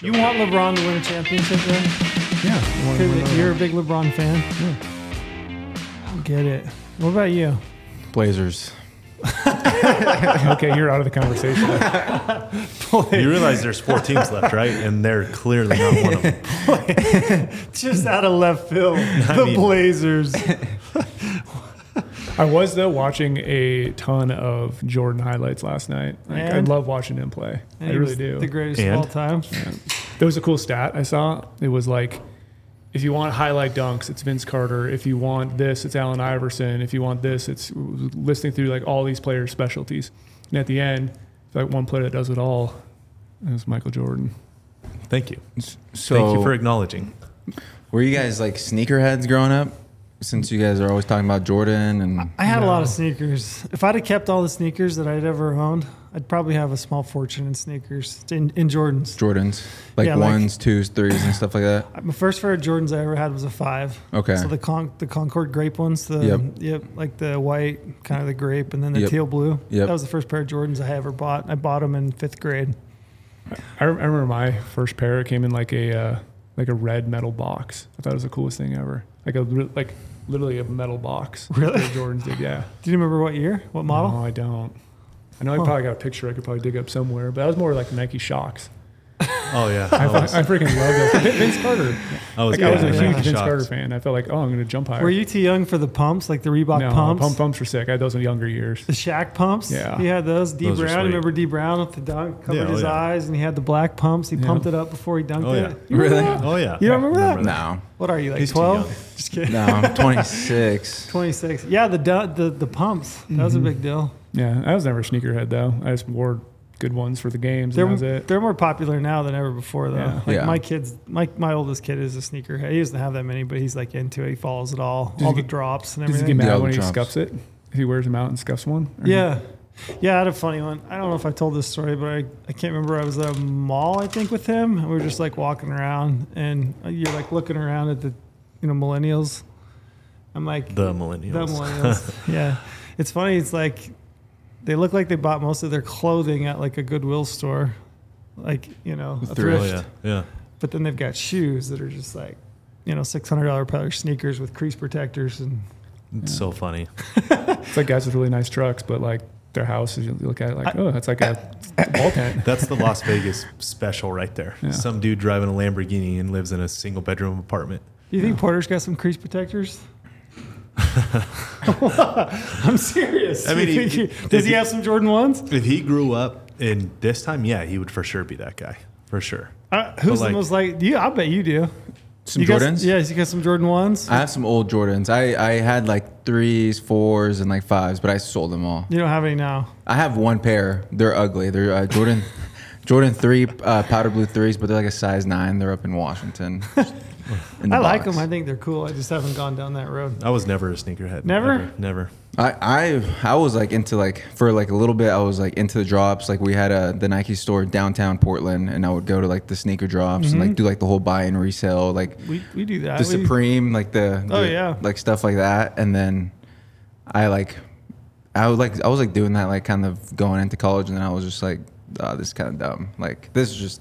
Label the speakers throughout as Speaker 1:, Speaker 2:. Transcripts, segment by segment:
Speaker 1: You want LeBron to win a championship then?
Speaker 2: Yeah. I wanna win
Speaker 1: Because
Speaker 2: another
Speaker 1: you're a
Speaker 2: one.
Speaker 1: big LeBron fan. I don't get it. What about you?
Speaker 3: Blazers.
Speaker 2: okay, you're out of the conversation.
Speaker 4: You realize there's four teams left, right? And they're clearly not one of them.
Speaker 1: Just out of left field, the
Speaker 4: mean-
Speaker 1: Blazers.
Speaker 2: I was though watching a ton of Jordan highlights last night. Like, I
Speaker 1: And?
Speaker 2: love watching him play. I
Speaker 1: He was
Speaker 2: really do.
Speaker 1: The greatest
Speaker 4: And?
Speaker 1: of all time.
Speaker 2: There was a cool stat I saw. It was like, if you want highlight dunks, it's Vince Carter. If you want this, it's Allen Iverson. If you want this, it's listing through like all these players' specialties. And at the end, it's like one player that does it all is Michael Jordan.
Speaker 4: Thank you.
Speaker 3: So
Speaker 4: Thank you for acknowledging.
Speaker 3: were you guys like sneakerheads growing up? Since you guys are always talking about Jordan and
Speaker 1: I had a lot of sneakers. If I'd have kept all the sneakers that I'd ever owned, I'd probably have a small fortune in sneakers, in, in Jordans.
Speaker 3: Jordans, like
Speaker 1: Yeah, like-
Speaker 3: ones, twos, threes, and stuff like that.
Speaker 1: My first pair of Jordans I ever had was a five.
Speaker 3: Okay.
Speaker 1: So the Con- the Concord grape ones, the
Speaker 3: Yep.
Speaker 1: yep. like the white kind of the grape, and then the
Speaker 3: Yep.
Speaker 1: teal blue.
Speaker 3: Yep.
Speaker 1: That was the first pair of Jordans I ever bought. I bought them in fifth grade.
Speaker 2: I, I remember my first pair it came in like a uh, like a red metal box. I thought it was the coolest thing ever. Like a re- like literally a metal box.
Speaker 1: Really?
Speaker 2: The Jordans did, yeah.
Speaker 1: Do you remember what year? What model?
Speaker 2: No, I don't. I know I
Speaker 1: Huh.
Speaker 2: probably got a picture I could probably dig up somewhere, but that was more like Nike shocks.
Speaker 4: Oh yeah,
Speaker 2: I,
Speaker 4: I
Speaker 2: thought-
Speaker 4: was,
Speaker 2: I freaking love those. Vince Carter.
Speaker 4: I was,
Speaker 2: Like, I was a
Speaker 4: yeah,
Speaker 2: huge
Speaker 4: I'm
Speaker 2: Vince
Speaker 4: shocked.
Speaker 2: Carter fan. I felt like, oh, I'm going to jump higher.
Speaker 1: Were you too young for the pumps, like the Reebok
Speaker 2: no,
Speaker 1: pumps?
Speaker 2: Pump, pumps were sick. I had those in younger years.
Speaker 1: The Shaq pumps.
Speaker 2: Yeah.
Speaker 1: He had those. D
Speaker 4: Those were
Speaker 1: Brown.
Speaker 4: sweet.
Speaker 1: Remember D Brown with the dunk? Covered
Speaker 4: Yeah, oh,
Speaker 1: his
Speaker 4: yeah.
Speaker 1: eyes and he had the black pumps. He
Speaker 2: Yeah.
Speaker 1: pumped it up before he dunked
Speaker 4: Oh, yeah.
Speaker 1: it.
Speaker 3: Really?
Speaker 4: Oh yeah.
Speaker 1: You don't remember that?
Speaker 3: No,
Speaker 1: What are you, like
Speaker 4: He's too
Speaker 1: 12? Just kidding.
Speaker 3: no, I'm 26.
Speaker 1: 26. Yeah, the, du- the the pumps. That was a
Speaker 2: Mm-hmm.
Speaker 1: big deal.
Speaker 2: Yeah, I was never a sneakerhead, though. I just wore good ones for the games,
Speaker 1: They're
Speaker 2: and that was it.
Speaker 1: they're more popular now than ever before though.
Speaker 2: Yeah.
Speaker 1: Like
Speaker 3: Yeah.
Speaker 1: my kids, my my oldest kid is a sneakerhead. He doesn't have that many, but he's like into it. He follows it all,
Speaker 2: Does
Speaker 1: all
Speaker 2: he
Speaker 1: the
Speaker 2: get-
Speaker 1: drops and
Speaker 2: Does he get
Speaker 1: everything.
Speaker 2: mad
Speaker 3: Yeah,
Speaker 2: when he
Speaker 3: the
Speaker 2: scuffs
Speaker 3: chops.
Speaker 2: it? If he wears them out and scuffs one? Or-
Speaker 1: Yeah. Yeah, I had a funny one. I don't know if I told this story, but I, I can't remember. I was at a mall, I think, with him. And we were just like walking around, and you're like looking around at the, you know, millennials. I'm like,
Speaker 4: The millennials.
Speaker 1: the millennials. yeah. It's funny. It's like they look like they bought most of their clothing at like a Goodwill store, like, you know, a
Speaker 3: Thrift.
Speaker 1: thrift.
Speaker 4: Oh yeah, yeah.
Speaker 1: But then they've got shoes that are just like, you know, $600 pair of sneakers with crease protectors. And
Speaker 4: It's so funny.
Speaker 2: It's like guys with really nice trucks, but like their house, you look at it like, oh, that's like a ball tent.
Speaker 4: That's the Las Vegas special right there.
Speaker 2: Yeah.
Speaker 4: Some dude driving a Lamborghini and lives in a single bedroom apartment.
Speaker 1: do you think Porter's got some crease protectors? I'm serious.
Speaker 4: I mean,
Speaker 1: You
Speaker 4: he-
Speaker 1: think
Speaker 4: he-
Speaker 1: he- does he have some Jordan ones?
Speaker 4: If he grew up in this time, yeah, he would for sure be that guy. For sure.
Speaker 1: Uh, who's
Speaker 4: like-
Speaker 1: the most like? You, I bet you do.
Speaker 3: Some
Speaker 1: you
Speaker 3: Jordans?
Speaker 1: Got, yeah, you got some Jordan ones.
Speaker 3: I have some old Jordans. I, I had like threes, fours, and like fives, but I sold them all.
Speaker 1: you don't have any now.
Speaker 3: I have one pair. They're ugly. They're uh, Jordan, Jordan three uh, powder blue threes, but they're like a size nine. They're up in Washington. in the
Speaker 1: I like
Speaker 3: box.
Speaker 1: them. I think they're cool. I just haven't gone down that road.
Speaker 4: I was never a sneakerhead.
Speaker 1: Never?
Speaker 4: Never. never.
Speaker 3: I, I I was like into like for like a little bit. I was like into the drops. Like we had a the Nike store downtown Portland, and I would go to like the sneaker drops and
Speaker 2: Mm-hmm.
Speaker 3: like do like the whole buy and resell, like
Speaker 1: We, we do that.
Speaker 3: the
Speaker 1: We-
Speaker 3: Supreme, like the,
Speaker 1: Oh,
Speaker 3: the-
Speaker 1: yeah.
Speaker 3: like stuff like that. And then I like I was like I was like doing that like kind of going into college, and then I was just like, oh, this is kind of dumb. Like this is just.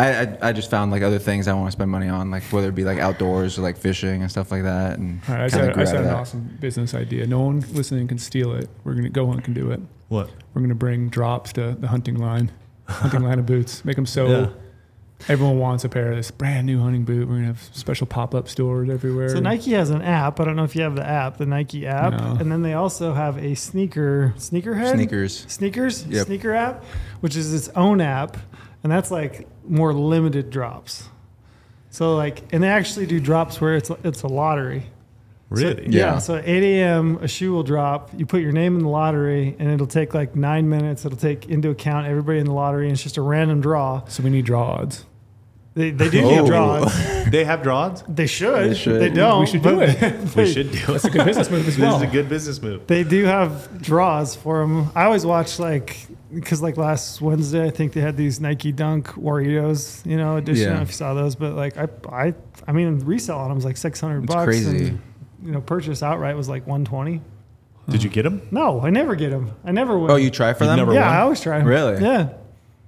Speaker 3: I, I, I just found like other things I want to spend money on, like whether it be like outdoors or like fishing and stuff like that. And
Speaker 2: All right, I
Speaker 3: kinda
Speaker 2: said,
Speaker 3: grew
Speaker 2: I
Speaker 3: out
Speaker 2: said
Speaker 3: of
Speaker 2: an
Speaker 3: that.
Speaker 2: awesome business idea. No one listening can steal it. We're going to go hunt and do it.
Speaker 4: What?
Speaker 2: We're going to bring drops to the hunting line, hunting line of boots. Make them so
Speaker 4: Yeah.
Speaker 2: everyone wants a pair of this brand new hunting boot. We're going to have special pop up stores everywhere.
Speaker 1: So Nike has an app. I don't know if you have the app, the Nike app,
Speaker 2: No.
Speaker 1: and then they also have a sneaker sneakerhead
Speaker 3: Sneakers.
Speaker 1: sneakers
Speaker 3: Yep.
Speaker 1: sneaker app, which is its own app, and that's like more limited drops. So like, and they actually do drops where it's it's a lottery.
Speaker 4: Really?
Speaker 3: Yeah.
Speaker 1: So at 8 a.m. a shoe will drop. You put your name in the lottery, and it'll take like nine minutes. It'll take into account everybody in the lottery, and it's just a random draw.
Speaker 2: So we need draw odds.
Speaker 1: They, they do need
Speaker 3: Oh.
Speaker 1: draws.
Speaker 4: They have draw odds?
Speaker 1: They should. They,
Speaker 3: They should.
Speaker 1: don't.
Speaker 2: we should
Speaker 1: but
Speaker 2: do it.
Speaker 4: We should do it.
Speaker 2: It's a good business move as
Speaker 4: This
Speaker 2: well.
Speaker 4: is a good business move.
Speaker 1: They do have draws for them. I always watch like because like last Wednesday, I think they had these Nike Dunk Warriors, you know, edition. I don't know
Speaker 3: Yeah.
Speaker 1: If you saw those, but like I, I, I mean, resell on them was like six hundred
Speaker 3: It's
Speaker 1: bucks.
Speaker 3: crazy.
Speaker 1: and, you know, purchase outright was like one twenty.
Speaker 4: Did you get them?
Speaker 1: No, I never get them. I never win.
Speaker 3: Oh, you try for
Speaker 4: You've
Speaker 3: them?
Speaker 4: never-
Speaker 1: Yeah,
Speaker 4: won?
Speaker 1: I always try. 'em.
Speaker 3: Really?
Speaker 1: Yeah.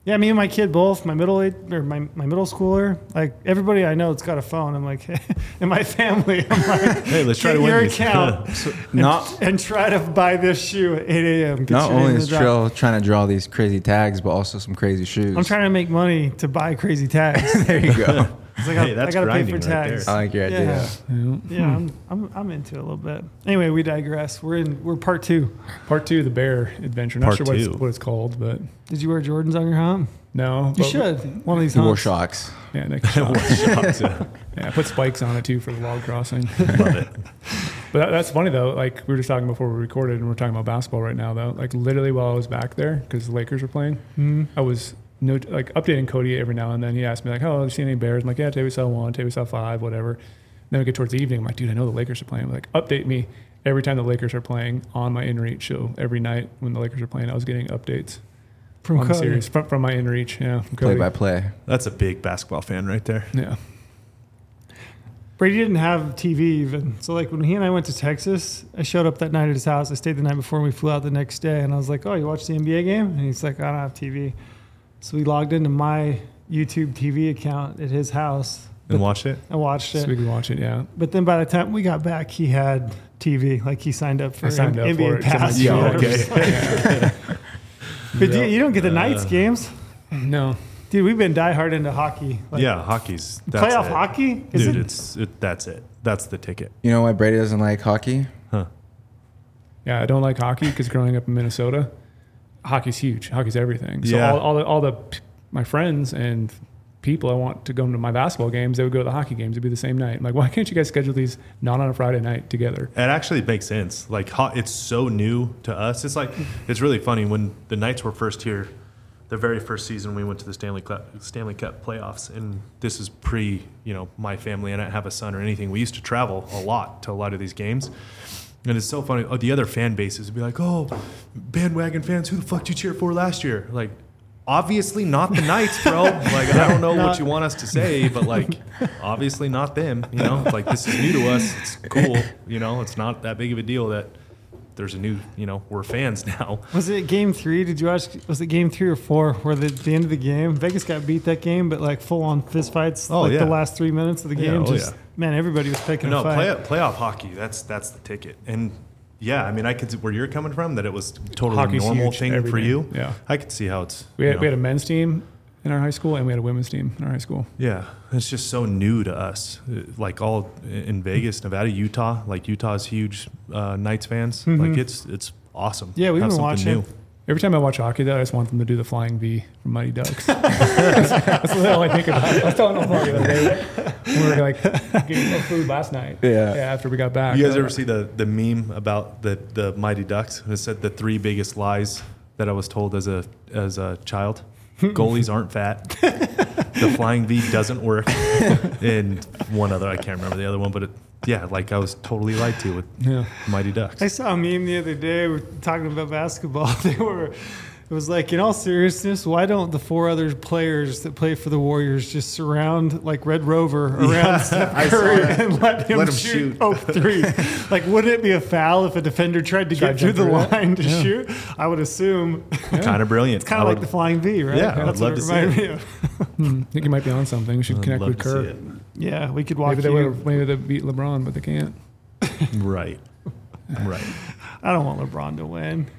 Speaker 1: Yeah, me and my kid both. My middle age, or my, my middle schooler, like everybody I know that's got a phone. I'm like, in my family, I'm like,
Speaker 4: Hey, let's try
Speaker 1: get
Speaker 4: to win
Speaker 1: your
Speaker 4: these.
Speaker 1: account
Speaker 3: Not
Speaker 1: and try to buy this shoe at 8 a.m. Get
Speaker 3: not
Speaker 1: your name
Speaker 3: only
Speaker 1: in
Speaker 3: is
Speaker 1: the drop.
Speaker 3: Trill trying to draw these crazy tags, but also some crazy shoes.
Speaker 1: I'm trying to make money to buy crazy tags.
Speaker 3: there you go.
Speaker 1: I gotta,
Speaker 4: Hey, that's
Speaker 1: I gotta pay
Speaker 4: grinding
Speaker 1: for
Speaker 4: right
Speaker 1: tags.
Speaker 3: I like your idea.
Speaker 1: Yeah. Yeah, I'm, I'm, I'm into it a little bit. Anyway, we digress. We're in we're part two.
Speaker 2: Part two, the bear adventure. Not
Speaker 4: Part
Speaker 2: sure what it's,
Speaker 4: two.
Speaker 2: what it's called, but
Speaker 1: Did you wear Jordans on your hunt?
Speaker 2: no.
Speaker 1: You
Speaker 2: but-
Speaker 1: should. One of these
Speaker 3: He wore
Speaker 1: hunts.
Speaker 3: shocks.
Speaker 2: Yeah, next shot. yeah, I put spikes on it too for the log crossing.
Speaker 4: Love it.
Speaker 2: But that, that's funny though. Like we were just talking before we recorded, and we're talking about basketball right now though. Like literally while I was back there because the Lakers were playing,
Speaker 1: Hmm?
Speaker 2: I was no, like updating Cody every now and then. He asked me like, "Oh, have you seen any Bears?" I'm like, "Yeah, today we saw one, today we saw five, whatever." Then we get towards the evening, I'm like, "Dude, I know the Lakers are playing." I'm like, update me every time the Lakers are playing on my InReach show. Every night when the Lakers are playing, I was getting updates
Speaker 1: from
Speaker 2: on
Speaker 1: Cody.
Speaker 2: the series from, from my InReach. Yeah, from
Speaker 3: Play
Speaker 2: Cody.
Speaker 3: by play.
Speaker 4: That's a big basketball fan right there.
Speaker 2: Yeah,
Speaker 1: Brady didn't have TV even. So like when he and I went to Texas, I showed up that night at his house. I stayed the night before and we flew out the next day and I was like, Oh, you watch the NBA game? And he's like, I don't have TV. So we logged into my YouTube TV account at his house.
Speaker 4: And watch it.
Speaker 1: I watched
Speaker 2: so
Speaker 1: it.
Speaker 2: we could watch it. Yeah,
Speaker 1: But then by the time we got back, he had TV. Like he signed up for
Speaker 2: signed up for
Speaker 1: NBA
Speaker 2: it.
Speaker 1: Pass.
Speaker 2: Yeah,
Speaker 1: or whatever.
Speaker 4: okay.
Speaker 1: But dude, you don't get the nights games.
Speaker 2: no,
Speaker 1: Dude, we've been diehard into hockey. Like,
Speaker 4: yeah, hockey's that's
Speaker 1: Playoff
Speaker 4: it.
Speaker 1: hockey? Is
Speaker 4: dude.
Speaker 1: it-
Speaker 4: It's it, that's it. That's the ticket.
Speaker 3: You know why Brady doesn't like hockey?
Speaker 2: Yeah, I don't like hockey because growing up in Minnesota, hockey's huge. Hockey's everything. So
Speaker 4: Yeah.
Speaker 2: all, all the, all the my friends and people I want to go to my basketball games, they would go to the hockey games. It'd be the same night. I'm like, why can't you guys schedule these not on a Friday night together?
Speaker 4: It actually makes sense. Like ho- it's so new to us. It's like it's really funny when the Knights were first here. The very first season we went to the Stanley Cup, Stanley Cup playoffs, and this is pre, you know, my family. and I don't have a son or anything. We used to travel a lot to a lot of these games, and it's so funny. Oh, the other fan bases would be like, "Oh, bandwagon fans, who the fuck did you cheer for last year?" Like, obviously not the Knights, bro. like, I don't know what you want us to say, but like, obviously not them. You know, like this is new to us. It's cool. You know, it's not that big of a deal that there's a new. You know, we're fans now.
Speaker 1: Was it game three? Did you watch? Was it game three or four? Where the, the end of the game, Vegas got beat that game, but like full on fist fights.
Speaker 4: Oh,
Speaker 1: like
Speaker 4: yeah.
Speaker 1: the last three minutes of the
Speaker 4: Yeah,
Speaker 1: game.
Speaker 4: oh,
Speaker 1: just
Speaker 4: yeah.
Speaker 1: man, everybody was picking
Speaker 4: No,
Speaker 1: a fight.
Speaker 4: play, playoff hockey. That's that's the ticket. And yeah, I mean, I could see where you're coming from. That it was totally
Speaker 2: Hockey's
Speaker 4: normal
Speaker 2: huge,
Speaker 4: thing for
Speaker 2: everything.
Speaker 4: you.
Speaker 2: Yeah.
Speaker 4: I could see how it's.
Speaker 2: We
Speaker 4: you
Speaker 2: had, we
Speaker 4: know.
Speaker 2: had a men's team in our high school and we had a women's team in our high school.
Speaker 4: Yeah, it's just so new to us. Uh, Like all in Vegas, Nevada, Utah. Like Utah's huge uh, Knights fans. Like it's it's awesome.
Speaker 1: Mm-hmm. Yeah, we've
Speaker 4: Have
Speaker 1: been
Speaker 4: something
Speaker 1: watching.
Speaker 2: Every time I watch hockey, though, I just want them to do the flying V from Mighty Ducks. that's, that's all I think about. I was telling them the other day when we were like getting food last night.
Speaker 3: Yeah.
Speaker 2: after we got back.
Speaker 4: You guys
Speaker 2: I-
Speaker 4: ever see the the meme about the the Mighty Ducks? It said the three biggest lies that I was told as a as a child. Goalies aren't fat. the flying V doesn't work, and one other I can't remember the other one, but it, yeah, like I was totally lied to with
Speaker 2: Yeah.
Speaker 4: Mighty Ducks.
Speaker 1: I saw a meme the other day. We're talking about basketball. They were, it was like, in all seriousness, why don't the four other players that play for the Warriors just surround like Red Rover around Steph Curry and let him,
Speaker 4: Let him
Speaker 1: shoot,
Speaker 4: shoot.
Speaker 1: oh threes? like, wouldn't it be a foul if a defender tried to
Speaker 2: Tried
Speaker 1: get through
Speaker 2: to
Speaker 1: the
Speaker 2: jump through it?
Speaker 1: line to shoot? I would assume.
Speaker 4: Kind of brilliant.
Speaker 1: Kind of
Speaker 4: I
Speaker 1: like
Speaker 4: would-
Speaker 1: the flying V, right?
Speaker 4: Yeah, I would
Speaker 1: That's
Speaker 4: love
Speaker 1: what
Speaker 4: to
Speaker 1: it
Speaker 4: see
Speaker 1: reminded
Speaker 4: it.
Speaker 1: me of.
Speaker 2: Hmm, I think you might be on something. We should
Speaker 4: I'd
Speaker 2: connect
Speaker 4: love
Speaker 2: with
Speaker 4: to see
Speaker 2: Kerr.
Speaker 4: it.
Speaker 1: Yeah, we could walk.
Speaker 2: Maybe they
Speaker 1: you-
Speaker 2: would have. Maybe they beat LeBron, but they can't.
Speaker 4: Right. Right.
Speaker 1: I don't want LeBron to win.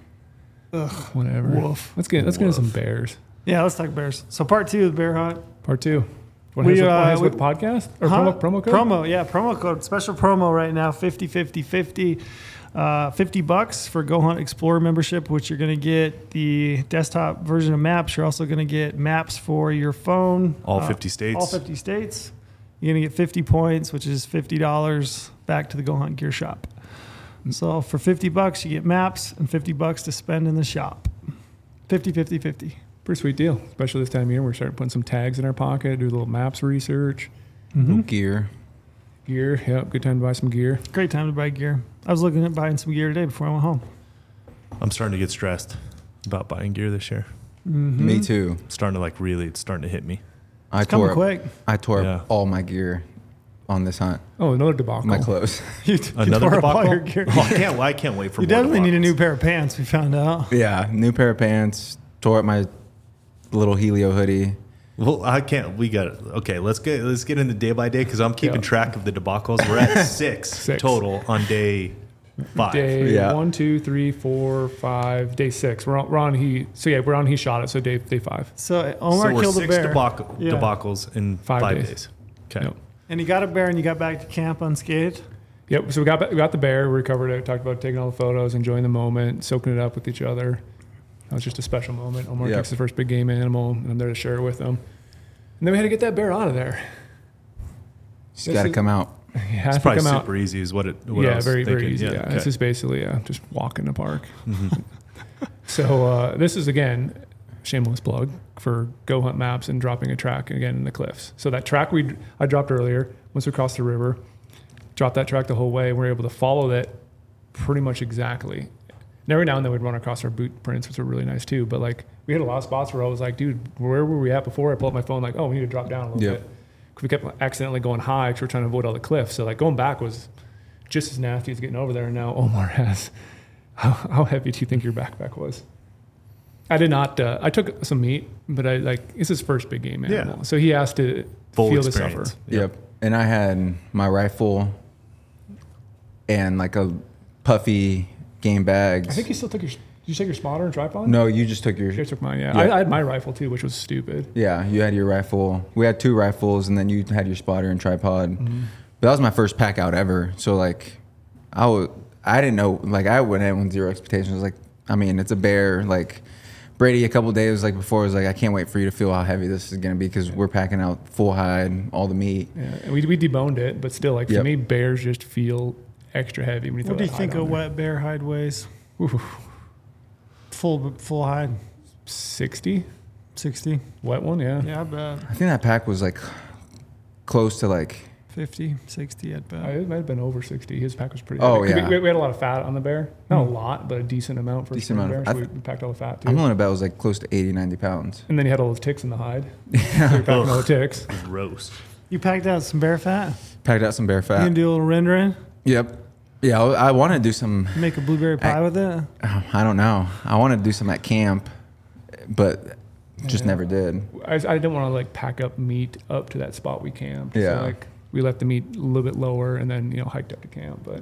Speaker 2: Whatever.
Speaker 1: Woof.
Speaker 2: Let's get let's get into some bears.
Speaker 1: Yeah, let's talk Bears. So part two of the Bear Hunt.
Speaker 2: Part two. What
Speaker 1: We,
Speaker 2: has, what
Speaker 1: uh,
Speaker 2: has
Speaker 1: we-
Speaker 2: with podcast or
Speaker 1: Huh?
Speaker 2: promo, promo code?
Speaker 1: Promo, yeah, promo code. Special promo right now 50 50 50. Uh, 50 bucks for Go Hunt Explorer membership, which you're going to get the desktop version of maps. You're also going to get maps for your phone.
Speaker 4: All
Speaker 1: Uh,
Speaker 4: 50 states.
Speaker 1: All 50 states. You're going to get 50 points, which is $50 back to the Go Hunt Gear Shop. So for 50 bucks, you get maps and 50 bucks to spend in the shop. 50 50 50.
Speaker 2: Pretty sweet deal, especially this time of year. We're starting putting some tags in our pocket, do a little maps research,
Speaker 3: Gear.
Speaker 2: gear. Yep, good time to buy some gear.
Speaker 1: Great time to buy gear. I was looking at buying some gear today before I went home.
Speaker 4: I'm starting to get stressed about buying gear this year.
Speaker 3: Me too.
Speaker 4: It's starting to like really, it's starting to hit me.
Speaker 3: I
Speaker 1: Coming
Speaker 3: tore up,
Speaker 1: quick.
Speaker 3: I tore
Speaker 4: Yeah.
Speaker 3: up all my gear on this hunt.
Speaker 2: Oh, another debacle.
Speaker 3: My clothes.
Speaker 1: You,
Speaker 4: Another
Speaker 1: tore up all
Speaker 4: debacle.
Speaker 1: your gear.
Speaker 4: Oh, I can't. I can't wait for.
Speaker 1: You
Speaker 4: more
Speaker 1: definitely need a
Speaker 4: debacles.
Speaker 1: new pair of pants. We found out.
Speaker 3: yeah, new pair of pants. Tore up my little Helio hoodie.
Speaker 4: Well, I can't. We got it. Okay, let's get let's get into day by day because I'm keeping
Speaker 2: Yeah.
Speaker 4: track of the debacles. We're at six,
Speaker 2: Six.
Speaker 4: total on day five.
Speaker 2: Day
Speaker 3: Yeah.
Speaker 2: one, two, three, four, five. Day six. We're on, we're on. He. So yeah, we're on. He shot it. So day day five.
Speaker 1: So
Speaker 4: so
Speaker 1: Omar
Speaker 4: we're
Speaker 1: killed a
Speaker 4: six
Speaker 1: bear,
Speaker 4: debacle,
Speaker 1: Yeah.
Speaker 4: debacles in
Speaker 2: Five
Speaker 4: five,
Speaker 2: days.
Speaker 4: days. Okay.
Speaker 2: Yep.
Speaker 1: and you got a bear, and you got back to camp unscathed.
Speaker 2: Yep. So we got ba- we got the bear. We recovered it. Talked about taking all the photos, enjoying the moment, soaking it up with each other. That was just a special moment. Omar
Speaker 3: Yeah.
Speaker 2: takes the first big game animal, and I'm there to share it with him. And then we had to get that bear out of there.
Speaker 3: Just
Speaker 2: This
Speaker 3: gotta
Speaker 2: is-
Speaker 3: come out.
Speaker 2: He has to
Speaker 4: It's probably
Speaker 2: come out.
Speaker 4: super easy, is what it. What I
Speaker 2: yeah,
Speaker 4: was
Speaker 2: very very
Speaker 4: thinking.
Speaker 2: easy. Yeah,
Speaker 4: okay. Mm-hmm.
Speaker 2: it's just basically yeah, just walk in the park. so uh, this is again shameless plug for Go Hunt Maps and dropping a track again in the cliffs. So that track we I dropped earlier once we crossed the river, dropped that track the whole way. We were able to follow that pretty much exactly. And every now and then we'd run across our boot prints, which were really nice too. But like we had a lot of spots where I was like, dude, where were we at before? I pull up my phone like, oh, we need to drop down a little
Speaker 3: Yeah.
Speaker 2: bit. 'Cause we kept accidentally going high because we're trying to avoid all the cliffs. So like going back was just as nasty as getting over there. And now Omar has. How, how heavy do you think your backpack was? I did not. Uh, I took some meat, but I like it's his first big game
Speaker 4: Yeah.
Speaker 2: animal, so he has to
Speaker 4: Full
Speaker 2: feel the
Speaker 4: experience.
Speaker 2: suffer.
Speaker 3: Yep. And I had my rifle and like a puffy game bags.
Speaker 2: I think you still took your. Did you take your spotter and tripod?
Speaker 3: no, you just took your.
Speaker 2: I took mine. Yeah,
Speaker 3: Yeah.
Speaker 2: I, I had my rifle too, which was stupid.
Speaker 3: Yeah, you had your rifle. We had two rifles, and then you had your spotter and tripod. But that was my first pack out ever. So like, I w- I didn't know. Like I went in with zero expectations. Like I mean, it's a bear. Like Brady, a couple days like before, was like, I can't wait for you to feel how heavy this is gonna be because we're packing out full hide, all the meat.
Speaker 2: Yeah, and we, we deboned it, but still, like for
Speaker 3: Yep.
Speaker 2: me, bears just feel extra heavy when you throw
Speaker 1: What do you
Speaker 2: that hide
Speaker 1: think
Speaker 2: on
Speaker 1: a
Speaker 2: there.
Speaker 1: wet bear hide weighs?
Speaker 2: Ooh,
Speaker 1: Full full hide,
Speaker 2: Sixty
Speaker 1: sixty.
Speaker 2: wet one, yeah.
Speaker 1: Yeah, I bet
Speaker 3: I think that pack was like close to like
Speaker 1: 50, 60 at
Speaker 2: I-
Speaker 1: bet.
Speaker 2: It might have been over sixty. His pack was pretty.
Speaker 3: Oh,
Speaker 2: heavy. 'Cause
Speaker 3: yeah. Hmm.
Speaker 2: We, we had a lot of fat on the bear, not a lot, but a decent amount for a
Speaker 3: Decent
Speaker 2: spring
Speaker 3: amount
Speaker 2: bear.
Speaker 3: of-
Speaker 2: So
Speaker 3: I
Speaker 2: we packed all the fat too.
Speaker 3: I'm willing to bet it was like close to 80, 90 pounds.
Speaker 2: And then he had all the ticks in the hide. Yeah. So we packed all the ticks.
Speaker 4: Roast.
Speaker 1: You packed out some bear fat.
Speaker 3: Packed out some bear
Speaker 1: You gonna
Speaker 3: fat.
Speaker 1: do a little rendering?
Speaker 3: Yep. Yeah, I, I want to do some
Speaker 1: Make a blueberry pie with it.
Speaker 3: Um, I don't know. I wanted to do some at camp, but just
Speaker 2: Yeah.
Speaker 3: never did.
Speaker 2: I, I didn't want to like pack up meat up to that spot we camped.
Speaker 3: Yeah.
Speaker 2: So like we left the meat a little bit lower and then, you know, hiked up to camp. But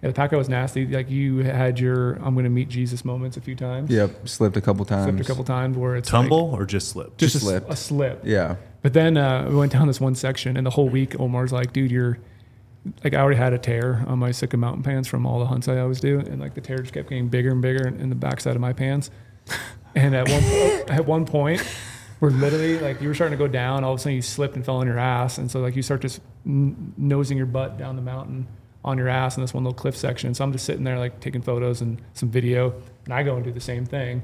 Speaker 2: yeah, the pack out was nasty. Like you had your I'm going to meet Jesus moments a few times.
Speaker 3: Yep, slipped a couple times.
Speaker 2: Slipped a couple times where it's like,
Speaker 4: Tumble or just slip?
Speaker 2: just, a, s-
Speaker 3: Just slipped.
Speaker 2: a slip.
Speaker 3: Yeah,
Speaker 2: But then uh, we went down this one section, and the whole week Omar's like, "Dude, you're like I already had a tear on my Sitka mountain pants from all the hunts I always do, and like the tear just kept getting bigger and bigger in, in the backside of my pants. And at one at one point, we're literally like you were starting to go down, all of a sudden you slipped and fell on your ass, and so like you start just n- nosing your butt down the mountain on your ass in this one little cliff section. So I'm just sitting there like taking photos and some video, and I go and do the same thing.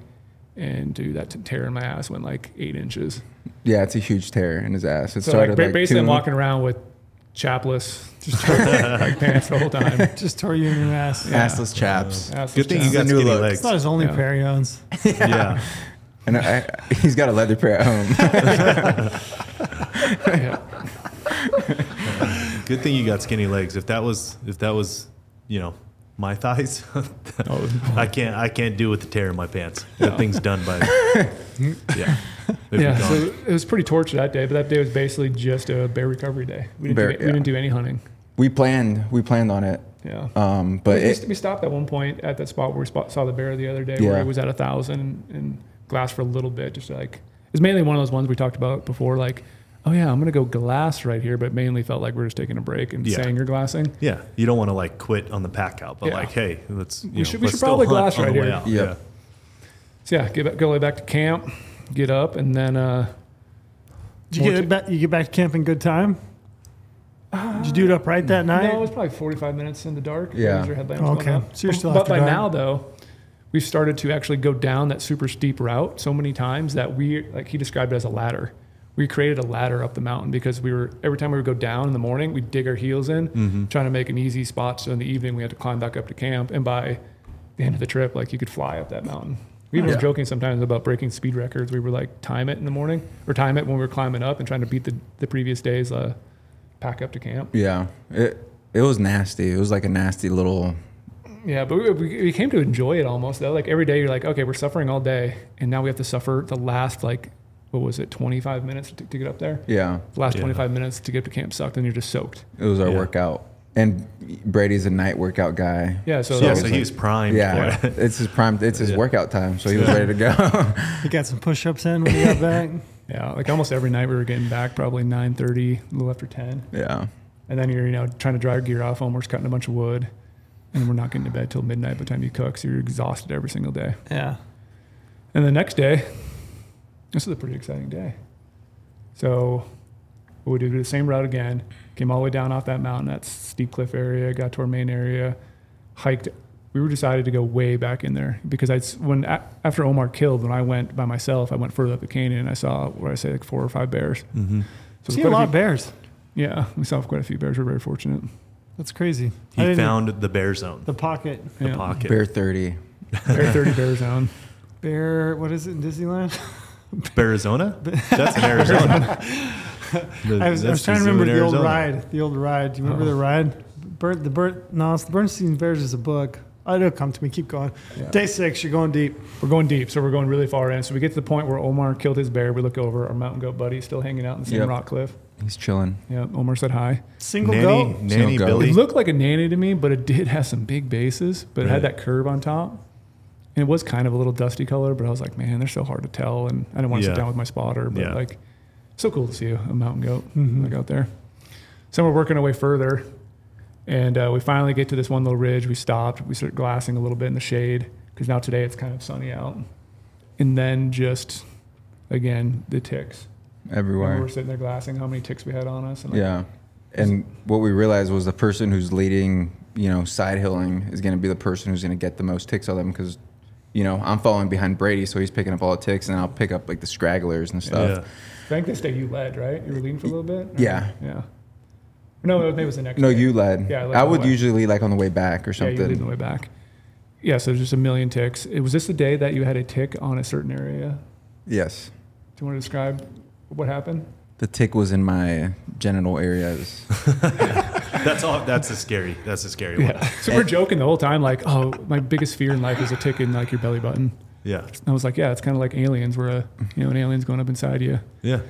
Speaker 2: And dude, that t- tear in my ass went like eight inches.
Speaker 3: yeah, it's a huge tear in his ass. It
Speaker 2: So like,
Speaker 3: started
Speaker 2: ba-
Speaker 3: like,
Speaker 2: basically, I'm
Speaker 3: two-
Speaker 2: walking around with chapless just like pants the whole time.
Speaker 1: Just tore you in your ass.
Speaker 3: assless chaps,
Speaker 2: That's just
Speaker 4: Good thing
Speaker 2: chap-
Speaker 4: you got
Speaker 3: It's a new
Speaker 4: skinny
Speaker 1: It's
Speaker 3: look.
Speaker 4: legs.
Speaker 1: not his only
Speaker 2: Yeah.
Speaker 1: pair he owns.
Speaker 4: yeah.
Speaker 3: and I, he's got a leather pair at home.
Speaker 2: yeah.
Speaker 4: Good thing you got skinny legs. If that was if that was, you know, my thighs,
Speaker 2: Oh,
Speaker 4: I can't I can't do with the tear in my pants. That thing's done by. yeah. They've
Speaker 2: yeah.
Speaker 4: gone.
Speaker 2: So it was pretty torture that day, but that day was basically just a bear recovery day. We didn't,
Speaker 3: Bear-
Speaker 2: do, any- we
Speaker 3: yeah.
Speaker 2: didn't do any hunting.
Speaker 3: we planned, we planned on it,
Speaker 2: Yeah.
Speaker 3: um, but
Speaker 2: we,
Speaker 3: it,
Speaker 2: we stopped at one point at that spot where we spot, saw the bear the other day, where
Speaker 3: Yeah.
Speaker 2: it was at a thousand and glass for a little bit, just like it's mainly one of those ones we talked about before, like. Oh yeah, I'm gonna go glass right here, but mainly felt like we are just taking a break and
Speaker 4: Yeah.
Speaker 2: saying you're glassing.
Speaker 4: yeah. You don't want to like quit on the pack out, but
Speaker 2: Yeah.
Speaker 4: like, hey, let's. You
Speaker 2: We
Speaker 4: know,
Speaker 2: should- we
Speaker 4: let's
Speaker 2: should probably
Speaker 4: still hunt
Speaker 2: glass
Speaker 4: on
Speaker 2: right
Speaker 4: the way
Speaker 2: here.
Speaker 4: out.
Speaker 3: Yeah.
Speaker 4: Yeah.
Speaker 2: So yeah, get back, go way back to camp, get up, and then uh,
Speaker 1: Did you
Speaker 2: More
Speaker 1: get
Speaker 2: to-
Speaker 1: back? You get back to camp in good time. Did you do it upright that night?
Speaker 2: Uh, No, it was probably 45 minutes in the dark.
Speaker 3: Yeah.
Speaker 2: Those are headlamps going
Speaker 1: Okay.
Speaker 2: up.
Speaker 1: So you're still
Speaker 2: but
Speaker 1: after
Speaker 2: by
Speaker 1: dark.
Speaker 2: now, though, we've started to actually go down that super steep route so many times that we, like he described it as a ladder. We created a ladder up the mountain because we were, every time we would go down in the morning, we'd dig our heels in,
Speaker 3: Mm-hmm.
Speaker 2: trying to make an easy spot. So in the evening, we had to climb back up to camp. And by the end of the trip, like you could fly up that mountain. We even were
Speaker 3: Yeah.
Speaker 2: joking sometimes about breaking speed records. We were like, time it in the morning or time it when we were climbing up and trying to beat the, the previous day's uh, pack up to camp.
Speaker 3: yeah, it it was nasty. It was like a nasty little.
Speaker 2: Yeah, but we, we we came to enjoy it almost though. Like every day, you're like, okay, we're suffering all day, and now we have to suffer the last like what was it, 25 minutes to, to get up there?
Speaker 3: Yeah,
Speaker 2: The last
Speaker 4: Yeah.
Speaker 2: 25 minutes to get to camp sucked, and you're just soaked.
Speaker 3: it was our
Speaker 4: Yeah.
Speaker 3: workout. And Brady's a night workout guy.
Speaker 2: Yeah, so,
Speaker 4: yeah,
Speaker 3: it's
Speaker 4: so
Speaker 3: like-
Speaker 4: he's primed.
Speaker 3: Yeah,
Speaker 4: For it.
Speaker 3: it's his prime. It's his
Speaker 4: Yeah.
Speaker 3: workout time, so he was ready to go.
Speaker 1: He got some push ups in when he got back.
Speaker 2: yeah, like almost every night we were getting back, probably 9:30, a little after 10,
Speaker 3: yeah,
Speaker 2: and then you're you know trying to dry our gear off. Homer's cutting a bunch of wood, and we're not getting to bed till midnight by the time you cook, so you're exhausted every single day.
Speaker 1: Yeah.
Speaker 2: And the next day, this is a pretty exciting day. So what we did, we did the same route again, came all the way down off that mountain, that steep cliff area, got to our main area, hiked. We were decided to go way back in there because I s- when a- after Omar killed, when I went by myself, I went further up the canyon and I saw what I say like four or five bears.
Speaker 4: hmm
Speaker 2: So
Speaker 1: See
Speaker 2: quite
Speaker 1: a lot of
Speaker 2: few-
Speaker 1: bears.
Speaker 2: yeah, we saw quite a few bears. We're very fortunate.
Speaker 1: That's crazy. I
Speaker 4: He
Speaker 1: didn't-
Speaker 4: found the bear zone,
Speaker 1: the pocket
Speaker 4: the
Speaker 2: yeah.
Speaker 4: pocket.
Speaker 3: bear thirty.
Speaker 2: Bear thirty bear zone.
Speaker 1: bear. What is it in Disneyland?
Speaker 4: Arizona? That's in Arizona. The-
Speaker 1: I was, I
Speaker 4: that's
Speaker 1: was trying to
Speaker 4: the zoo
Speaker 1: remember
Speaker 4: in
Speaker 1: the old
Speaker 4: Arizona.
Speaker 1: ride. The old ride. Do you remember
Speaker 2: Oh.
Speaker 1: the ride? Bert, the Bert, no, it's the Bernstein Bears is a book. Oh, it'll come to me. Keep going. Day six, you're going deep.
Speaker 2: We're going deep, so we're going really far in. So we get to the point where Omar killed his bear. We look over, our mountain goat buddy still hanging out in the same
Speaker 3: Yep.
Speaker 2: rock cliff.
Speaker 3: He's chilling.
Speaker 2: Yeah, Omar said hi.
Speaker 1: Single
Speaker 4: Nanny,
Speaker 1: goat.
Speaker 4: Nanny
Speaker 3: Single goat.
Speaker 4: Billy.
Speaker 2: It looked like a nanny to me, but it did have some big bases, but it had that
Speaker 4: Right.
Speaker 2: curve on top. And it was kind of a little dusty color, but I was like, man, they're so hard to tell. And I didn't want to
Speaker 4: Yeah.
Speaker 2: sit down with my spotter, but
Speaker 4: Yeah. Mm-hmm.
Speaker 2: like, so cool to see a mountain goat like out there. So we're working our way further, and uh, we finally get to this one little ridge. We stopped. We started glassing a little bit in the shade because now today it's kind of sunny out. And then just again the ticks. Remember we
Speaker 3: everywhere.
Speaker 2: were sitting there glassing how many ticks we had on us. And like,
Speaker 3: Yeah. And what we realized was the person who's leading, you know, side hilling is going to be the person who's going to get the most ticks on them because, you know, I'm following behind Brady, so he's picking up all the ticks, and I'll pick up like the stragglers and
Speaker 4: yeah.
Speaker 3: stuff.
Speaker 2: I think this day you led, E right? You were leading for a little bit. or-
Speaker 3: Yeah.
Speaker 2: Yeah. No, maybe it was the next.
Speaker 3: No,
Speaker 2: day.
Speaker 3: you led.
Speaker 2: Yeah, I led
Speaker 3: I
Speaker 2: on the
Speaker 3: would
Speaker 2: way.
Speaker 3: usually lead like on the way back or
Speaker 2: Yeah, you leading
Speaker 3: something.
Speaker 2: the way back. Yeah, so there's just a million ticks. It was this the day that you had a tick on a certain area.
Speaker 3: yes.
Speaker 2: Do you want to describe what happened?
Speaker 3: The tick was in my genital areas.
Speaker 4: That's all. That's a scary. That's a scary one.
Speaker 2: So we're joking the whole time, like, oh, my biggest fear in life is a tick in like your belly button.
Speaker 4: Yeah.
Speaker 2: And I was like, yeah, it's kind of like aliens, where a, you know an alien's going up inside you.
Speaker 4: Yeah.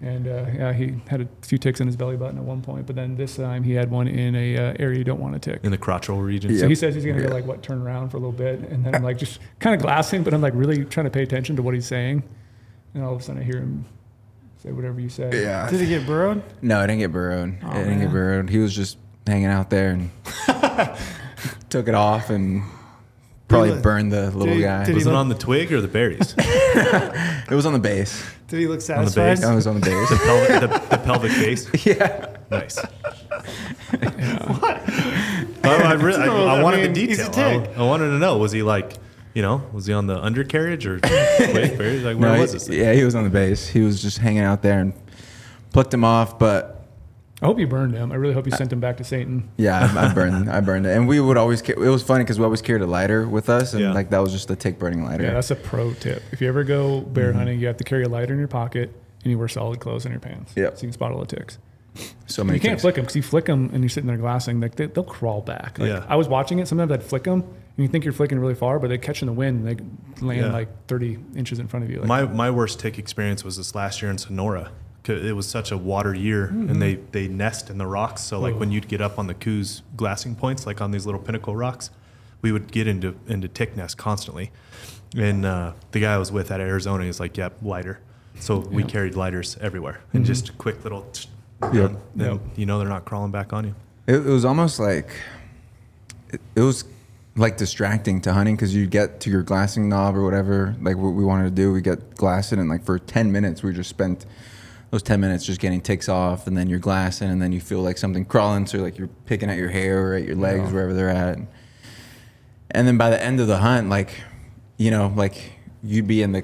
Speaker 2: And uh, yeah, he had a few ticks in his belly button at one point, but then this time he had one in a uh, area you don't want a tick.
Speaker 4: In the crotchal region.
Speaker 2: So
Speaker 3: Yep.
Speaker 2: he says he's gonna
Speaker 3: Yeah.
Speaker 2: go like what turn around for a little bit, and then I'm like just kind of glassing, but I'm like really trying to pay attention to what he's saying, and all of a sudden I hear him say whatever you say.
Speaker 3: yeah.
Speaker 1: Did it get burrowed?
Speaker 3: No, I didn't get burrowed.
Speaker 1: Aw,
Speaker 3: I didn't
Speaker 1: man.
Speaker 3: get burrowed. He was just hanging out there and took it off and probably
Speaker 1: Really?
Speaker 3: burned the little
Speaker 1: he-
Speaker 3: guy.
Speaker 1: did he-
Speaker 4: Was it on the twig or the berries? the,
Speaker 3: it was on the base.
Speaker 1: Did he look
Speaker 4: the
Speaker 1: satisfied?
Speaker 4: base. Oh.
Speaker 3: It was on the base.
Speaker 4: pelvic, the, the pelvic base.
Speaker 3: yeah.
Speaker 4: Nice. I, I, really, I,
Speaker 1: No,
Speaker 4: I
Speaker 1: I
Speaker 4: wanted
Speaker 1: mean,
Speaker 4: the
Speaker 1: he's a
Speaker 4: detail. I, I wanted to know was he like, you know, was he on the undercarriage or twig berries? Like, where
Speaker 3: No,
Speaker 4: was
Speaker 3: he-
Speaker 4: this thing?
Speaker 3: Yeah, he was on the base. He was just hanging out there and plucked him off. But
Speaker 2: I hope you burned him. I really hope you sent him back to Satan.
Speaker 3: yeah, I, I burned. I burned it. And we would always. ca- It was funny because we always carried a lighter with us, and
Speaker 4: Yeah.
Speaker 3: like that was just the tick burning lighter.
Speaker 2: Yeah, that's a pro tip. If you ever go bear hunting, you have to carry a lighter in your pocket and you wear solid clothes in your pants.
Speaker 3: Yep.
Speaker 2: so you can spot all the ticks.
Speaker 3: so
Speaker 2: But
Speaker 3: many.
Speaker 2: you can't
Speaker 3: ticks.
Speaker 2: flick them because you flick them and you're sitting there glassing. Like they, they'll crawl back. Like,
Speaker 4: Yeah.
Speaker 2: I was watching it. Sometimes I'd flick them and you think you're flicking really far, but they catch in the wind. and They land
Speaker 4: Yeah.
Speaker 2: like 30 inches in front of you. Like,
Speaker 4: My my worst tick experience was this last year in Sonora. 'Cause It was such a water year,
Speaker 2: Mm-hmm.
Speaker 4: and they they nest in the rocks. So like when you'd get up on the coos glassing points, like on these little pinnacle rocks, we would get into into tick nests constantly. And uh, the guy I was with at Arizona is like, "Yep, lighter." So we carried lighters everywhere, and just quick little. tsh,
Speaker 3: Yep.
Speaker 4: Then
Speaker 2: Mm-hmm. Yep.
Speaker 4: you know they're not crawling back on you.
Speaker 3: It, it was almost like. It, it was like distracting to hunting because you get to your glassing knob or whatever. Like what we wanted to do, we get glassing, and like for ten minutes, we just spent. Those ten minutes just getting ticks off, and then you're glassing, and then you feel like something crawling, so like you're picking at your hair or at your legs,
Speaker 2: Yeah.
Speaker 3: wherever they're at. and then by the end of the hunt like you know like you'd be in the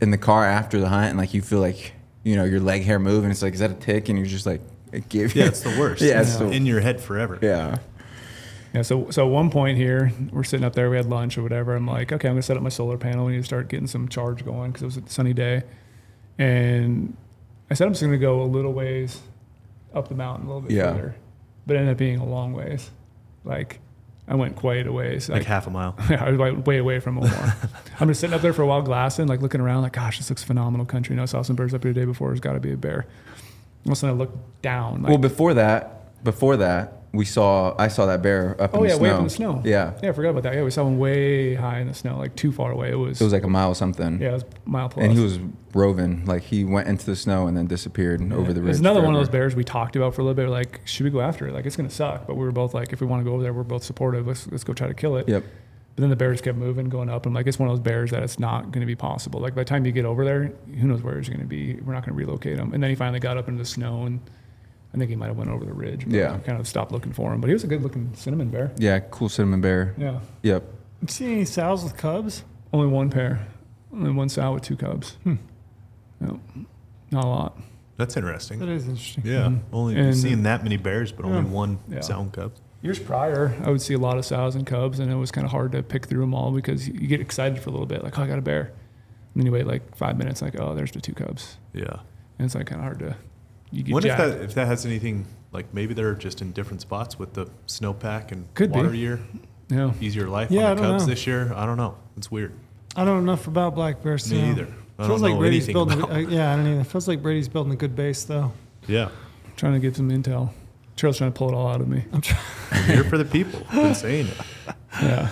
Speaker 3: in the car after the hunt and like you feel like you know your leg hair move and it's like is that a tick and you're just like it gave
Speaker 4: Yeah, it's the worst.
Speaker 3: yeah
Speaker 4: it's
Speaker 3: it's the-
Speaker 4: in your head forever.
Speaker 3: yeah
Speaker 2: Yeah, so so at one point here, we're sitting up there, we had lunch or whatever. I'm like, okay, I'm gonna set up my solar panel. We need to start getting some charge going because it was a sunny day, and I said I'm just gonna go a little ways up the mountain a little bit
Speaker 3: Yeah.
Speaker 2: further, but it ended up being a long ways, like I went quite a ways.
Speaker 4: like
Speaker 2: Like,
Speaker 4: half a mile.
Speaker 2: I was like way away from Omar. I'm just sitting up there for a while, glassing, like looking around, like, gosh, this looks phenomenal country. You know, I saw some birds up here the day before. There's got to be a bear. All of a sudden, I look down. Like,
Speaker 3: well, before that, before that, we saw I saw that bear up.
Speaker 2: oh,
Speaker 3: in
Speaker 2: yeah,
Speaker 3: the snow.
Speaker 2: way up in the snow.
Speaker 3: Yeah,
Speaker 2: Yeah, I forgot about that. Yeah, we saw one way high in the snow, like too far away. It was,
Speaker 3: it was like a mile something.
Speaker 2: yeah, it was a mile plus.
Speaker 3: and he was roving. Like he went into the snow and then disappeared over the ridge.
Speaker 2: It's another one of
Speaker 3: forever.
Speaker 2: those bears we talked about for a little bit. Like, should we go after it? Like, it's gonna suck. But we were both like, if we want to go over there, we're both supportive. Let's let's go try to kill it.
Speaker 3: Yep.
Speaker 2: But then the bears kept moving, going up. I'm like, it's one of those bears that it's not gonna be possible. Like by the time you get over there, who knows where it's gonna be? We're not gonna relocate him. And then he finally got up into the snow, and I think he might have went over the ridge. But
Speaker 3: Yeah.
Speaker 2: I Kind of stopped looking for him, but he was a good looking cinnamon bear.
Speaker 3: Yeah, cool cinnamon bear.
Speaker 2: Yeah.
Speaker 3: Yep.
Speaker 1: See any sows with cubs?
Speaker 2: Only one pair. Only one sow with two cubs. Hmm. Yep. Not a lot.
Speaker 4: That's
Speaker 1: That
Speaker 4: interesting.
Speaker 1: is interesting.
Speaker 4: Yeah, only
Speaker 2: Mm-hmm. And-
Speaker 4: seeing that many bears, but only
Speaker 1: Yeah.
Speaker 4: one
Speaker 2: Yeah.
Speaker 4: sound cubs.
Speaker 2: Years prior, I would see a lot of sows and cubs, and it was kind of hard to pick through them all because you get excited for a little bit, like, oh, I got a bear. And then you wait like five minutes, like, oh, there's the two cubs.
Speaker 4: Yeah.
Speaker 2: And it's like kind of hard to. You get
Speaker 4: Wonder if
Speaker 2: jacked.
Speaker 4: that if that has anything like maybe they're just in different spots with the snowpack and
Speaker 2: Could be.
Speaker 4: water year,
Speaker 2: yeah.
Speaker 4: easier life
Speaker 1: Yeah, I
Speaker 4: on the
Speaker 1: don't
Speaker 4: Cubs
Speaker 1: know.
Speaker 4: this year. I don't know. It's weird.
Speaker 1: I don't know enough about black bears. to
Speaker 4: Me
Speaker 1: know.
Speaker 4: either. I
Speaker 1: Feels
Speaker 4: don't
Speaker 1: like
Speaker 4: know
Speaker 1: Brady's
Speaker 4: anything
Speaker 1: building.
Speaker 4: about
Speaker 1: uh, yeah, I don't either. Feels like Brady's building a good base though.
Speaker 4: Yeah,
Speaker 2: Trying to get some intel. Charles trying to pull it all out of me.
Speaker 1: I'm trying.
Speaker 4: we're here for the people. Been saying it.
Speaker 2: Yeah.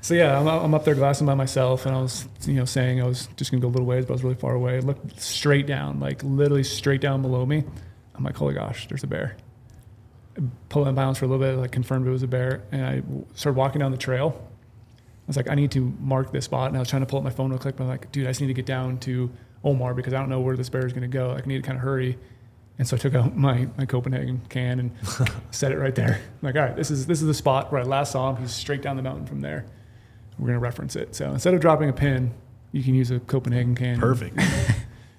Speaker 2: So yeah, I'm, I'm up there glassing by myself, and I was, you know, saying I was just gonna go a little ways, but I was really far away. Looked straight down, like literally straight down below me. I'm like, holy gosh, there's a bear. Pull and bounce for a little bit, like confirmed it was a bear, and I w- started walking down the trail. I was like, I need to mark this spot, and I was trying to pull up my phone real quick, but I'm like, dude, I just need to get down to Omar because I don't know where this bear is gonna go. Like, I need to kind of hurry. And so I took out my, my Copenhagen can and set it right there. like, all right, this is this is the spot where I last saw him. He's straight down the mountain from there. We're gonna reference it. So instead of dropping a pin, you can use a Copenhagen can.
Speaker 4: Perfect.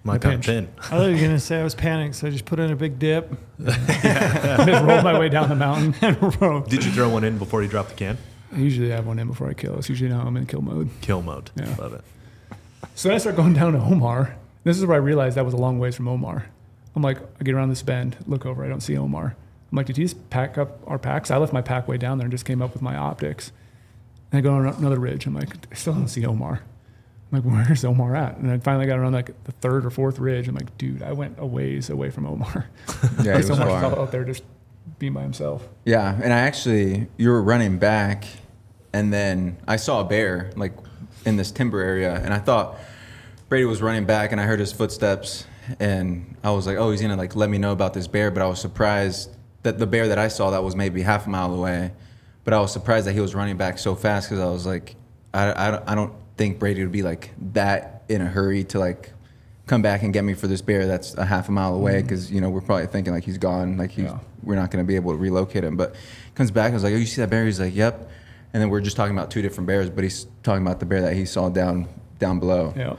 Speaker 4: My
Speaker 2: The
Speaker 4: top
Speaker 2: pinch.
Speaker 4: ten.
Speaker 1: I thought you were gonna say I was panicked, so I just put in a big dip.
Speaker 2: I just rolled my way down the mountain.
Speaker 4: Did you throw one in before you dropped the can?
Speaker 2: I usually have one in before I kill. It's usually now I'm in kill mode.
Speaker 4: Kill mode.
Speaker 2: Yeah.
Speaker 4: Love it.
Speaker 2: So then I start going down to Omar. This is where I realized that was a long ways from Omar. I'm like, I get around this bend, look over, I don't see Omar. I'm like, did you just pack up our packs? I left my pack way down there and just came up with my optics. And I go on another ridge. I'm like, I still don't see Omar. I'm like, where's Omar at? And I finally got around like the third or fourth ridge. I'm like, dude, I went a ways away from Omar.
Speaker 3: Yeah, he was
Speaker 2: Omar's
Speaker 3: far.
Speaker 2: out there just being by himself.
Speaker 3: Yeah, and I actually you were running back, and then I saw a bear like in this timber area, and I thought Brady was running back, and I heard his footsteps, and I was like, oh, he's gonna like let me know about this bear, but I was surprised that the bear that I saw that was maybe half a mile away, but I was surprised that he was running back so fast because I was like, I, I don't- I don't think Brady would be like that in a hurry to like come back and get me for this bear that's a half a mile away because you know we're probably thinking like he's gone like he's
Speaker 2: Mm-hmm. Yeah.
Speaker 3: we're not going to be able to relocate him but comes back and was like oh you see that bear he's like yep and then we're just talking about two different bears but he's talking about the bear that he saw down down below
Speaker 2: Yeah.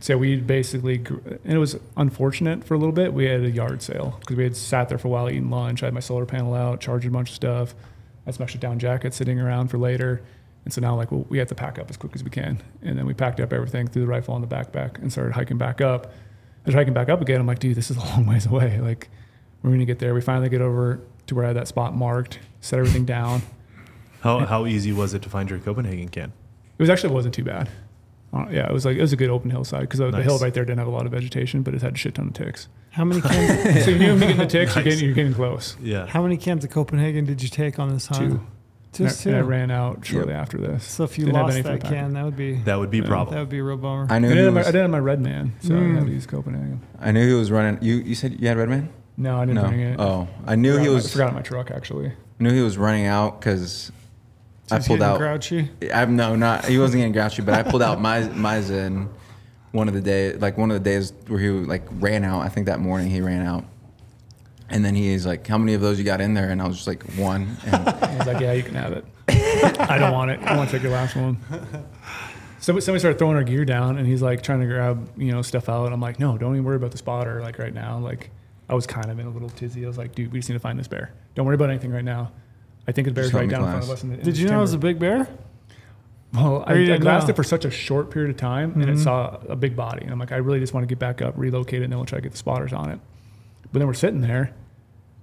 Speaker 2: So we basically, gr- and it was unfortunate for a little bit. We had a yard sale because we had sat there for a while eating lunch. I had my solar panel out, charging a bunch of stuff. I had some extra down jackets sitting around for later. And so now, like, well, we have to pack up as quick as we can. And then we packed up everything, threw the rifle on the backpack, and started hiking back up. As hiking back up again, I'm like, dude, this is a long ways away. Like, we're gonna get there. We finally get over to where I had that spot marked, set everything down.
Speaker 4: How how easy was it to find your Copenhagen can?
Speaker 2: It was actually wasn't too bad. Uh, yeah, it was like it was a good open hillside because the
Speaker 4: Nice.
Speaker 2: hill right there didn't have a lot of vegetation, but it had a shit ton of ticks.
Speaker 1: How many cans?
Speaker 2: So you knew when you get the ticks, you're
Speaker 4: Nice.
Speaker 2: getting you're getting close.
Speaker 4: Yeah.
Speaker 1: how many cans of Copenhagen did you take on this hunt?
Speaker 2: Two.
Speaker 1: Just
Speaker 2: and, I-
Speaker 1: two.
Speaker 2: and I ran out shortly after this.
Speaker 1: So if you
Speaker 2: Didn't have
Speaker 1: lost
Speaker 2: any for the
Speaker 1: that
Speaker 2: pack.
Speaker 1: can, that would be
Speaker 4: That would be a
Speaker 1: that
Speaker 4: problem.
Speaker 1: would be a real bummer.
Speaker 3: i
Speaker 2: I
Speaker 3: knew
Speaker 2: didn't,
Speaker 3: he
Speaker 2: have my, I
Speaker 3: was,
Speaker 2: didn't have my red man, so I had
Speaker 1: Mm.
Speaker 2: to use Copenhagen.
Speaker 3: I knew he was running you you said you had red man
Speaker 2: No, I didn't
Speaker 3: no
Speaker 2: bring it.
Speaker 3: oh i knew
Speaker 2: forgot
Speaker 3: he
Speaker 2: my-
Speaker 3: was
Speaker 2: forgot my truck actually.
Speaker 3: knew he was running out because i
Speaker 1: Just
Speaker 3: pulled
Speaker 1: getting
Speaker 3: out
Speaker 1: Grouchy.
Speaker 3: I'm no, not he wasn't getting grouchy, but I pulled out my my Zen one of the day, like one of the days where he like ran out. I think that morning he ran out, and then he's like, "How many of those you got in there?" And I was just like, "One." And
Speaker 2: I was like, yeah, you can have it. I don't want it. I want to take your last one. So somebody started throwing our gear down, and he's like trying to grab you know stuff out. I'm like, no, don't even worry about the spotter. Like right now, like I was kind of in a little tizzy. I was like, dude, we just need to find this bear. Don't worry about anything right now. I think the bear's
Speaker 3: Just help
Speaker 2: right
Speaker 3: me
Speaker 2: down in front of
Speaker 3: glass.
Speaker 2: us. In the, in
Speaker 1: Did
Speaker 2: this
Speaker 1: you know it was a
Speaker 2: timber.
Speaker 1: big bear?
Speaker 2: Well, I,
Speaker 1: or you
Speaker 2: I Mm-hmm.
Speaker 1: didn't
Speaker 2: glassed
Speaker 1: know?
Speaker 2: it for such a short period of time, and it saw a big body. And I'm like, I really just want to get back up, relocate it, and then we'll try to get the spotters on it. But then we're sitting there,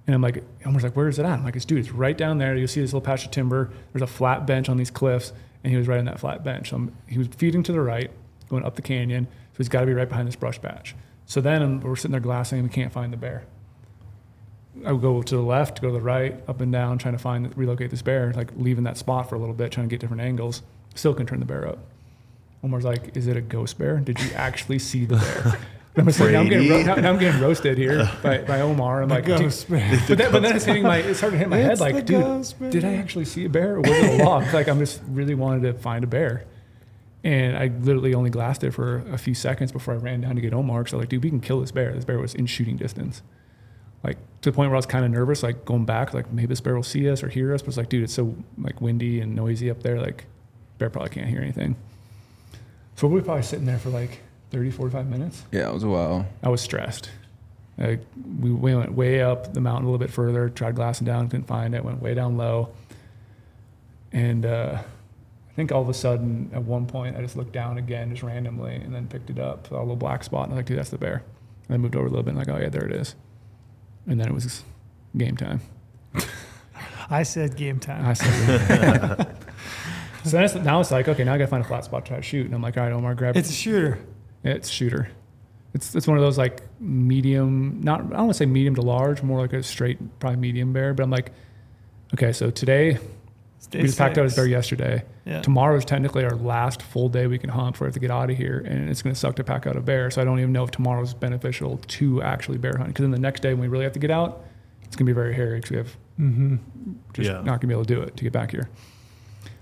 Speaker 2: And I'm like, Elmer's like, where is it at? I'm like, it's dude, it's right down there. You'll see this little patch of timber. There's a flat bench on these cliffs, and he was right on that flat bench. So I'm, he was feeding to the right, going up the canyon. So he's got to be right behind this brush patch. So then um, we're sitting there glassing, and we can't find the bear. I would go to the left, go to the right, up and down, trying to find relocate this bear, like leaving that spot for a little bit, trying to get different angles. Still can turn the bear up. Omar's like, "Is it a ghost bear? Did you actually see the bear?" And I'm just like, now I'm getting ro- now I'm getting roasted here by, by Omar. I'm like, dude.
Speaker 1: ghost bear.
Speaker 2: But then, but then it's hitting my it started hitting my head
Speaker 1: It's the
Speaker 2: like, dude,
Speaker 1: ghost bear.
Speaker 2: did I actually see a bear or was it a lock? like I'm just really wanted to find a bear. And I literally only glassed it for a few seconds before I ran down to get Omar because I was like, dude, we can kill this bear. This bear was in shooting distance. Like to the point where I was kind of nervous, like going back, like maybe this bear will see us or hear us. But it's like, dude, it's so like windy and noisy up there. Like bear probably can't hear anything. So we were probably sitting there for like 30, 45 minutes.
Speaker 3: Yeah, it was a while.
Speaker 2: I was stressed. Like we, we went way up the mountain a little bit further, tried glassing down, couldn't find it, went way down low. And uh, I think all of a sudden, at one point, I just looked down again, just randomly, and then picked it up, saw a little black spot, and I was like, dude, that's the bear. And I moved over a little bit, and like, oh yeah, there it is. And then it was game time.
Speaker 1: I said game
Speaker 2: And I
Speaker 1: time.
Speaker 2: said, so then it's, now it's like, okay, now I gotta find a flat spot to try to shoot. And I'm like, all right, Omar, grab
Speaker 1: It's a shooter.
Speaker 2: it's shooter. It's it's one of those like medium, not I don't want to say medium to large, more like a straight probably medium bear. But I'm like, okay, so today
Speaker 1: It's
Speaker 2: we just packed out his
Speaker 1: six.
Speaker 2: bear yesterday.
Speaker 1: Yeah.
Speaker 2: Tomorrow is technically our last full day we can hunt before we have to get out of here, and it's going to suck to pack out a bear. So I don't even know if tomorrow's beneficial to actually bear hunt because then the next day when we really have to get out, it's going to be very hairy because we have
Speaker 1: Mm-hmm.
Speaker 2: just
Speaker 4: Yeah.
Speaker 2: not going to be able to do it to get back here.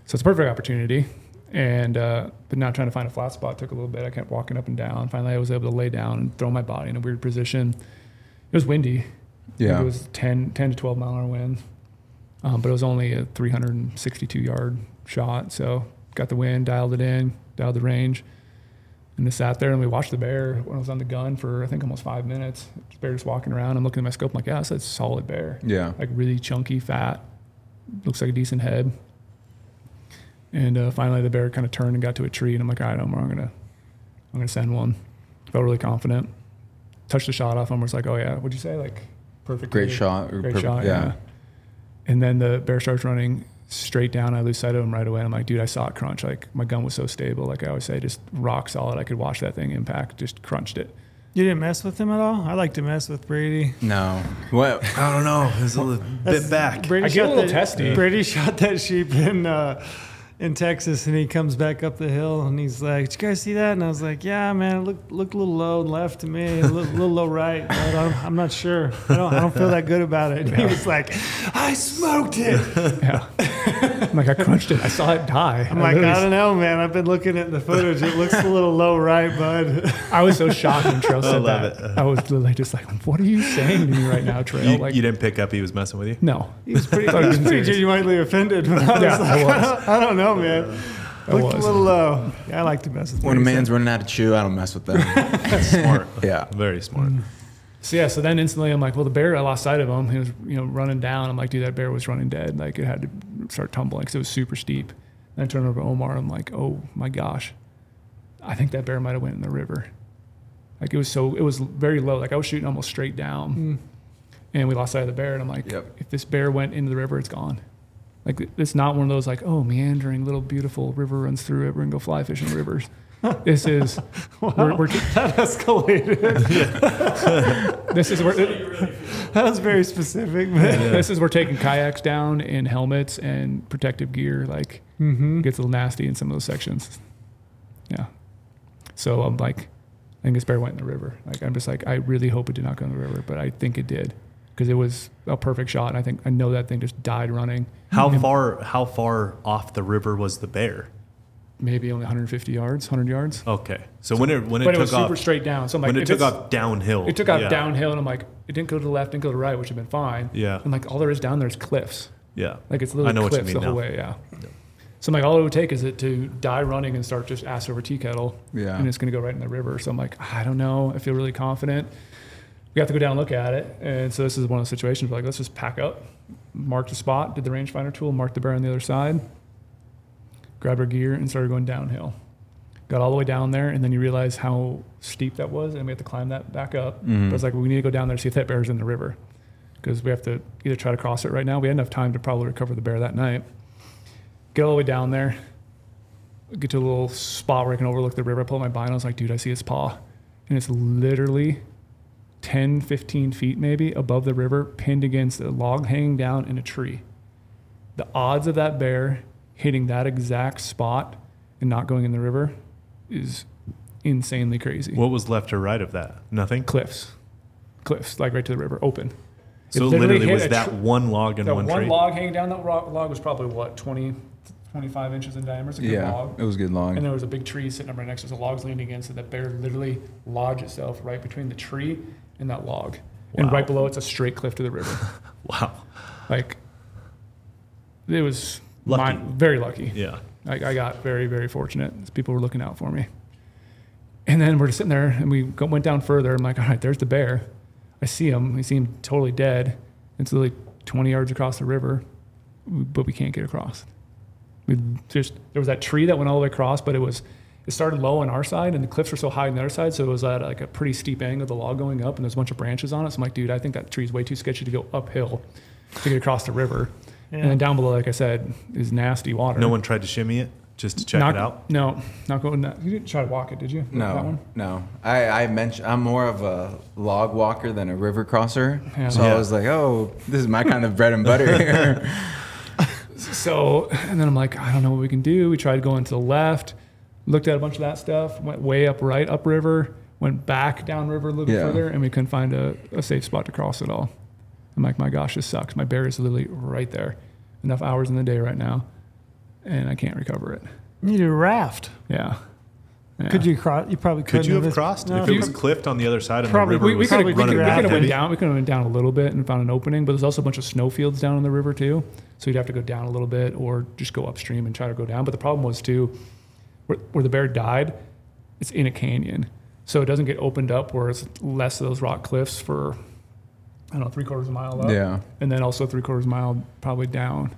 Speaker 2: So it's a perfect opportunity. And uh, but now trying to find a flat spot took a little bit. I kept walking up and down. Finally, I was able to lay down and throw my body in a weird position. It was windy.
Speaker 3: Yeah.
Speaker 2: It was 10, 10 to 12 mile an hour wind. Um, but it was only a 362 yard shot. So got the wind, dialed it in, dialed the range, and just sat there and we watched the bear when I was on the gun for I think almost five minutes. The bear just walking around. I'm looking at my scope. I'm like, yeah, that's a solid bear.
Speaker 3: Yeah.
Speaker 2: Like really chunky, fat, looks like a decent head. And uh, finally, the bear kind of turned and got to a tree, and I'm like, all right, Omar, I'm gonna, I'm gonna send one. Felt really confident. Touched the shot off. Omar's like, oh yeah, what'd you say? Like perfect.
Speaker 3: Great
Speaker 2: read.
Speaker 3: shot. or
Speaker 2: Great
Speaker 3: perfect-
Speaker 2: shot. Yeah. And then the bear starts running straight down. I lose sight of him right away. I'm like, dude, I saw it crunch. Like my gun was so stable. Like I always say, just rock solid. I could watch that thing impact. Just crunched it.
Speaker 1: You didn't mess with him at all. I like to mess with Brady.
Speaker 3: No. What?
Speaker 4: I don't know. It's a little bit back.
Speaker 1: Brady
Speaker 2: I get a
Speaker 1: shot
Speaker 2: little
Speaker 1: that-
Speaker 2: testy.
Speaker 1: Brady shot that sheep in uh, in Texas, and he comes back up the hill, and he's like, "Did you guys see that?" And I was like, "Yeah, man. It looked looked a little low left to me, a little, little low right. I don't, I'm not sure. I don't, I don't feel that good about it." And he was like, "I smoked it."
Speaker 2: Yeah. I'm like, I crunched it. I saw it die.
Speaker 1: I'm like,
Speaker 2: literally
Speaker 1: "I don't know, man. I've been looking at the footage. It looks a little low right, bud."
Speaker 2: I was so shocked when Trail said
Speaker 4: love
Speaker 2: that. I was literally just like, "What are you saying to me right now, Trail?"
Speaker 4: You,
Speaker 2: like,
Speaker 4: you didn't pick up he was messing with you?
Speaker 2: no,
Speaker 1: He was pretty,
Speaker 2: Thought
Speaker 1: he
Speaker 2: he
Speaker 1: was
Speaker 2: was
Speaker 1: pretty
Speaker 2: serious.
Speaker 1: genuinely offended. But I was
Speaker 2: Yeah, I
Speaker 1: like, I,
Speaker 2: was.
Speaker 1: don't, I don't know, man.
Speaker 2: I
Speaker 1: Looked a
Speaker 2: was.
Speaker 1: little low. Yeah, I like to mess with
Speaker 3: When a
Speaker 1: Brady.
Speaker 3: man's running out of chew, I don't mess with them.
Speaker 4: Smart.
Speaker 3: yeah.
Speaker 4: Very smart.
Speaker 2: So yeah, so then instantly I'm like, "Well, the bear. I lost sight of him. He was, you know, running down. I'm like, dude, that bear was running dead. Like, it had to start tumbling because it was super steep." Then I turn over to Omar. I'm like, "Oh my gosh, I think that bear might have went in the river." Like it was so it was very low. Like I was shooting almost straight down, and we lost sight of the bear. And I'm like,
Speaker 3: Yep.
Speaker 2: "If this bear went into the river, it's gone." Like it's not one of those like, "Oh, meandering little beautiful river runs through it. We're gonna go fly fishing rivers." this is we're, we're,
Speaker 1: that escalated.
Speaker 2: this is we're,
Speaker 1: That was very specific, man.
Speaker 2: this is we're taking kayaks down in helmets and protective gear. Like
Speaker 1: Mm-hmm.
Speaker 2: gets a little nasty in some of those sections. Yeah. So I'm like, I think this bear went in the river. Like I'm just like, I really hope it did not go in the river, but I think it did because it was a perfect shot. And I think I know that thing just died running,
Speaker 4: How far how far off the river was the bear?
Speaker 2: maybe only 150 yards, 100 yards.
Speaker 4: Okay. So when it when it
Speaker 2: but it
Speaker 4: took
Speaker 2: was
Speaker 4: off
Speaker 2: super straight down. So I'm like,
Speaker 4: when it
Speaker 2: if
Speaker 4: took
Speaker 2: it's-
Speaker 4: off downhill.
Speaker 2: It took off
Speaker 4: yeah,
Speaker 2: downhill, and I'm like, it didn't go to the left, didn't go to the right, which would have been fine.
Speaker 4: Yeah.
Speaker 2: And like all there is down there is cliffs.
Speaker 4: Yeah.
Speaker 2: Like it's literally
Speaker 4: I know what you
Speaker 2: cliffs
Speaker 4: mean
Speaker 2: the whole
Speaker 4: now.
Speaker 2: way, yeah. So I'm like, all it would take is it to die running and start just ass over tea kettle.
Speaker 3: Yeah.
Speaker 2: And it's gonna go right in the river. So I'm like, "Ah, I don't know. I feel really confident. We have to go down and look at it. And so this is one of the situations where like, let's just pack up, mark the spot, did the rangefinder tool, marked the bear on the other side, grabbed our gear and started going downhill. Got all the way down there, and then you realize how steep that was, and we had to climb that back up. But it's like we need to go down there to see if that bear's in the river. because we have to either try to cross it right now. We had enough time to probably recover the bear that night. Get all the way down there, get to a little spot where I can overlook the river. I pull out my binos, like, dude, I see its paw. And it's literally 10, 15 feet maybe above the river, pinned against a log hanging down in a tree. The odds of that bear hitting that exact spot and not going in the river is insanely crazy.
Speaker 4: What was left or right of that? Nothing.
Speaker 2: cliffs, cliffs, like right to the river, open.
Speaker 4: So it
Speaker 2: literally
Speaker 4: literally,
Speaker 2: hit
Speaker 4: was
Speaker 2: a
Speaker 4: that
Speaker 2: tr-
Speaker 4: one log and
Speaker 2: That
Speaker 4: one,
Speaker 2: one,
Speaker 4: tree.
Speaker 2: log hanging down, that rock log was probably what, 20, 25 inches in diameter? It's a good
Speaker 3: yeah,
Speaker 2: log.
Speaker 3: it was good long.
Speaker 2: And there was a big tree sitting up right next to it. So logs leaning against it. That bear literally lodged itself right between the tree and that log. And
Speaker 4: Wow.
Speaker 2: right below it's a straight cliff to the river.
Speaker 4: Wow.
Speaker 2: like, it was
Speaker 4: Lucky.
Speaker 2: mi- very lucky.
Speaker 4: Yeah.
Speaker 2: I, I got very, very fortunate. These People were looking out for me. And then we're just sitting there and we go, went down further. I'm like, all right, there's the bear. I see him. We see him totally dead. It's like 20 yards across the river, but we can't get across. We just, there was that tree that went all the way across, but it was, it started low on our side and the cliffs were so high on the other side. So it was at like a pretty steep angle, the log going up and there's a bunch of branches on it. So I'm like, dude, I think that tree's way too sketchy to go uphill to get across the river. And then down below, like I said, is nasty water.
Speaker 4: No one tried to shimmy it just to check
Speaker 2: Knock-
Speaker 4: it out.
Speaker 2: No, not going. That. You didn't try to walk it, did you? That
Speaker 3: No,
Speaker 2: one?
Speaker 3: no. I, I mentioned I'm more of a log walker than a river crosser,
Speaker 2: Yeah.
Speaker 3: so
Speaker 4: Yeah.
Speaker 3: I was like, oh, this is my kind of bread and butter.
Speaker 2: So, and then I'm like, I don't know what we can do. We tried going to the left, looked at a bunch of that stuff, went way up right, upriver, went back downriver a little bit
Speaker 3: Yeah.
Speaker 2: further, and we couldn't find a, a safe spot to cross at all. I'm like, my gosh, this sucks. My bear is literally right there. Enough hours in the day right now, and I can't recover it.
Speaker 1: You need a raft.
Speaker 2: Yeah. Yeah.
Speaker 1: Could you cross? You probably could.
Speaker 4: Could you have crossed
Speaker 1: No,
Speaker 4: if it
Speaker 1: you-
Speaker 4: was cliffed on the other side and
Speaker 1: Probably.
Speaker 4: the river
Speaker 2: We, we
Speaker 4: was
Speaker 2: could have
Speaker 1: probably
Speaker 2: we
Speaker 1: could've-
Speaker 4: running
Speaker 1: we
Speaker 2: could
Speaker 4: that
Speaker 1: could've
Speaker 2: have went
Speaker 4: heavy?
Speaker 2: down. We could have went down a little bit and found an opening, but there's also a bunch of snow fields down in the river too. So you'd have to go down a little bit or just go upstream and try to go down. But the problem was too, where, where the bear died, it's in a canyon, so it doesn't get opened up where it's less of those rock cliffs for, I don't know, three quarters of a mile up
Speaker 3: yeah,
Speaker 2: and then also three quarters mile probably down.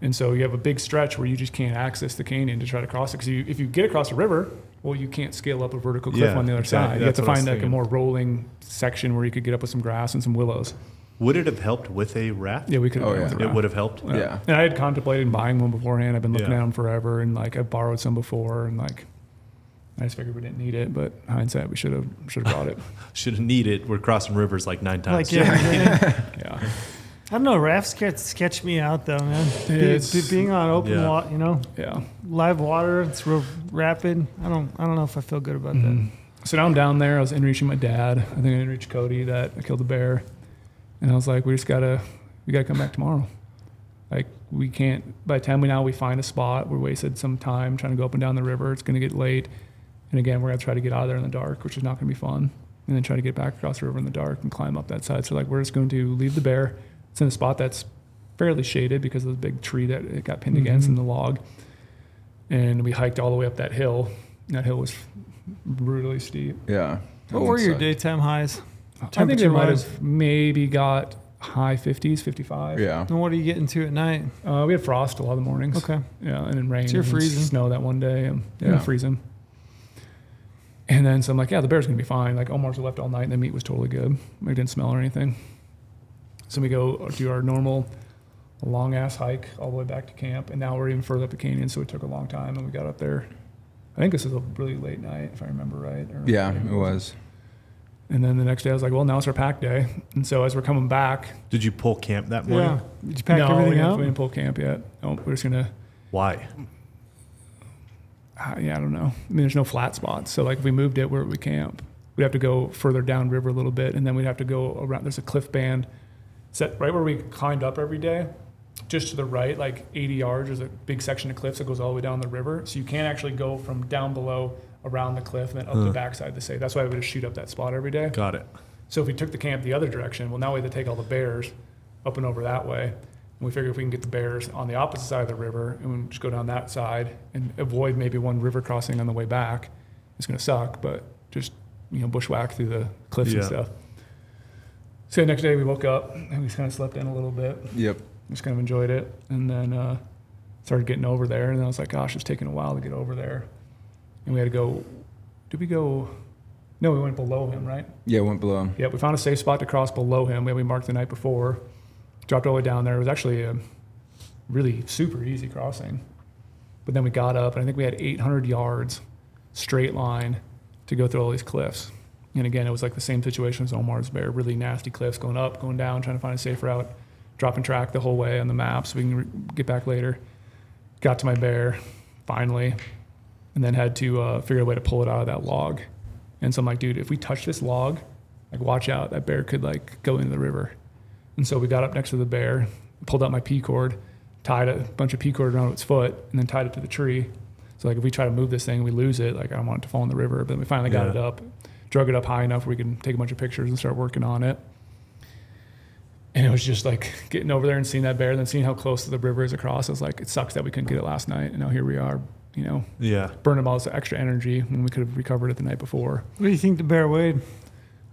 Speaker 2: And so you have a big stretch where you just can't access the canyon to try to cross it because you, if you get across a river, well, you can't scale up a vertical cliff
Speaker 4: Yeah,
Speaker 2: on the other
Speaker 4: exactly.
Speaker 2: side. You have
Speaker 4: That's
Speaker 2: to
Speaker 4: what I was
Speaker 2: find like a
Speaker 4: thinking.
Speaker 2: more rolling section where you could get up with some grass and some willows.
Speaker 4: Would it have helped with a raft?
Speaker 2: Yeah, we could.
Speaker 3: Oh,
Speaker 2: done
Speaker 3: yeah.
Speaker 2: with a
Speaker 4: It
Speaker 2: raft.
Speaker 4: would have helped.
Speaker 3: yeah.
Speaker 2: And I had contemplated buying one beforehand. I've been looking
Speaker 4: Yeah.
Speaker 2: at them forever, and like I borrowed some before, and like I just figured we didn't need it. But hindsight, we should have should have bought it.
Speaker 4: Should have needed. We're crossing rivers like nine
Speaker 1: Like
Speaker 4: times.
Speaker 1: yeah.
Speaker 2: Yeah.
Speaker 1: I don't know. Rafts sketch sketch me out though, man. Be-
Speaker 2: It's-
Speaker 1: be- being on open
Speaker 4: Yeah.
Speaker 1: water, you know,
Speaker 2: Yeah.
Speaker 1: live water. It's real rapid. I don't. I don't know if I feel good about that.
Speaker 4: Mm-hmm.
Speaker 2: So now I'm down there. I was in reaching my dad. I think I in reached Cody that I killed the bear, and I was like, we just gotta, we gotta come back tomorrow. Like we can't. By the time we now we find a spot, we wasted some time trying to go up and down the river. It's gonna get late, and again we're gonna try to get out of there in the dark, which is not gonna be fun. And then try to get back across the river in the dark and climb up that side. So like we're just going to leave the bear. It's in a spot that's fairly shaded because of the big tree that it got pinned against
Speaker 1: Mm-hmm.
Speaker 2: and the log. And we hiked all the way up that hill. That hill was brutally steep.
Speaker 3: yeah.
Speaker 1: What were your daytime highs?
Speaker 2: I think it
Speaker 1: Temperature
Speaker 2: might
Speaker 1: wise.
Speaker 2: have maybe got high 50s, 55.
Speaker 3: Yeah,
Speaker 1: And what are you getting to at night?
Speaker 2: Uh, we had frost a lot of the mornings.
Speaker 1: Okay.
Speaker 2: Yeah, and then rain.
Speaker 1: So you're
Speaker 2: and
Speaker 1: freezing.
Speaker 2: Snow that one day. And,
Speaker 3: Yeah.
Speaker 2: yeah, freezing. And then so I'm like, yeah, the bear's gonna be fine. Like Omar's left all night, and the meat was totally good. I didn't smell or anything. So we go do our normal long ass hike all the way back to camp, and now we're even further up the canyon. So it took a long time, and we got up there. I think this was a really late night, if I remember right. Or
Speaker 3: yeah, it was.
Speaker 2: And then the next day, I was like, well, now it's our pack day. And so as we're coming back,
Speaker 4: Did you pull camp that morning?
Speaker 1: Yeah. Did you pack
Speaker 2: no, we
Speaker 1: everything
Speaker 2: didn't,
Speaker 1: up?
Speaker 2: we didn't pull camp yet. No, we're just gonna.
Speaker 4: Why?
Speaker 2: Uh, yeah, I don't know. I mean, there's no flat spots, so like if we moved it, where would we camp? We'd have to go further down river a little bit, and then we'd have to go around. There's a cliff band, set right where we climbed up every day. Just to the right, like 80 yards, there's a big section of cliffs that goes all the way down the river. So you can't actually go from down below around the cliff and then up the backside to say. That's why we just shoot up that spot every day.
Speaker 4: Got it.
Speaker 2: So if we took the camp the other direction, well, now we had to take all the bears up and over that way. And we figure if we can get the bears on the opposite side of the river and we just go down that side and avoid maybe one river crossing on the way back, it's going to suck, but just, you know, bushwhack through the cliffs and
Speaker 4: Yeah.
Speaker 2: stuff. So the next day we woke up and we just kind of slept in a little bit
Speaker 3: Yep.
Speaker 2: just kind of enjoyed it and then uh, started getting over there and then i was like gosh it's taking a while to get over there and we had to go did we go No, we went below him, right?
Speaker 3: Yeah, it went below him.
Speaker 2: Yeah, we found a safe spot to cross below him. that we marked the night before. Dropped all the way down there. It was actually a really super easy crossing. But then we got up, and I think we had 800 yards straight line to go through all these cliffs. And again, it was like the same situation as Omar's Bear really nasty cliffs going up, going down, trying to find a safe route, dropping track the whole way on the map so we can re- get back later. Got to my bear finally, and then had to uh, figure out a way to pull it out of that log. And so I'm like, dude, if we touch this log, like watch out, that bear could like go into the river. And so we got up next to the bear, pulled out my P cord, tied a bunch of P cord around its foot, and then tied it to the tree. So like if we try to move this thing, we lose it. Like I don't want it to fall in the river. But then we finally got
Speaker 4: Yeah.
Speaker 2: it up, drug it up high enough where we can take a bunch of pictures and start working on it. And it was just like getting over there and seeing that bear, and then seeing how close the river is across. I was like, it sucks that we couldn't get it last night. And now here we are, you know,
Speaker 4: Yeah.
Speaker 2: burning all this extra energy when we could have recovered it the night before.
Speaker 1: What do you think the bear weighed?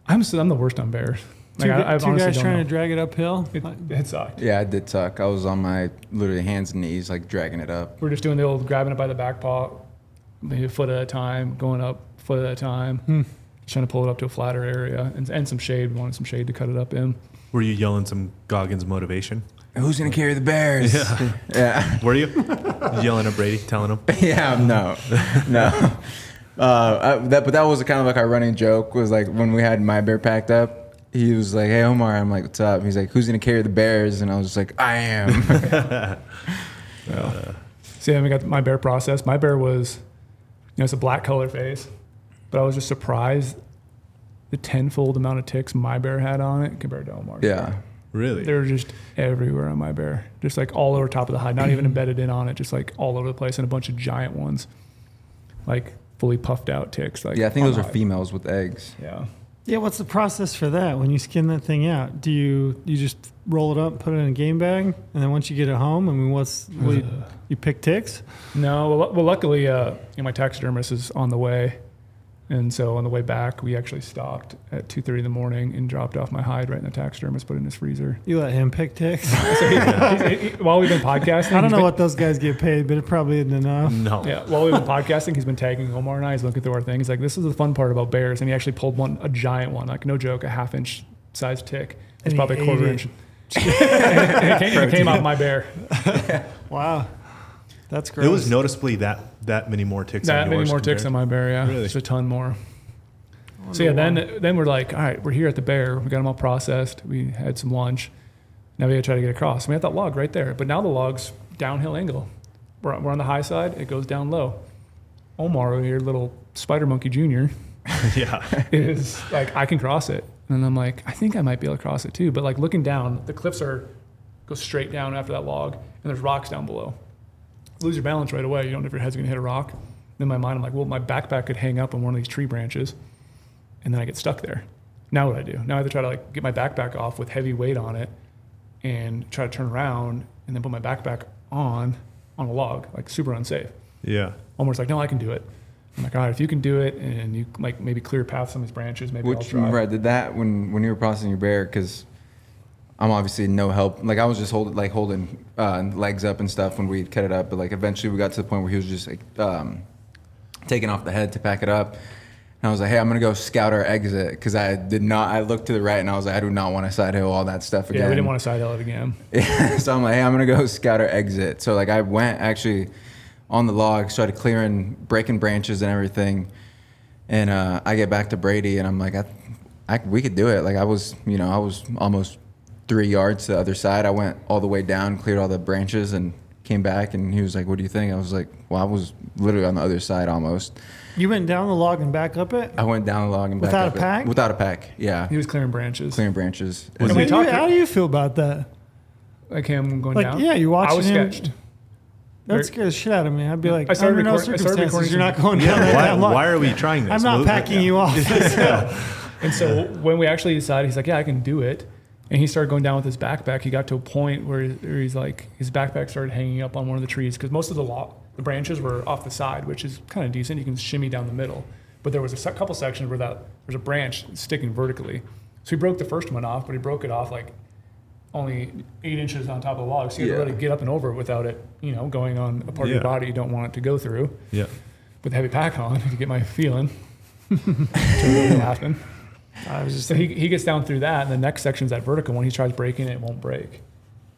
Speaker 2: I'm so, I'm the worst on bears. Like
Speaker 1: two
Speaker 2: I, I've
Speaker 1: two
Speaker 2: honestly
Speaker 1: guys
Speaker 2: don't
Speaker 1: trying
Speaker 2: know.
Speaker 1: to drag it uphill. Like,
Speaker 2: It, it sucked.
Speaker 3: Yeah, I did tuck. I was on my literally hands and knees, like dragging it up.
Speaker 2: We're just doing the old grabbing it by the back paw, maybe a foot at a time, going up foot at a time,
Speaker 1: Hmm.
Speaker 2: trying to pull it up to a flatter area and, and some shade. We wanted some shade to cut it up in.
Speaker 4: Were you yelling some Goggins motivation?
Speaker 3: Who's gonna carry the bears?
Speaker 4: Yeah.
Speaker 3: yeah,
Speaker 4: Were you yelling at Brady, telling him?
Speaker 3: yeah. No, no. Uh, I, that, but that was kind of like our running joke. Was like when we had my bear packed up. He was like, "Hey Omar," I'm like, "What's up?" He's like, "Who's gonna carry the bears?" And I was just like, "I am."
Speaker 2: See, then we got my bear process. My bear was, you know, it's a black color face, but I was just surprised the tenfold amount of ticks my bear had on it compared to Omar's.
Speaker 3: yeah,
Speaker 4: Really?
Speaker 2: They were just everywhere on my bear, just like all over top of the hide, not even embedded in on it, just like all over the place, and a bunch of giant ones, like fully puffed out ticks. Like
Speaker 3: yeah. I think
Speaker 2: on
Speaker 3: those
Speaker 2: the
Speaker 3: are
Speaker 2: hide.
Speaker 3: females with eggs.
Speaker 2: Yeah,
Speaker 1: yeah, what's the process for that? When you skin that thing out, do you you just roll it up, put it in a game bag, and then once you get it home, I mean, what's what you,
Speaker 2: Uh.
Speaker 1: you pick ticks?
Speaker 2: no. Well, lu- well luckily, uh, you know, my taxidermist is on the way, and so on the way back, we actually stopped at two thirty in the morning and dropped off my hide right in the taxidermist, put it in his freezer.
Speaker 1: You let him pick ticks.
Speaker 2: So he- he's- he- he- while we've been podcasting,
Speaker 1: I don't
Speaker 2: he's
Speaker 1: know
Speaker 2: been-
Speaker 1: what those guys get paid, but it probably isn't enough.
Speaker 4: no.
Speaker 2: Yeah, while we've been podcasting, he's been tagging Omar and I. He's looking through our things. Like this is the fun part about bears, and he actually pulled one, a giant one, like no joke, a half inch size tick.
Speaker 1: And
Speaker 2: It's
Speaker 1: he
Speaker 2: probably a quarter
Speaker 1: ate it.
Speaker 2: inch. and it came, it came out my bear.
Speaker 1: Wow, that's great.
Speaker 4: It was noticeably that that many more ticks.
Speaker 2: That
Speaker 4: on
Speaker 2: many
Speaker 4: yours
Speaker 2: more ticks on
Speaker 4: compared-
Speaker 2: my bear. Yeah,
Speaker 4: Really? Oh,
Speaker 2: just a ton more. So yeah, then then we're like, all right, we're here at the bear. We got them all processed. We had some lunch. Now we gotta try to get across. We had that log right there, but now the log's downhill angle. We're, we're on the high side. It goes down low. Omar over here, little spider monkey junior,
Speaker 4: yeah.
Speaker 2: is like I can cross it, and I'm like I think I might be able to cross it too. But like looking down, the cliffs are go straight down after that log, and there's rocks down below. Lose your balance right away. You don't know if your head's gonna hit a rock. In my mind, I'm like, well, my backpack could hang up on one of these tree branches, and then I get stuck there. Now what I do? Now I have to try to like get my backpack off with heavy weight on it, and try to turn around and then put my backpack on on a log, like super unsafe.
Speaker 4: Yeah.
Speaker 2: Omar's like, no, I can do it. I'm like, all right, if you can do it and you like maybe clear a path some of these branches, maybe I'll
Speaker 3: Which
Speaker 2: try.
Speaker 3: remember I did that when when you were processing your bear because I'm obviously no help. Like I was just holding like holding uh, legs up and stuff when we cut it up. But like eventually we got to the point where he was just like um, taking off the head to pack it up. And I was like, hey, I'm gonna go scout our exit because I did not. I looked to the right and I was like, I do not want to side hill all that stuff again.
Speaker 2: Yeah, we didn't want to side out it again.
Speaker 3: Yeah, so I'm like, hey, I'm gonna go scout our exit. So like, I went actually on the log, started clearing, breaking branches and everything. And uh, I get back to Brady, and I'm like, I, I, we could do it. Like I was, you know, I was almost three yards to the other side. I went all the way down, cleared all the branches, and came back. And he was like, What do you think? I was like, Well, I was literally on the other side almost.
Speaker 1: You went down the log and back up it.
Speaker 3: I went down the log and back
Speaker 1: Without a
Speaker 3: up it.
Speaker 1: pack?
Speaker 3: Without a pack, yeah,
Speaker 2: He was clearing branches.
Speaker 3: clearing branches.
Speaker 2: Was
Speaker 1: How
Speaker 2: And
Speaker 1: do
Speaker 2: we
Speaker 1: you-
Speaker 2: talked-
Speaker 1: how do you feel about that?
Speaker 2: Like him going
Speaker 1: Like,
Speaker 2: down.
Speaker 1: yeah, you're watching
Speaker 2: I was
Speaker 1: him-
Speaker 2: sketched.
Speaker 1: That
Speaker 2: Very-
Speaker 1: scared the shit out of me. I'd be like,
Speaker 2: I started
Speaker 1: under no
Speaker 2: record- I started
Speaker 1: circumstances,
Speaker 2: recording
Speaker 1: you're
Speaker 2: some-
Speaker 1: not going down that
Speaker 4: Why,
Speaker 1: damn log.
Speaker 4: why are we trying this?
Speaker 1: I'm not
Speaker 4: Well,
Speaker 1: packing
Speaker 4: yeah.
Speaker 1: you off.
Speaker 2: And so when we actually decided, he's like, yeah, I can do it. And he started going down with his backpack. He got to a point where, where he's like, his backpack started hanging up on one of the trees because most of the lo- the branches were off the side, which is kind of decent. You can shimmy down the middle. But there was a se- couple sections where that there's a branch sticking vertically. So he broke the first one off, but he broke it off like only eight inches on top of the log. So you had
Speaker 3: Yeah.
Speaker 2: to really get up and over it without it, you know, going on a part of
Speaker 4: Yeah.
Speaker 2: your body you don't want it to go through
Speaker 4: Yeah.
Speaker 2: with the heavy pack on to get my feeling. Doesn't happen.
Speaker 1: I was just
Speaker 2: So he, he gets down through that, and the next section's that vertical one. He tries breaking it, it won't break.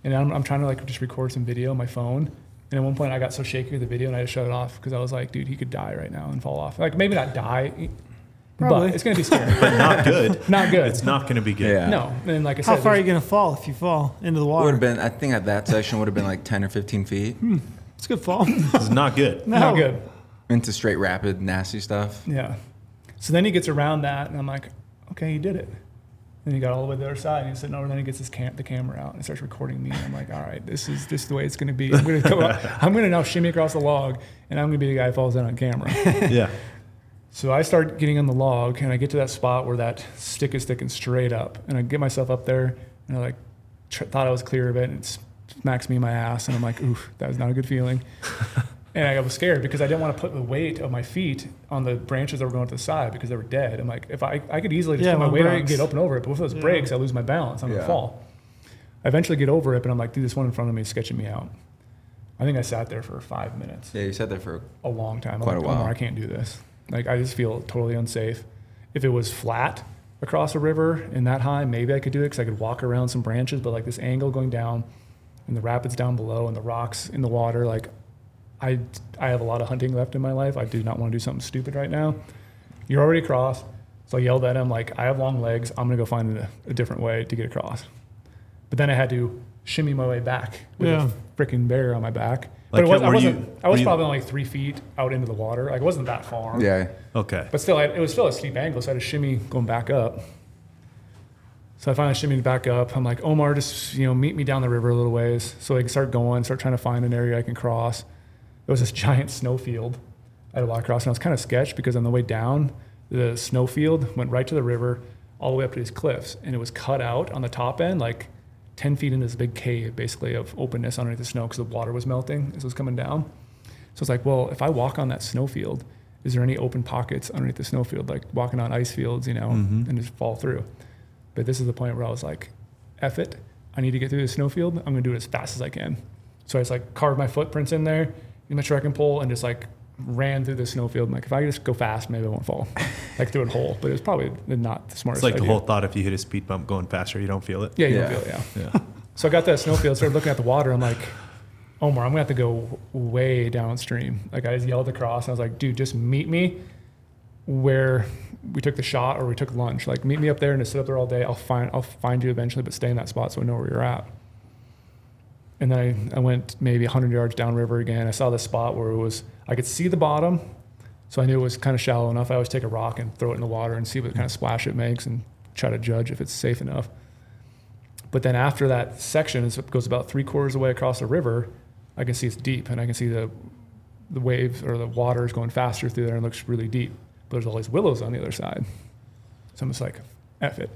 Speaker 2: And I'm, I'm trying to like just record some video on my phone. And at one point, I got so shaky with the video, and I just shut it off because I was like, dude, he could die right now and fall off. Like maybe not die,
Speaker 1: Probably.
Speaker 2: but it's gonna be scary.
Speaker 4: Not good.
Speaker 2: not good.
Speaker 4: It's not going to be good.
Speaker 3: Yeah.
Speaker 2: No, and like I said,
Speaker 1: How far are
Speaker 2: there's-
Speaker 1: you gonna fall if you fall into the
Speaker 3: Would
Speaker 1: water?
Speaker 3: have been. I think at that section would have been like ten or fifteen feet
Speaker 1: It's a good fall. no.
Speaker 4: It's not good.
Speaker 2: not good.
Speaker 3: into straight rapid nasty stuff.
Speaker 2: Yeah. So then he gets around that, and I'm like, okay, he did it. Then he got all the way to the other side, and he's sitting over. Then he gets his cam- the camera out and starts recording me. And I'm like, all right, this is this is the way it's going to be. I'm going to go. I'm going to now shimmy across the log, and I'm going to be the guy who falls down on camera.
Speaker 4: Yeah.
Speaker 2: So I start getting on the log, and I get to that spot where that stick is sticking straight up, and I get myself up there, and I like tr- thought I was clear of it, and it smacks me in my ass, and I'm like, oof, that was not a good feeling. and I was scared because I didn't want to put the weight of my feet on the branches that were going to the side because they were dead. I'm like, if I I could easily just
Speaker 1: Yeah,
Speaker 2: put my
Speaker 1: one
Speaker 2: weight on and
Speaker 1: breaks.
Speaker 2: get up and over it, but with those
Speaker 1: Yeah.
Speaker 2: breaks, I lose my balance. I'm
Speaker 3: Yeah.
Speaker 2: gonna fall. I eventually get over it, but I'm like, dude, this one in front of me is sketching me out. I think I sat there for five minutes
Speaker 3: Yeah, you sat there for.
Speaker 2: a long time. I'm
Speaker 3: Quite a
Speaker 2: like,
Speaker 3: while.
Speaker 2: Omar, I can't do this. Like, I just feel totally unsafe. If it was flat across a river and that high, maybe I could do it because I could walk around some branches. But like this angle going down, and the rapids down below, and the rocks in the water, like I, I have a lot of hunting left in my life. I do not want to do something stupid right now. You're already across. So I yelled at him, like, I have long legs. I'm going to go find a, a different way to get across. But then I had to shimmy my way back with
Speaker 1: Yeah.
Speaker 2: a freaking bear on my back. but
Speaker 4: Like,
Speaker 2: it was, I
Speaker 4: were you-
Speaker 2: wasn't, I was
Speaker 4: were you-
Speaker 2: probably only three feet out into the water. Like, it wasn't that far.
Speaker 3: Yeah.
Speaker 4: Okay.
Speaker 2: But still, I, it was still a steep angle, so I had to shimmy going back up. So I finally shimmied back up. I'm like, Omar, just you know, meet me down the river a little ways, so I can start going, start trying to find an area I can cross. There was this giant snowfield I had to walk across, and I was kind of sketched because on the way down, the snowfield went right to the river, all the way up to these cliffs, and it was cut out on the top end, like ten feet into this big cave, basically of openness underneath the snow because the water was melting as it was coming down. So it's like, well, if I walk on that snowfield, is there any open pockets underneath the snowfield, like walking on ice fields, you know,
Speaker 4: Mm-hmm.
Speaker 2: and just fall through? But this is the point where I was like, F it. I need to get through the snowfield. I'm going to do it as fast as I can. So I just like carved my footprints in there, in my trekking pole, and just like ran through the snowfield. I'm like, if I just go fast, maybe I won't fall. like through a hole, but it was probably not the smartest
Speaker 4: It's like the
Speaker 2: idea.
Speaker 4: whole thought if you hit a speed bump going faster, you don't feel it.
Speaker 2: Yeah, you
Speaker 3: Yeah.
Speaker 2: don't feel it, yeah.
Speaker 4: Yeah.
Speaker 2: So I got that snowfield, started looking at the water. I'm like, Omar, I'm gonna have to go way downstream. Like I just yelled across, and I was like, dude, just meet me where we took the shot or we took lunch. Like meet me up there and just sit up there all day. I'll find I'll find you eventually, but stay in that spot so I know where you're at. And then I, I went maybe 100 yards downriver again. I saw this spot where it was I could see the bottom, so I knew it was kind of shallow enough. I always take a rock and throw it in the water and see what kind of splash it makes and try to judge if it's safe enough. But then after that section is, goes about three quarters of the way across the river, I can see it's deep and I can see the the waves or the water is going faster through there and looks really deep. But there's all these willows on the other side. So I'm just like, F it.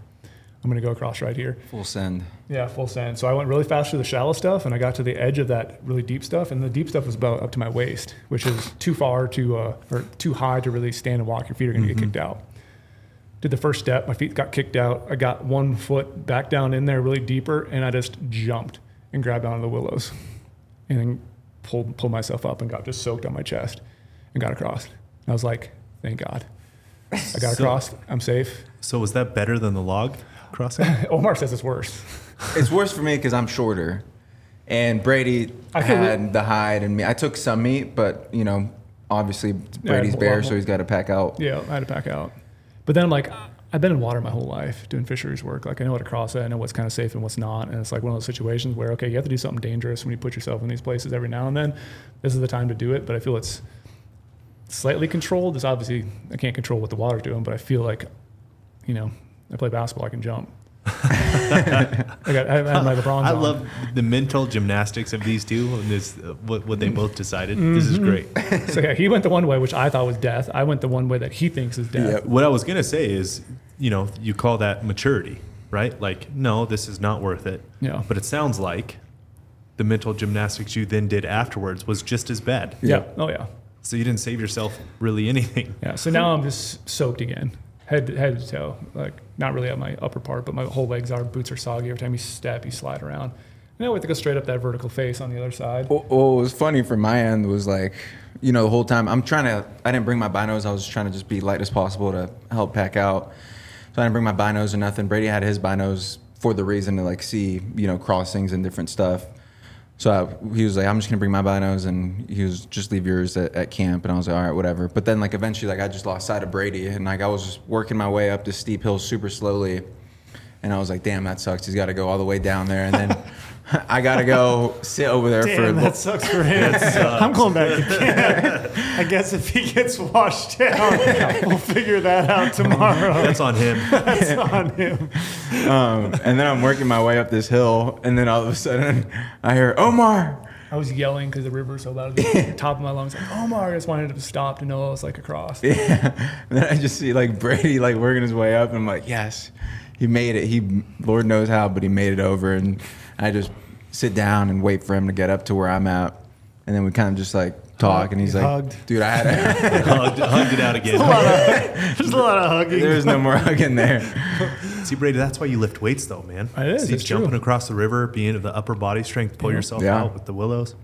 Speaker 2: I'm gonna go across right here.
Speaker 3: Full send.
Speaker 2: Yeah, full sand. So I went really fast through the shallow stuff, and I got to the edge of that really deep stuff, and the deep stuff was about up to my waist, which is too far to uh, or too high to really stand and walk. Your feet are going to get kicked out. Did the first step, my feet got kicked out. I got one foot back down in there, really deeper, and I just jumped and grabbed onto the willows, and then pulled pulled myself up and got just soaked on my chest, and got across. And I was like, thank God, I got
Speaker 4: So-
Speaker 2: across. I'm safe.
Speaker 4: So was that better than the log crossing?
Speaker 2: Omar says it's worse.
Speaker 3: It's worse for me because I'm shorter, and Brady
Speaker 2: I feel
Speaker 3: had the hide and me. I took some meat, but you know, obviously Brady's
Speaker 2: a lot
Speaker 3: bare,
Speaker 2: more.
Speaker 3: so he's got to pack out.
Speaker 2: Yeah, I had to pack out. But then I'm like, I've been in water my whole life doing fisheries work. Like I know how to cross it. I know what's kind of safe and what's not. And it's like one of those situations where okay, you have to do something dangerous when you put yourself in these places every now and then. This is the time to do it. But I feel it's slightly controlled. It's obviously I can't control what the water's doing, but I feel like, you know, I play basketball. I can jump. I got I had my LeBron.
Speaker 4: I love the mental gymnastics of these two and this uh, what, what they both decided.
Speaker 2: Mm-hmm.
Speaker 4: This is great.
Speaker 2: So yeah, he went the one way, which I thought was death. I went the one way that he thinks is death.
Speaker 3: Yep.
Speaker 4: What I was gonna say is, you know, you call that maturity, right? Like, no, this is not worth it.
Speaker 2: Yeah.
Speaker 4: But it sounds like the mental gymnastics you then did afterwards was just as bad.
Speaker 2: Yeah. Oh yeah.
Speaker 4: So you didn't save yourself really anything.
Speaker 2: Yeah. So now I'm just soaked again, head head to toe. Like not really at my upper part, but my whole legs are. Boots are soggy. Every time you step, you slide around. You know, we have to go straight up that vertical face on the other side.
Speaker 3: What what was funny from my end was like, you know, the whole time I'm trying to, I didn't bring my binos. I was trying to just be light as possible to help pack out. So I didn't bring my binos or nothing. Brady had his binos for the reason to like see, you know, crossings and different stuff. So I, he was like, I'm just gonna bring my binos, and he was just leave yours at, at camp. And I was like, all right, whatever. But then like eventually, like I just lost sight of Brady, and like I was just working my way up this steep hill super slowly. And I was like, damn, that sucks. He's got to go all the way down there. And then I got to go sit over there for.
Speaker 1: Damn, that sucks for him.
Speaker 4: uh,
Speaker 1: I'm going back to camp. I guess if he gets washed down, we'll figure that out tomorrow.
Speaker 4: That's on him.
Speaker 1: That's on him.
Speaker 3: um, and then I'm working my way up this hill. And then all of a sudden, I hear, Omar.
Speaker 2: I was yelling because the river was so loud. at the top of my lungs, like, Omar, I just wanted to stop to know I was like across.
Speaker 3: Yeah. And then I just see like Brady like working his way up, and I'm like, yes, he made it. He, Lord knows how, but he made it over. And I just sit down and wait for him to get up to where I'm at, and then we kind of just like talk. And he's
Speaker 1: You
Speaker 3: like,
Speaker 1: hugged.
Speaker 3: dude, I had a,
Speaker 4: hugged, hugged it out again.
Speaker 1: There's a lot of hugging.
Speaker 3: there was no more hugging there.
Speaker 4: See, Brady, that's why you lift weights, though, man.
Speaker 2: It is,
Speaker 4: See,
Speaker 2: it's
Speaker 4: jumping
Speaker 2: true.
Speaker 4: across the river, being of the upper body strength, pull yourself
Speaker 3: Yeah.
Speaker 4: out with the willows.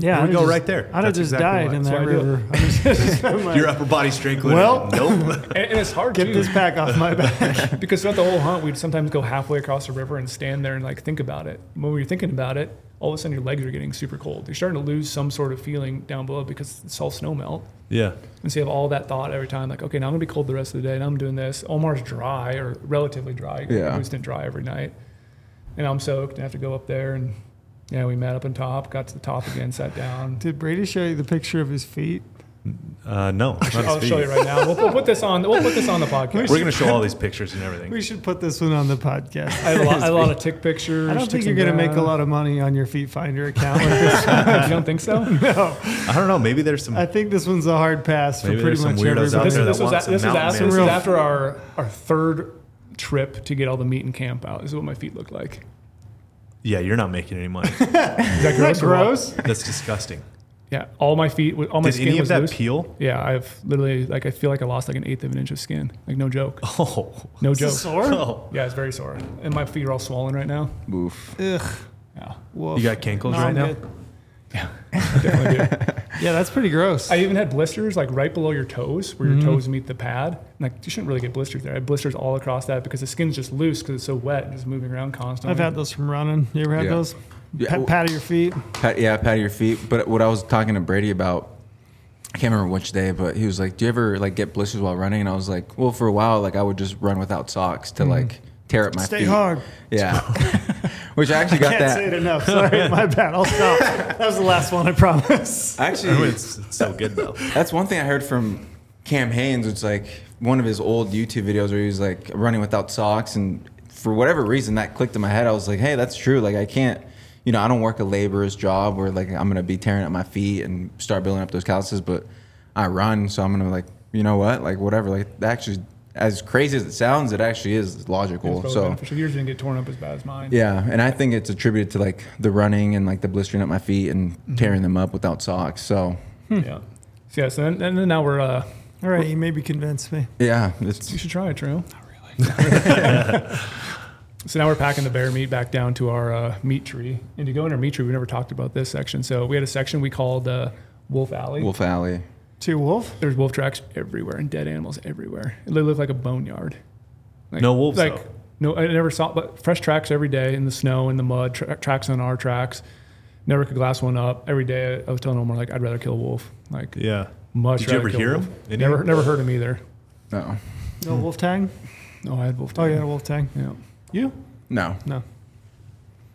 Speaker 1: yeah,
Speaker 4: we
Speaker 1: I'd
Speaker 4: go
Speaker 1: just-
Speaker 4: right there.
Speaker 1: I'd have
Speaker 4: That's
Speaker 1: just
Speaker 4: exactly
Speaker 1: died
Speaker 4: why-
Speaker 1: in
Speaker 4: that's
Speaker 1: that
Speaker 2: why I do it.
Speaker 1: river. I'm just- I'm like,
Speaker 4: Your upper body strength.
Speaker 1: Well-
Speaker 4: literally- nope.
Speaker 2: And, and it's hard
Speaker 1: Get
Speaker 2: too,
Speaker 1: this pack off my back.
Speaker 2: because throughout the whole hunt, we'd sometimes go halfway across the river and stand there and like think about it. When we were thinking about it, all of a sudden your legs are getting super cold. You're starting to lose some sort of feeling down below because it's all snow melt.
Speaker 4: yeah.
Speaker 2: And so you have all that thought every time, like, okay, now I'm gonna be cold the rest of the day, and I'm doing this. Omar's dry or relatively dry,
Speaker 3: Yeah.
Speaker 2: constant dry every night, and I'm soaked and I have to go up there. And yeah, we met up on top, got to the top again, sat down.
Speaker 1: Did Brady show you the picture of his feet?
Speaker 4: Uh, no. not
Speaker 2: I'll
Speaker 4: his
Speaker 2: show
Speaker 4: feet.
Speaker 2: you right now. We'll, we'll put this on. We'll put this on the podcast.
Speaker 4: We're gonna show all these pictures and everything.
Speaker 1: We should put this one on the podcast.
Speaker 2: I have a lot, I have a lot of tick pictures.
Speaker 1: I don't think you're going to make a lot of money on your Feet Finder account. Like this.
Speaker 2: you don't think so?
Speaker 1: no,
Speaker 4: I don't know. Maybe there's some.
Speaker 1: I think this one's a hard pass for
Speaker 4: Maybe
Speaker 1: pretty
Speaker 4: there's some
Speaker 1: much
Speaker 4: weirdos
Speaker 1: everybody.
Speaker 4: out
Speaker 2: This,
Speaker 4: there
Speaker 2: this
Speaker 4: that
Speaker 2: was,
Speaker 4: wants
Speaker 2: a- this,
Speaker 4: some
Speaker 2: was
Speaker 4: mountain
Speaker 2: after,
Speaker 4: man.
Speaker 2: this was
Speaker 1: Real-
Speaker 2: after our, our third trip to get all the meat and camp out. This is what my feet look like.
Speaker 4: yeah, you're not making any money.
Speaker 2: Is that
Speaker 1: Isn't
Speaker 2: gross?
Speaker 1: that
Speaker 2: or what?
Speaker 1: gross?
Speaker 4: That's disgusting.
Speaker 2: Yeah, all my feet, wa- all my
Speaker 4: Did
Speaker 2: skin
Speaker 4: any of
Speaker 2: was
Speaker 4: that
Speaker 2: loose.
Speaker 4: peel?
Speaker 2: Yeah, I've literally like I feel like I lost like an eighth of an inch of skin. Like no joke,
Speaker 4: Oh.
Speaker 2: no
Speaker 1: Is it
Speaker 2: joke.
Speaker 1: sore?
Speaker 4: Oh.
Speaker 2: Yeah, it's very sore, and my feet are all swollen right now.
Speaker 3: Oof.
Speaker 1: Ugh.
Speaker 2: Yeah,
Speaker 1: Woof.
Speaker 4: You got cankles
Speaker 1: No,
Speaker 4: right
Speaker 1: I'm
Speaker 4: now?
Speaker 1: good.
Speaker 2: definitely do.
Speaker 1: Yeah, that's pretty gross.
Speaker 2: I even had blisters like right below your toes, where your toes meet the pad. And, like you shouldn't really get blisters there. I had blisters all across that because the skin's just loose because it's so wet and just moving around constantly.
Speaker 1: I've had those from running. You ever had
Speaker 3: Yeah.
Speaker 1: those?
Speaker 3: Yeah,
Speaker 1: pat,
Speaker 3: well-
Speaker 1: pat of your feet.
Speaker 3: Pat, yeah, pat of your feet. But what I was talking to Brady about, I can't remember which day, but he was like, "Do you ever like get blisters while running?" And I was like, "Well, for a while, like I would just run without socks to like tear up my
Speaker 1: Hmm. Stay
Speaker 3: feet."
Speaker 1: hard.
Speaker 3: Yeah. Which I actually got
Speaker 1: Can't say it
Speaker 3: that.
Speaker 1: enough. Sorry, my bad. I'll stop. That was the last one, I promise.
Speaker 4: Oh,
Speaker 3: Actually,
Speaker 4: It's, it's so good though.
Speaker 3: that's one thing I heard from Cam Haynes. It's like one of his old YouTube videos where he was like running without socks, and for whatever reason that clicked in my head. I was like, "Hey, that's true. Like I can't." You know, I don't work a laborer's job where like I'm gonna be tearing up my feet and start building up those calluses, but I run, so I'm gonna like, you know what, like whatever. Like that actually, as crazy as it sounds, it actually is logical.
Speaker 2: It's
Speaker 3: So
Speaker 2: probably beneficial. yours didn't get torn up as bad as mine.
Speaker 3: Yeah, and I think it's attributed to like the running and like the blistering up my feet and tearing them up without socks. So
Speaker 2: Yeah. So yeah. So then, and then now we're. uh
Speaker 1: All right, you maybe convinced me.
Speaker 3: yeah,
Speaker 2: You
Speaker 3: it's
Speaker 2: should try it, Drew. Not really. so now we're packing the bear meat back down to our uh, meat tree. And to go in our meat tree, we never talked about this section. So we had a section we called uh, Wolf Alley.
Speaker 3: Wolf Alley.
Speaker 1: Two wolf.
Speaker 2: There's wolf tracks everywhere and dead animals everywhere. It literally looked like a boneyard. Like,
Speaker 4: No wolves,
Speaker 2: Like
Speaker 4: though.
Speaker 2: no, I never saw. But fresh tracks every day in the snow in the mud. Tra- tracks on our tracks. Never could glass one up. Every day I was telling Omar like I'd rather kill a wolf. Like
Speaker 4: Yeah.
Speaker 2: much.
Speaker 4: Did you
Speaker 2: rather
Speaker 4: ever
Speaker 2: kill a
Speaker 4: hear
Speaker 2: wolf.
Speaker 4: him? Any-
Speaker 2: Never, never heard him either.
Speaker 3: No,
Speaker 1: No wolf tang.
Speaker 2: No, I had wolf.
Speaker 1: Oh
Speaker 2: tag.
Speaker 1: yeah, wolf tang.
Speaker 2: yeah.
Speaker 1: You?
Speaker 3: no.
Speaker 1: No.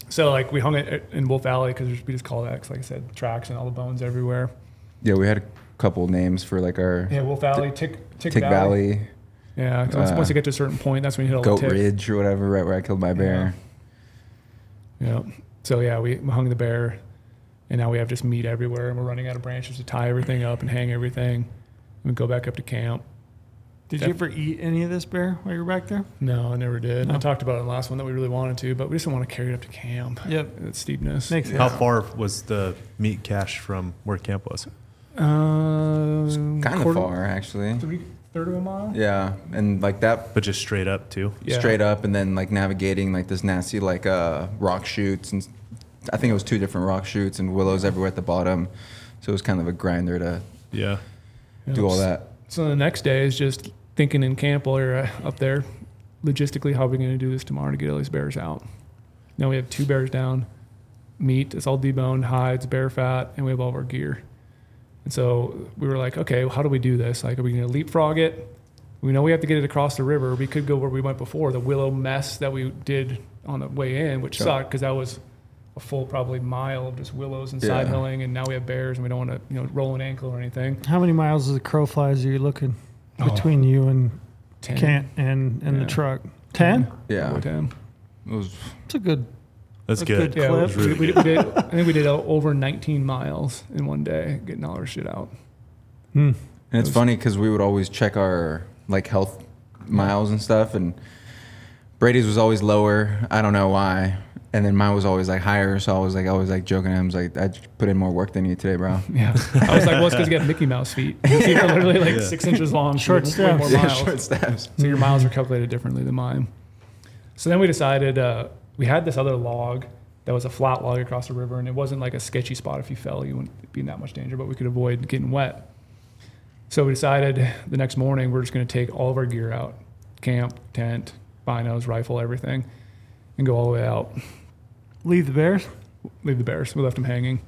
Speaker 2: So like we hung it in Wolf Alley because we just call it X, like I said, tracks and all the bones everywhere.
Speaker 3: Yeah, we had a couple names for like our
Speaker 2: Yeah, Wolf Alley, Tick Tick,
Speaker 3: Tick
Speaker 2: Valley.
Speaker 3: Valley,
Speaker 2: Yeah, 'cause once,
Speaker 3: Uh,
Speaker 2: once you get to a certain point, that's when you hit all
Speaker 3: Goat
Speaker 2: the tick.
Speaker 3: Ridge or whatever, right where I killed my bear.
Speaker 2: Yeah. So yeah, we hung the bear, and now we have just meat everywhere, and we're running out of branches to tie everything up and hang everything. And we go back up to camp.
Speaker 1: Did
Speaker 2: Yeah.
Speaker 1: you ever eat any of this bear while you were back there?
Speaker 2: No, I never did. I
Speaker 1: No.
Speaker 2: talked about it in the last one that we really wanted to, but we just didn't want to carry it up to camp.
Speaker 1: Yep.
Speaker 2: That steepness.
Speaker 1: Makes
Speaker 4: How
Speaker 1: sense.
Speaker 4: far was the meat cache from where camp was?
Speaker 2: Um,
Speaker 3: Kind of
Speaker 2: quarter-
Speaker 3: far actually.
Speaker 2: Three, third of a mile.
Speaker 3: Yeah, and like that
Speaker 4: But just straight up too.
Speaker 2: Yeah.
Speaker 3: straight up, and then like navigating like this nasty like uh rock chutes and I think it was two different rock shoots and willows everywhere at the bottom. So it was kind of a grinder to
Speaker 4: Yeah.
Speaker 3: do all that.
Speaker 2: So the next day is just thinking in camp while you're uh, up there, logistically, how are we going to do this tomorrow to get all these bears out? Now we have two bears down, meat, it's all deboned, hides, bear fat, and we have all of our gear. And so we were like, okay, well, how do we do this? Like, are we going to leapfrog it? We know we have to get it across the river. We could go where we went before, the willow mess that we did on the way in, which
Speaker 3: Sure.
Speaker 2: sucked because that was a full probably mile of just willows and side
Speaker 3: Yeah.
Speaker 2: milling. And now we have bears and we don't want to, you know, roll an ankle or anything.
Speaker 1: How many miles of the crow flies are you looking
Speaker 2: Oh.
Speaker 1: between you and
Speaker 2: Ten.
Speaker 1: Kent and and
Speaker 2: Yeah.
Speaker 1: the truck? Ten.
Speaker 3: Yeah,
Speaker 2: Ten.
Speaker 3: it was
Speaker 1: It's a good.
Speaker 4: That's
Speaker 1: A
Speaker 4: good.
Speaker 1: good
Speaker 2: Yeah,
Speaker 1: clip.
Speaker 4: That's really
Speaker 2: we, we,
Speaker 4: good.
Speaker 2: did- we did. I think we did uh, over 19 miles in one day, getting all our shit out.
Speaker 1: Hmm.
Speaker 3: And it's funny because we would always check our like health miles and stuff, and Brady's was always lower. I don't know why, and then mine was always like higher. So I was like always like joking at him, I was like I just put in more work than you today, bro.
Speaker 2: Yeah, I was like, "What's because you got Mickey Mouse feet? Your feet are literally like
Speaker 4: Yeah.
Speaker 2: six inches long,
Speaker 1: Short
Speaker 2: so you have way
Speaker 1: steps.
Speaker 2: More
Speaker 3: Yeah,
Speaker 2: miles.
Speaker 3: short steps.
Speaker 2: So your miles are calculated differently than mine. So then we decided uh, we had this other log that was a flat log across the river, and it wasn't like a sketchy spot. If you fell, you wouldn't be in that much danger, but we could avoid getting wet. So we decided the next morning we're just going to take all of our gear out camp, tent, binos, rifle, everything and go all the way out
Speaker 1: Leave the bears.
Speaker 2: leave the bears. We left them hanging.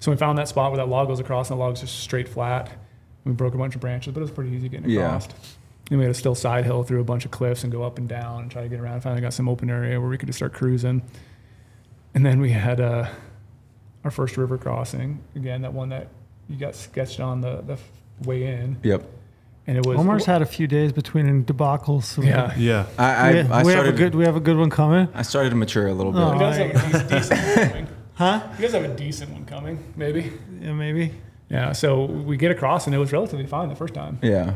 Speaker 2: So we found that spot where that log goes across, and the log's just straight flat. We broke a bunch of branches, but it was pretty easy getting
Speaker 3: Yeah.
Speaker 2: across. And we had to still side hill through a bunch of cliffs and go up and down and try to get around. Finally got some open area where we could just start cruising. And then we had uh, our first river crossing again, that one that you got sketched on the, the f- way in,
Speaker 3: Yep.
Speaker 2: and it was
Speaker 1: Omar's had a few days between debacles. So
Speaker 2: yeah.
Speaker 4: Yeah.
Speaker 3: I I,
Speaker 1: we,
Speaker 3: I
Speaker 1: we have a
Speaker 3: started
Speaker 1: good. We have a good one coming.
Speaker 3: I started to mature a little bit.
Speaker 1: Oh.
Speaker 2: He does have a de- decent one coming.
Speaker 1: Huh?
Speaker 2: He does have a decent one coming, maybe.
Speaker 1: Yeah, maybe.
Speaker 2: Yeah. So we get across, and it was relatively fine the first time.
Speaker 3: Yeah.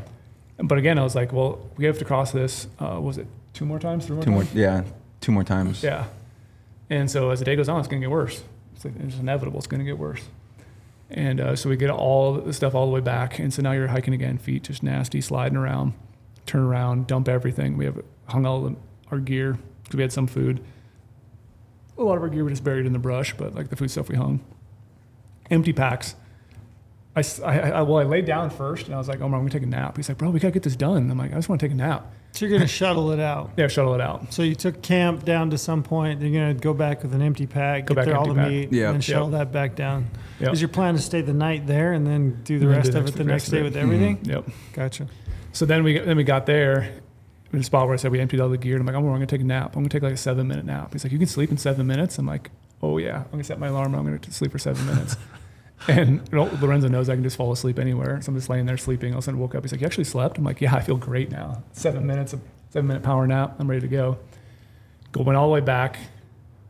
Speaker 2: But again, I was like, well, we have to cross this. Uh, what was it two more times? Three more
Speaker 3: Two more.
Speaker 2: times?
Speaker 3: Yeah. Two more times.
Speaker 2: Yeah. And so as the day goes on, it's going to get worse. It's, like, it's inevitable. It's going to get worse. And uh, so we get all the stuff all the way back. And so now you're hiking again, feet just nasty, sliding around, turn around, dump everything. We have hung all the, our gear because we had some food. A lot of our gear was just buried in the brush, but like the food stuff we hung. Empty packs. I, s- I- I- well, I laid down first and I was like, Omar, I'm going to take a nap. He's like, bro, we got to get this done. I'm like, I just want to take a nap.
Speaker 1: So you're gonna shuttle it out.
Speaker 2: Yeah, shuttle it out.
Speaker 1: So you took camp down to some point. You're gonna go back with an empty pack,
Speaker 2: Go
Speaker 1: get
Speaker 2: back
Speaker 1: there all the
Speaker 2: empty pack.
Speaker 1: meat,
Speaker 3: Yeah.
Speaker 1: and then
Speaker 3: Yep.
Speaker 1: shuttle that back down.
Speaker 2: Yep.
Speaker 1: Is your plan to stay the night there and then do the
Speaker 2: And then
Speaker 1: rest
Speaker 2: do
Speaker 1: of it the
Speaker 2: rest
Speaker 1: next
Speaker 2: of
Speaker 1: day
Speaker 2: it. Mm-hmm.
Speaker 1: with everything?
Speaker 2: Yep.
Speaker 1: Gotcha.
Speaker 2: So then we then we got there, in the spot where I said we emptied all the gear. And I'm like, I'm, I'm gonna take a nap. I'm gonna take like a seven minute nap. He's like, you can sleep in seven minutes. I'm like, oh yeah, I'm gonna set my alarm. I'm gonna t- sleep for seven minutes. and you know, Lorenzo knows I can just fall asleep anywhere. So I'm just laying there sleeping. All of a sudden, I woke up. He's like, you actually slept? I'm like, yeah, I feel great now. Seven minutes, of seven minute power nap. I'm ready to go. Go went all the way back.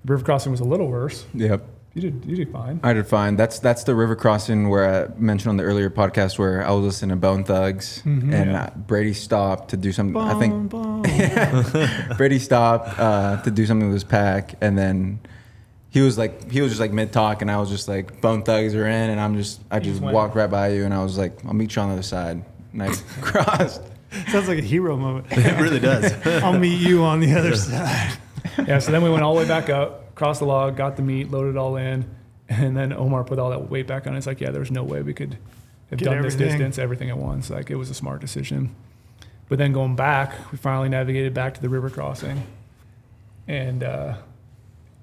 Speaker 2: River crossing was a little worse.
Speaker 3: Yep.
Speaker 2: You did you did fine.
Speaker 3: I did fine. That's that's the river crossing where I mentioned on the earlier podcast where I was listening to Bone Thugs
Speaker 1: Mm-hmm.
Speaker 3: and uh, Brady stopped to do something. I think
Speaker 1: Boom, boom.
Speaker 3: Brady stopped uh, to do something with his pack, and then he was like, he was just like mid talk, and I was just like, Bone Thugs are in, and I'm just, I
Speaker 2: just
Speaker 3: just
Speaker 2: went.
Speaker 3: walked right by you, and I was like, I'll meet you on the other side, and I crossed.
Speaker 1: Sounds like a hero moment.
Speaker 4: It really does.
Speaker 1: I'll meet you on the other side.
Speaker 2: yeah, so then we went all the way back up, crossed the log, got the meat, loaded it all in, and then Omar put all that weight back on. It's like, yeah, there's no way we could have
Speaker 1: Get
Speaker 2: done this
Speaker 1: everything.
Speaker 2: distance, everything at once. Like it was a smart decision. But then going back, we finally navigated back to the river crossing, and uh,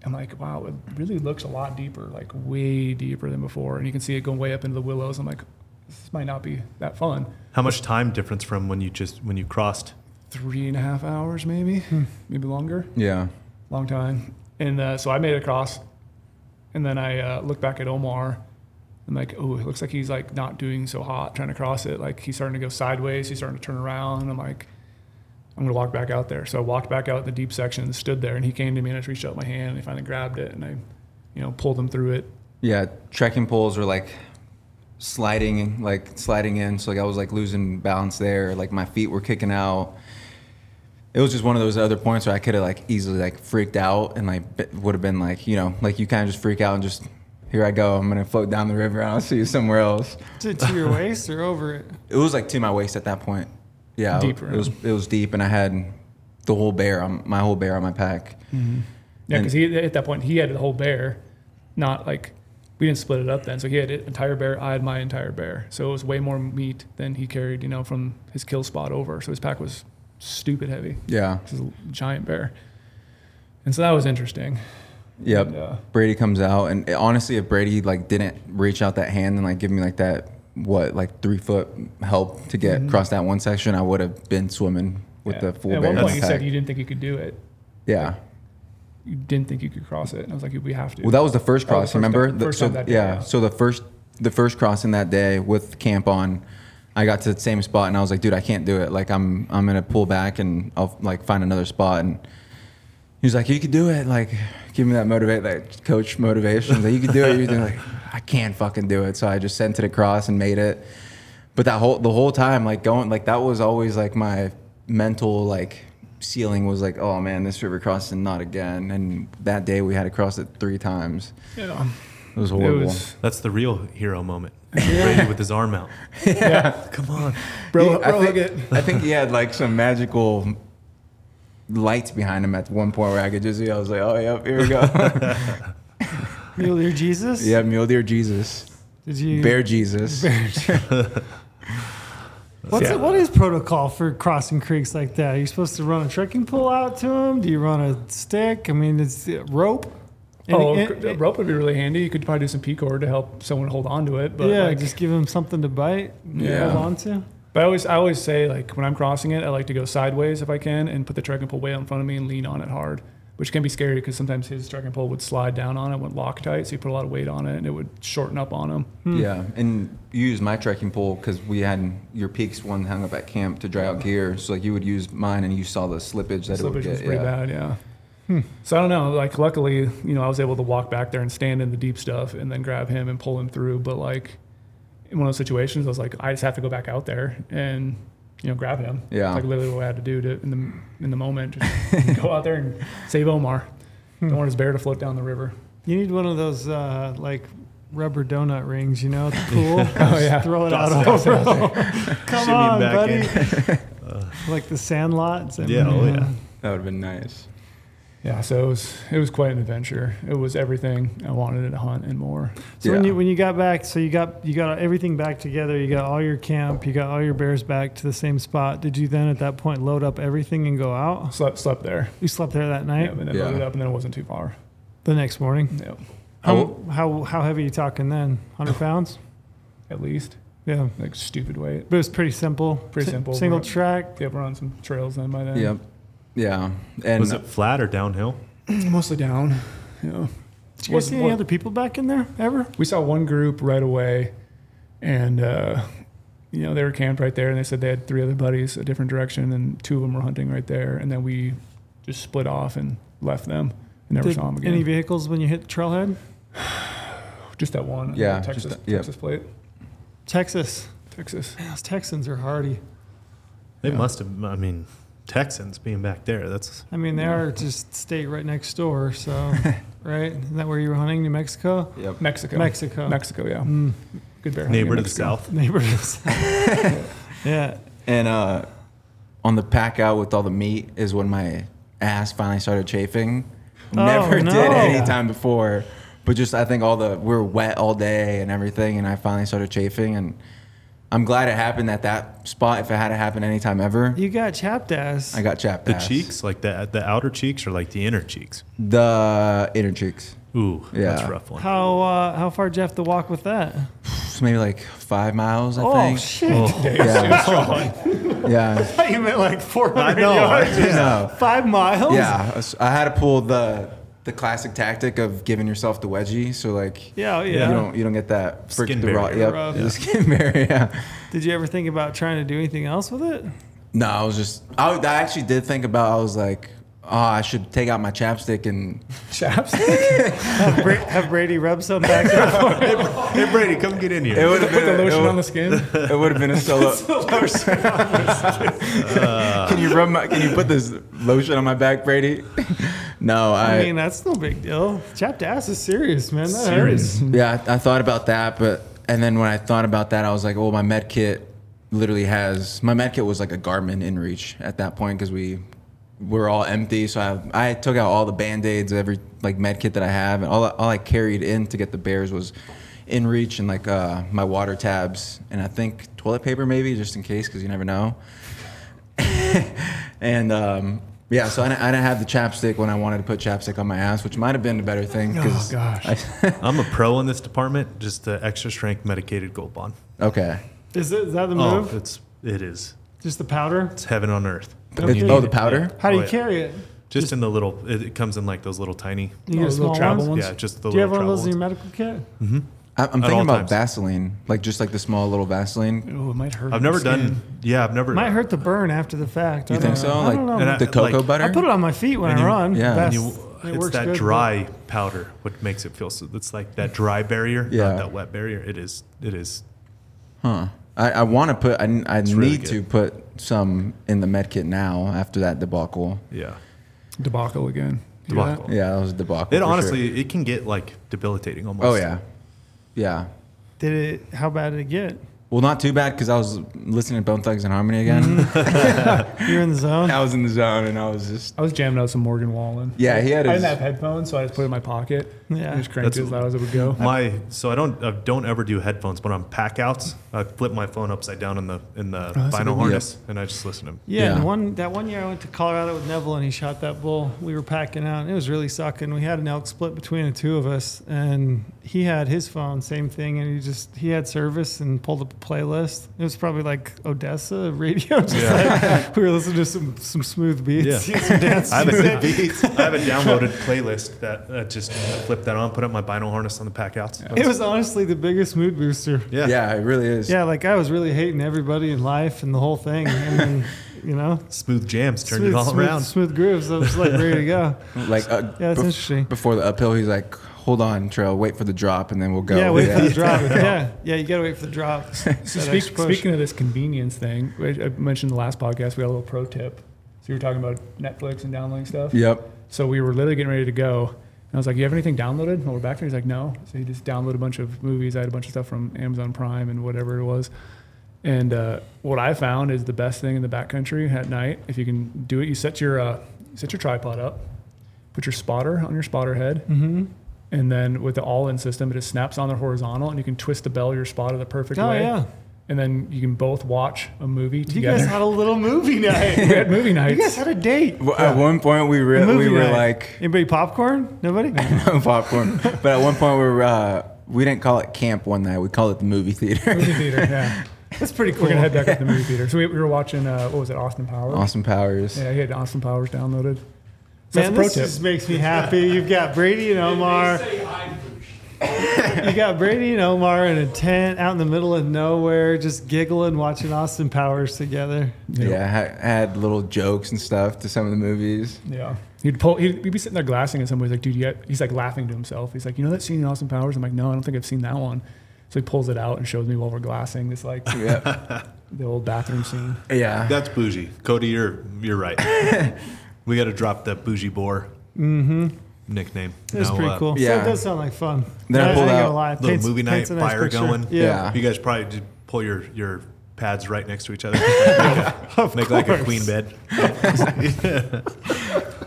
Speaker 2: I'm like, wow, it really looks a lot deeper, like way deeper than before. And you can see it going way up into the willows. I'm like, this might not be that fun.
Speaker 4: How much time difference from when you just when you crossed?
Speaker 2: Three and a half hours, maybe,
Speaker 1: Hmm.
Speaker 2: maybe longer
Speaker 3: Yeah,
Speaker 2: long time. And uh, so I made it across, and then I uh, looked back at Omar. I'm like, oh, it looks like he's like not doing so hot trying to cross it. Like he's starting to go sideways. He's starting to turn around. And I'm like, I'm gonna walk back out there. So I walked back out the deep section and stood there. And he came to me and I just reached out my hand and I finally grabbed it and I, you know, pulled him through it.
Speaker 3: yeah. Trekking poles were like sliding, like sliding in, so like I was like losing balance there, like my feet were kicking out. It was just one of those other points where I could have like easily like freaked out and like would have been like, you know, like you kind of just freak out and just. Here I go. I'm gonna float down the river. and I'll see you somewhere else.
Speaker 1: to, to your waist or over it?
Speaker 3: It was like to my waist at that point. Yeah,
Speaker 2: Deep
Speaker 3: it was it was deep, and I had the whole bear on my whole bear on my pack.
Speaker 2: Yeah, because he at that point he had the whole bear, not like we didn't split it up then. So he had an entire bear, I had my entire bear. So it was way more meat than he carried, you know, from his kill spot over. So his pack was stupid heavy.
Speaker 3: Yeah.
Speaker 2: This is a giant bear. And so that was interesting.
Speaker 3: Yep.
Speaker 2: Yeah.
Speaker 3: Brady comes out, and honestly, if Brady like didn't reach out that hand and like give me like that what like three foot help to get across that one section, I would have been swimming with
Speaker 2: Mm-hmm. Yeah.
Speaker 3: the full
Speaker 2: At
Speaker 3: bear.
Speaker 2: one
Speaker 3: in
Speaker 2: point,
Speaker 3: the
Speaker 2: you
Speaker 3: pack.
Speaker 2: said you didn't think you could do it.
Speaker 3: yeah.
Speaker 2: You didn't think you could cross it. And I was like, we have to.
Speaker 3: Well, that was the first
Speaker 2: That was
Speaker 3: cross.
Speaker 2: the first
Speaker 3: remember?
Speaker 2: time-
Speaker 3: The-
Speaker 2: first
Speaker 3: so
Speaker 2: time that day,
Speaker 3: yeah.
Speaker 2: yeah.
Speaker 3: So the first the first crossing that day with camp on, I got to the same spot and I was like, dude, I can't do it. Like I'm I'm gonna pull back and I'll like find another spot and. He was like, "You could do it!" Like, give me that motivate, that coach motivation. Like, you could do it. You're like, I can't fucking do it. So I just sent it across and made it. But that whole the whole time, like going, like that was always like my mental like ceiling was like, oh man, this river crossing not again. And that day we had to cross it three times.
Speaker 2: yeah.
Speaker 3: It was
Speaker 2: It
Speaker 3: horrible.
Speaker 2: was,
Speaker 4: That's the real hero moment. Brady with his arm out.
Speaker 2: yeah.
Speaker 4: Come on.
Speaker 2: Bro,
Speaker 3: He- I,
Speaker 2: bro hug it.
Speaker 3: think, I think he had like some magical lights behind him at one point where I could just see. I was like, oh yep, here we go.
Speaker 1: Mule Deer Jesus?
Speaker 3: yeah, mule deer Jesus,
Speaker 1: Did you
Speaker 3: bear Jesus.
Speaker 1: What's
Speaker 2: Yeah.
Speaker 1: it, what is protocol for crossing creeks like that? Are you supposed to run a trekking pole out to them? Do you run a stick? I mean, it's uh, rope. Any-
Speaker 2: oh,
Speaker 1: an-
Speaker 2: a rope would be really handy. You could probably do some P cord to help someone hold on to it. But
Speaker 1: yeah,
Speaker 2: like,
Speaker 1: just give them something to bite.
Speaker 3: Yeah.
Speaker 1: Yeah, hold on to.
Speaker 2: But I always, I always say like when I'm crossing it, I like to go sideways if I can and put the trekking pole way out in front of me and lean on it hard, which can be scary because sometimes his trekking pole would slide down on it, went Loctite, so you put a lot of weight on it and it would shorten up on him.
Speaker 3: Yeah, and you use my trekking pole because we had your peaks one hung up at camp to dry out gear. So like you would use mine, and you saw the slippage that it would
Speaker 2: Slippage
Speaker 3: get.
Speaker 2: was pretty
Speaker 3: yeah.
Speaker 2: bad, yeah. Hmm. So I don't know. Like luckily, you know, I was able to walk back there and stand in the deep stuff and then grab him and pull him through. But like in one of those situations, I was like, I just have to go back out there and you know grab him.
Speaker 3: Yeah.
Speaker 2: It's like literally what I had to do to in the in the moment, just go out there and save Omar.
Speaker 3: Hmm.
Speaker 2: Don't want his bear to float down the river.
Speaker 1: You need one of those uh, like rubber donut rings, you know, at the pool.
Speaker 2: Oh, yeah.
Speaker 1: throw it
Speaker 4: Toss
Speaker 1: out
Speaker 4: it out
Speaker 1: over. 'em. Come
Speaker 4: Shimmy
Speaker 1: on,
Speaker 4: back
Speaker 1: buddy.
Speaker 4: in.
Speaker 1: like the Sandlot. Is that-
Speaker 4: Yeah, oh, yeah.
Speaker 3: That would have been nice.
Speaker 2: Yeah, so it was it was quite an adventure. It was everything I wanted in a hunt and more.
Speaker 1: So when
Speaker 3: Yeah.
Speaker 1: you when you got back, so you got you got everything back together. You got all your camp, you got all your bears back to the same spot. Did you then at that point load up everything and go out?
Speaker 2: Slept slept there.
Speaker 1: You slept there that
Speaker 2: Yeah,
Speaker 1: night.
Speaker 2: and then
Speaker 3: Yeah.
Speaker 2: loaded it up, and then it wasn't too far.
Speaker 1: The next morning.
Speaker 2: Yep.
Speaker 1: How how how heavy you talking then? Hundred pounds.
Speaker 2: At least
Speaker 1: Yeah,
Speaker 2: like stupid weight.
Speaker 1: but it was pretty simple.
Speaker 2: Pretty
Speaker 1: Si-
Speaker 2: simple.
Speaker 1: Single
Speaker 2: Right.
Speaker 1: track.
Speaker 2: Yeah, we're on some trails then by then.
Speaker 3: Yep. Yeah, and
Speaker 4: Was it flat or downhill?
Speaker 2: Mostly down. Yeah.
Speaker 1: Mm, Did you guys
Speaker 2: Was-
Speaker 1: see any
Speaker 2: was-
Speaker 1: other people back in there ever?
Speaker 2: We saw one group right away, and uh, you know they were camped right there, and they said they had three other buddies a different direction, and two of them were hunting right there, and then we just split off and left them. and Never
Speaker 1: Did
Speaker 2: saw them again.
Speaker 1: any vehicles when you hit the trailhead?
Speaker 2: just that one.
Speaker 3: Yeah,
Speaker 2: uh, Texas,
Speaker 3: just that- yeah.
Speaker 2: Texas plate,
Speaker 1: Texas.
Speaker 2: Texas.
Speaker 1: Those Texans are hardy.
Speaker 4: They
Speaker 2: Yeah.
Speaker 4: must have. I mean, Texans being back there. That's
Speaker 1: I mean, they are just state right next door. So, right? Isn't that where you were hunting? New Mexico.
Speaker 3: yep.
Speaker 2: Mexico.
Speaker 1: Mexico.
Speaker 2: Mexico, yeah.
Speaker 1: Mm.
Speaker 2: Good bear. hunting in
Speaker 4: neighbor to the
Speaker 2: Mexico.
Speaker 4: south.
Speaker 1: neighbors. yeah.
Speaker 3: And uh, on the pack out with all the meat is when my ass finally started chafing.
Speaker 1: Oh,
Speaker 3: Never
Speaker 1: no.
Speaker 3: did any
Speaker 1: Yeah.
Speaker 3: time before. But just I think all the we were wet all day and everything, and I finally started chafing. And I'm glad it happened at that spot. If it had to happen anytime ever,
Speaker 1: You got chapped ass.
Speaker 3: I got chapped.
Speaker 4: The
Speaker 3: ass.
Speaker 4: cheeks, like the the outer cheeks, or like the inner cheeks.
Speaker 3: the inner cheeks.
Speaker 4: Ooh, that's
Speaker 3: Yeah.
Speaker 4: a rough one.
Speaker 1: how uh, how far did you have to walk with that?
Speaker 3: It's maybe like five miles, I
Speaker 1: oh
Speaker 3: think.
Speaker 1: shit!
Speaker 3: Yeah, yeah,
Speaker 1: you meant like 400
Speaker 4: know,
Speaker 1: yards.
Speaker 3: No.
Speaker 1: Five miles.
Speaker 3: yeah. I was- I had to pull the the classic tactic of giving yourself the wedgie. So like,
Speaker 1: Yeah. oh,
Speaker 4: Yeah.
Speaker 1: Yeah.
Speaker 3: you don't you don't get that frick-
Speaker 4: Skin
Speaker 3: the raw- yep,
Speaker 4: barrier.
Speaker 1: Yeah.
Speaker 3: the skin barrier. Yeah.
Speaker 1: Did you ever think about trying to do anything else with it?
Speaker 3: No, I was just I, I actually did think about. I was like, oh, I should take out my chapstick and
Speaker 2: Chaps.
Speaker 1: Have, Bra- have Brady rub some back there for it.
Speaker 4: Hey Brady, come get in
Speaker 3: it
Speaker 4: here.
Speaker 3: would have
Speaker 2: Put the
Speaker 3: been a,
Speaker 2: lotion
Speaker 3: it
Speaker 2: on the
Speaker 3: would,
Speaker 2: skin.
Speaker 3: it would have been a solo. can you rub my? Can you put this lotion on my back, Brady? no, I.
Speaker 1: I mean, that's no big deal. Chapped ass is serious, man. That
Speaker 4: Serious.
Speaker 1: hurts.
Speaker 3: Yeah, I, I thought about that, but and then when I thought about that, I was like, well, my med kit literally has my med kit was like a Garmin InReach at that point because we were all empty. So I, I took out all the band aids, every like med kit that I have, and all all I carried in to get the bears was in reach and like uh, my water tabs, and I think toilet paper maybe just in case because you never know. and um, yeah, so I, didn't- I didn't have the chapstick when I wanted to put chapstick on my ass, which might have been a better thing.
Speaker 2: Oh
Speaker 3: 'cause
Speaker 2: gosh.
Speaker 4: I'm a pro in this department. Just the extra strength medicated gold bond.
Speaker 3: okay.
Speaker 1: Is, it, is that the
Speaker 4: Oh,
Speaker 1: move?
Speaker 4: it's it is.
Speaker 1: Just the powder?
Speaker 4: It's heaven on earth.
Speaker 3: It's-
Speaker 1: need
Speaker 3: oh,
Speaker 1: it.
Speaker 3: the powder.
Speaker 1: How do
Speaker 4: Oh,
Speaker 1: you
Speaker 4: yeah.
Speaker 1: carry it?
Speaker 4: Just, in the little. It, it comes in like those little tiny.
Speaker 1: You get
Speaker 2: Oh,
Speaker 1: a
Speaker 2: the
Speaker 1: small
Speaker 2: little travel
Speaker 1: ones?
Speaker 2: ones?
Speaker 4: Yeah, just the
Speaker 1: Do you have
Speaker 4: little
Speaker 1: one of
Speaker 4: travel
Speaker 1: those in your
Speaker 4: ones.
Speaker 1: medical kit?
Speaker 3: I- I'm
Speaker 4: all
Speaker 3: thinking about
Speaker 4: times.
Speaker 3: Vaseline, like just like the small little Vaseline.
Speaker 2: oh, it might hurt.
Speaker 4: I've never
Speaker 2: your skin.
Speaker 4: done. Yeah, I've never.
Speaker 1: Might hurt the burn after the fact.
Speaker 3: You
Speaker 1: I
Speaker 3: think
Speaker 1: don't
Speaker 3: so?
Speaker 1: know. I
Speaker 3: Like
Speaker 1: don't know.
Speaker 4: And I-
Speaker 3: the cocoa
Speaker 4: like-
Speaker 3: butter?
Speaker 1: I put it on my feet when
Speaker 4: And
Speaker 1: I
Speaker 4: you-
Speaker 1: run.
Speaker 3: yeah.
Speaker 1: That's-
Speaker 3: And
Speaker 4: You,
Speaker 1: it
Speaker 4: it's
Speaker 1: works
Speaker 4: that
Speaker 1: good, but-
Speaker 4: dry powder what makes it feel so. It's like that dry barrier,
Speaker 3: Yeah.
Speaker 4: not that wet barrier. It is. It is.
Speaker 3: Huh. I, I want to put. I, I need
Speaker 4: really
Speaker 3: to put some in the med kit now after that debacle.
Speaker 4: Yeah.
Speaker 2: debacle again. You hear
Speaker 4: Debacle.
Speaker 3: Yeah, that was a debacle.
Speaker 4: It
Speaker 3: Oh, for
Speaker 4: honestly,
Speaker 3: sure.
Speaker 4: it can get like debilitating almost.
Speaker 3: Oh yeah, yeah.
Speaker 1: Did it? How bad did it get?
Speaker 3: Well, not too bad because I was listening to Bone Thugs and Harmony
Speaker 1: Mm-hmm.
Speaker 3: again.
Speaker 1: You're in the zone.
Speaker 3: I was in the zone and I was just.
Speaker 2: I was jamming out some Morgan Wallen.
Speaker 3: Yeah, he had
Speaker 2: I didn't have
Speaker 3: his.
Speaker 2: headphones, so I just put it in my pocket.
Speaker 1: Yeah.
Speaker 2: And just cranked
Speaker 4: That's-
Speaker 2: it as loud as it would go.
Speaker 4: My so I don't I don't ever do headphones, but on pack outs, I flip my phone upside down in the in
Speaker 1: Oh,
Speaker 4: the
Speaker 2: that's a good
Speaker 4: vinyl
Speaker 2: one.
Speaker 4: harness and I just listen to 'em.
Speaker 1: Yeah, and
Speaker 3: Yeah.
Speaker 1: one that one year I went to Colorado with Neville and he shot that bull. We were packing out and it was really sucking. We had an elk split between the two of us and he had his phone, same thing, and he just he had service and pulled up a playlist. It was probably like Odessa radio. Just like, we were listening to some some smooth beats.
Speaker 4: Yeah.
Speaker 1: some dance
Speaker 4: I have, a,
Speaker 1: music.
Speaker 4: I have a downloaded playlist that uh, just I flip that on, put up my vinyl harness on the pack outs.
Speaker 1: It was honestly the biggest mood booster.
Speaker 4: yeah.
Speaker 3: Yeah, it really is.
Speaker 1: Yeah, like I was really hating everybody in life and the whole thing. And then, you know,
Speaker 4: smooth jams turned
Speaker 1: smooth,
Speaker 4: it all
Speaker 1: smooth,
Speaker 4: around.
Speaker 1: smooth grooves. I was like ready to go.
Speaker 3: Like uh,
Speaker 1: Yeah, that's
Speaker 3: bef-
Speaker 1: interesting.
Speaker 3: Before the uphill, he's like, "Hold on, Trail. Wait for the drop, and then we'll go."
Speaker 1: Yeah, wait for the drop. Yeah, yeah, you gotta wait for the drop.
Speaker 2: So speak, speaking of this convenience thing, which I mentioned in the last podcast, we got a little pro tip. So you were talking about Netflix and downloading stuff.
Speaker 3: Yep.
Speaker 2: So we were literally getting ready to go. And I was like, you have anything downloaded? And we're back there. He's like, no. So he just downloaded a bunch of movies. I had a bunch of stuff from Amazon Prime and whatever it was. And uh, what I found is the best thing in the backcountry at night, if you can do it, you set your, uh, set your tripod up, put your spotter on your spotter head,
Speaker 1: hmm
Speaker 2: and then with the all-in system, it just snaps on there horizontal, and you can twist the bell of your spotter the perfect
Speaker 1: Oh
Speaker 2: way.
Speaker 1: yeah,
Speaker 2: And then you can both watch a movie
Speaker 1: you
Speaker 2: together.
Speaker 1: guys had a little movie night.
Speaker 2: we had movie nights.
Speaker 1: you guys had a date.
Speaker 3: Well, At one point, we re-
Speaker 1: Movie
Speaker 3: we were
Speaker 1: night.
Speaker 3: like,
Speaker 1: Anybody popcorn? Nobody.
Speaker 3: no popcorn. But at one point, we were, uh, we didn't call it camp one night. We called it the movie theater.
Speaker 2: movie theater. Yeah,
Speaker 1: That's pretty cool.
Speaker 2: we're gonna head back up to the movie theater. So we, we were watching. Uh, what was it? Austin Powers.
Speaker 3: Austin Powers.
Speaker 2: Yeah, he had Austin Powers downloaded. So
Speaker 1: Man,
Speaker 2: that's a pro
Speaker 1: this
Speaker 2: tip.
Speaker 1: just makes me happy. You've got Brady and Omar. you got Brady and Omar in a tent out in the middle of nowhere, just giggling, watching Austin Powers together.
Speaker 3: Yeah, ha- had little jokes and stuff to some of the movies.
Speaker 2: Yeah. He'd pull. He'd, he'd be sitting there glassing at somebody. He's like, dude, you got, he's like laughing to himself. He's like, you know that scene in Austin Powers? I'm like, no, I don't think I've seen that one. So he pulls it out and shows me while we're glassing this like
Speaker 3: Yeah,
Speaker 2: the old bathroom scene.
Speaker 3: yeah.
Speaker 4: That's bougie, Cody. You're you're right. we got to drop that bougie bore nickname.
Speaker 1: It's
Speaker 4: No,
Speaker 1: Mm-hmm. pretty
Speaker 4: uh,
Speaker 1: cool. So
Speaker 3: yeah.
Speaker 1: it does sound like fun.
Speaker 3: Then I
Speaker 1: ain't
Speaker 3: pulled
Speaker 1: gonna
Speaker 3: out
Speaker 1: lie,
Speaker 4: Little
Speaker 1: paints-
Speaker 4: movie night
Speaker 1: paints a nice
Speaker 4: fire
Speaker 1: picture.
Speaker 4: going.
Speaker 3: Yeah.
Speaker 4: You guys probably did pull your your pads right next to each other. Make, like a, make like a
Speaker 1: course.
Speaker 4: queen bed.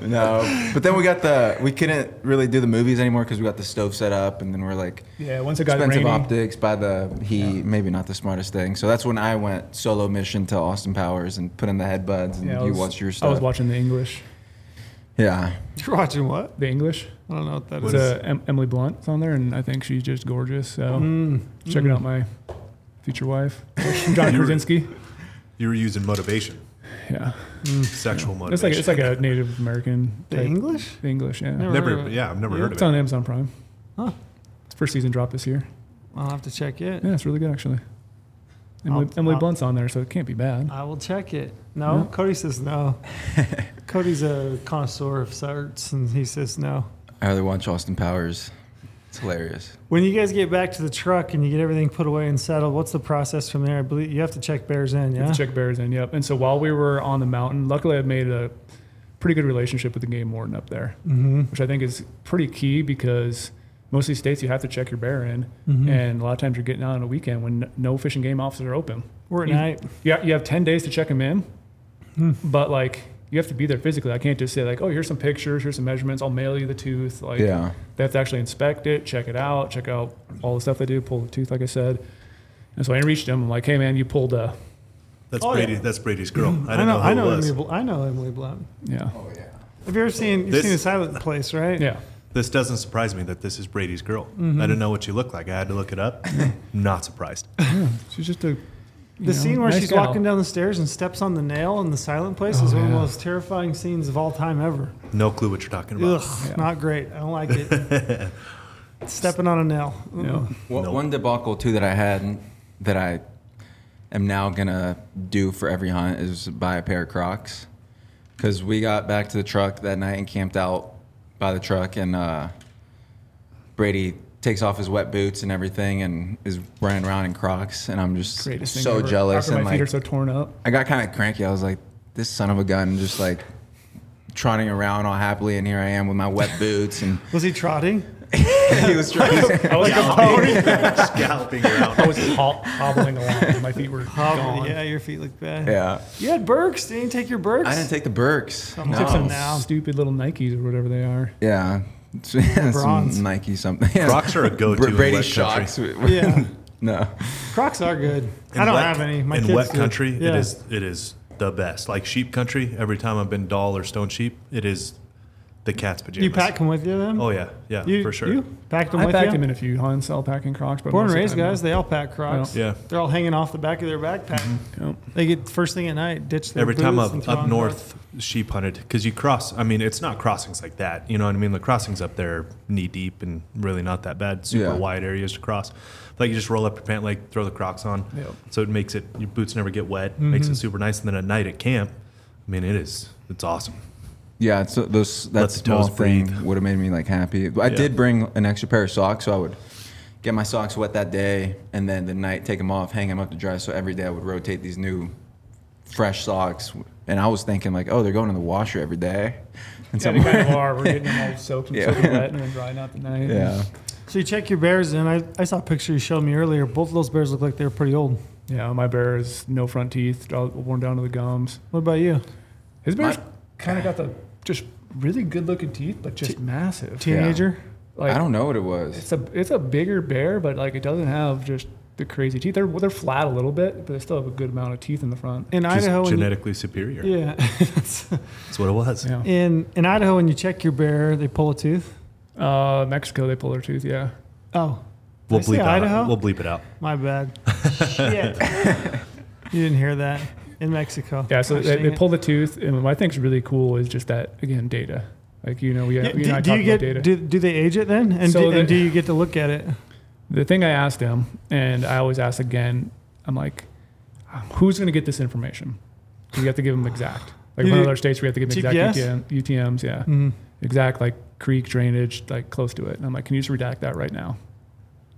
Speaker 3: No, but then we got the we couldn't really do the movies anymore because we got the stove set up, and then we're like
Speaker 2: Yeah. Once it got
Speaker 3: expensive
Speaker 2: rainy.
Speaker 3: optics by the he maybe not the smartest thing. So that's when I went solo mission to Austin Powers and put in the headbuds, and
Speaker 2: Yeah, I
Speaker 3: you
Speaker 2: was-
Speaker 3: watched your
Speaker 2: I
Speaker 3: stuff.
Speaker 2: was watching the English.
Speaker 3: yeah,
Speaker 1: You're watching what?
Speaker 2: The English.
Speaker 1: I don't know what that
Speaker 4: What
Speaker 1: is.
Speaker 2: It's, uh, em- Emily Blunt's on there, and I think she's just gorgeous. So
Speaker 1: Mm-hmm.
Speaker 2: checking uh, out my future wife, John
Speaker 4: You're-
Speaker 2: Krasinski.
Speaker 4: You were using motivation,
Speaker 2: Yeah,
Speaker 1: Mm-hmm.
Speaker 4: sexual motivation.
Speaker 2: it's like it's like a Native American.
Speaker 1: The English?
Speaker 2: The English, yeah.
Speaker 1: Never heard of
Speaker 4: never.
Speaker 1: it.
Speaker 4: Yeah, I've never
Speaker 1: Yeah.
Speaker 4: heard
Speaker 2: It's
Speaker 4: of
Speaker 2: on
Speaker 4: it.
Speaker 2: Amazon Prime.
Speaker 1: Huh.
Speaker 2: It's first season drop this year.
Speaker 1: I'll have to check it.
Speaker 2: Yeah, it's really good actually. Emily,
Speaker 1: I'll-
Speaker 2: Emily
Speaker 1: I'll-
Speaker 2: Blunt's on there, so it can't be bad.
Speaker 1: I will check it. No,
Speaker 2: No?
Speaker 1: Cody says no. Cody's a connoisseur of certs, and he says no.
Speaker 3: I rather watch Austin Powers. It's hilarious.
Speaker 1: When you guys get back to the truck and you get everything put away and settled, what's the process from there? I believe you have to check bears in,
Speaker 2: Yeah.
Speaker 1: yeah.
Speaker 2: Let's check bears in. Yep. And so while we were on the mountain, luckily I made a pretty good relationship with the game warden up there,
Speaker 1: Mm-hmm.
Speaker 2: which I think is pretty key because most of these states you have to check your bear in,
Speaker 1: Mm-hmm.
Speaker 2: and a lot of times you're getting out on a weekend when n- no fish and game offices are open.
Speaker 1: We're at
Speaker 2: You-
Speaker 1: night. Hmm.
Speaker 2: Yeah, you have ten days to check them in, but like you have to be there physically. I can't just say like, oh, here's some pictures, here's some measurements. I'll mail you the tooth. Like,
Speaker 3: Yeah.
Speaker 2: they have to actually inspect it, check it out, check out all the stuff they do, pull the tooth, like I said. And so I reached him. I'm like, hey man, you pulled a
Speaker 4: That's
Speaker 1: Oh,
Speaker 4: Brady.
Speaker 1: yeah.
Speaker 4: That's Brady's girl. I
Speaker 1: I
Speaker 4: don't
Speaker 1: know,
Speaker 4: know, who
Speaker 1: I know
Speaker 4: it was.
Speaker 1: Emily. Bl- I know Emily Blunt.
Speaker 2: yeah,
Speaker 1: Have you ever seen you've
Speaker 4: This-
Speaker 1: seen a silent place, right?
Speaker 2: Oh. yeah.
Speaker 4: This doesn't surprise me that this is Brady's girl. I didn't know what you looked like. I had to look it up. Not surprised.
Speaker 2: She's just a you
Speaker 1: The
Speaker 2: know,
Speaker 1: scene where
Speaker 2: nice
Speaker 1: she's
Speaker 2: gal.
Speaker 1: walking down the stairs and steps on the nail in the silent place is
Speaker 2: Oh,
Speaker 1: one of the
Speaker 2: yeah.
Speaker 1: most terrifying scenes of all time ever.
Speaker 4: No clue what you're talking about.
Speaker 1: Ugh, not great. I don't like it. Stepping on a nail.
Speaker 2: Yeah.
Speaker 3: One, one debacle too that I had that I am now gonna do for every hunt is buy a pair of Crocs because we got back to the truck that night and camped out by the truck and uh, Brady takes off his wet boots and everything and is running around in Crocs and I'm just
Speaker 2: Greatest thing
Speaker 3: so
Speaker 2: ever.
Speaker 3: jealous
Speaker 2: After
Speaker 3: and
Speaker 2: my feet
Speaker 3: like
Speaker 2: are so torn up.
Speaker 3: I got kind of cranky. I was like, this son of a gun just like trotting around all happily and here I am with my wet boots and
Speaker 1: Was he trotting?
Speaker 3: he was trying to,
Speaker 2: "Oh,
Speaker 4: Galloping around.
Speaker 2: I was ho- hobbling along. My feet were
Speaker 1: Oh,
Speaker 2: gone.
Speaker 1: yeah, your feet look bad.
Speaker 3: yeah.
Speaker 1: You had Burks. Didn't you take your Burks?
Speaker 3: I didn't take the Burks.
Speaker 1: Come
Speaker 3: no.
Speaker 1: on
Speaker 2: Some
Speaker 1: now.
Speaker 2: stupid little Nikes or whatever they are.
Speaker 3: Yeah. Some
Speaker 1: Bronze.
Speaker 3: Nike something. Yeah.
Speaker 4: Crocs are a go-to in
Speaker 3: Brady
Speaker 4: wet country.
Speaker 3: shocks.
Speaker 1: Yeah.
Speaker 3: no.
Speaker 1: Crocs are good.
Speaker 4: In
Speaker 1: I don't
Speaker 4: wet-
Speaker 1: have any. My
Speaker 4: in
Speaker 1: kids
Speaker 4: wet
Speaker 1: do.
Speaker 4: country,
Speaker 1: Yeah.
Speaker 4: it is it is the best. Like sheep country, every time I've been doll or stone sheep, it is the cat's pajamas.
Speaker 1: You pack them with you then?
Speaker 4: Oh yeah, yeah,
Speaker 1: you,
Speaker 4: for sure.
Speaker 1: You packed them
Speaker 2: I
Speaker 1: with
Speaker 2: packed
Speaker 1: you?
Speaker 2: them in a few hunts. I'll pack in Crocs, but
Speaker 1: Born and
Speaker 2: most of the
Speaker 1: raised
Speaker 2: time,
Speaker 1: guys, they all pack Crocs.
Speaker 4: Yeah. Mm-hmm.
Speaker 1: They're all hanging off the back of their backpack.
Speaker 2: Yep.
Speaker 1: They get first thing at night, ditch their
Speaker 4: Every time
Speaker 1: boots
Speaker 4: I've
Speaker 1: and throw
Speaker 4: up
Speaker 1: on
Speaker 4: north sheep hunted, because you cross, I mean, it's not crossings like that. You know what I mean? The crossings up there are knee deep and really not that bad, super
Speaker 3: Yeah.
Speaker 4: wide areas to cross. Like you just roll up your pant leg, throw the crocs on.
Speaker 2: Yep.
Speaker 4: So it makes it, your boots never get wet,
Speaker 1: Mm-hmm.
Speaker 4: makes it super nice. And then at night at camp, I mean, it is, it's awesome.
Speaker 3: Yeah, it's those
Speaker 4: Let
Speaker 3: that
Speaker 4: the
Speaker 3: small
Speaker 4: toes
Speaker 3: thing
Speaker 4: breathe.
Speaker 3: would have made me like happy. I did bring an extra pair of socks, so I would get my socks wet that day, and then the night take them off, hang them up to dry. So every day I would rotate these new, fresh socks. And I was thinking like, oh, they're going in the washer every day. And
Speaker 2: Yeah,
Speaker 3: so
Speaker 2: they kind of are. We're getting them all soaked and
Speaker 3: Yeah.
Speaker 2: soaking wet and then drying up at night.
Speaker 3: yeah,
Speaker 1: So you check your bears in. I, I saw a picture you showed me earlier. Both of those bears look like they were pretty old.
Speaker 2: Yeah, my bear is no front teeth, all worn down to the gums.
Speaker 1: What about you?
Speaker 2: His bear's
Speaker 3: My-
Speaker 2: kind of got the just really good looking teeth, but just massive.
Speaker 1: Teenager?
Speaker 2: Like,
Speaker 3: I don't know what it was.
Speaker 2: It's a it's a bigger bear, but like it doesn't have just the crazy teeth. They're they're flat a little bit, but they still have a good amount of teeth in the front.
Speaker 1: In
Speaker 4: Just
Speaker 1: Idaho. when you-
Speaker 4: genetically superior.
Speaker 1: yeah. That's-
Speaker 4: That's what it was.
Speaker 2: Yeah.
Speaker 1: in, in Idaho, when you check your bear, they pull a tooth.
Speaker 2: Uh, Mexico, they pull their tooth. Yeah.
Speaker 1: Oh,
Speaker 4: We'll
Speaker 1: I see
Speaker 4: bleep,
Speaker 1: Idaho.
Speaker 4: out, we'll bleep it out.
Speaker 1: my bad. Shit. you didn't hear that. In Mexico.
Speaker 2: Yeah. So
Speaker 1: Gosh,
Speaker 2: they,
Speaker 1: dang
Speaker 2: they
Speaker 1: it.
Speaker 2: pull the tooth, and what I think's really cool is just that again data. Like you know, we,
Speaker 1: Yeah,
Speaker 2: we and I
Speaker 1: do, do
Speaker 2: talk
Speaker 1: you get
Speaker 2: about data.
Speaker 1: do, do they age it then and,
Speaker 2: So
Speaker 1: do, and
Speaker 2: the-
Speaker 1: do you get to look at it
Speaker 2: the thing I asked him, and I always ask again, I'm like, who's going to get this information? 'Cause You have to give them exact. Like
Speaker 1: You
Speaker 2: one of
Speaker 1: do-
Speaker 2: our states, we have to give them exact
Speaker 1: GPS?
Speaker 2: UTM, UTMs. Yeah.
Speaker 1: Mm-hmm.
Speaker 2: Exact, like creek drainage, like close to it. And I'm like, can you just redact that right now?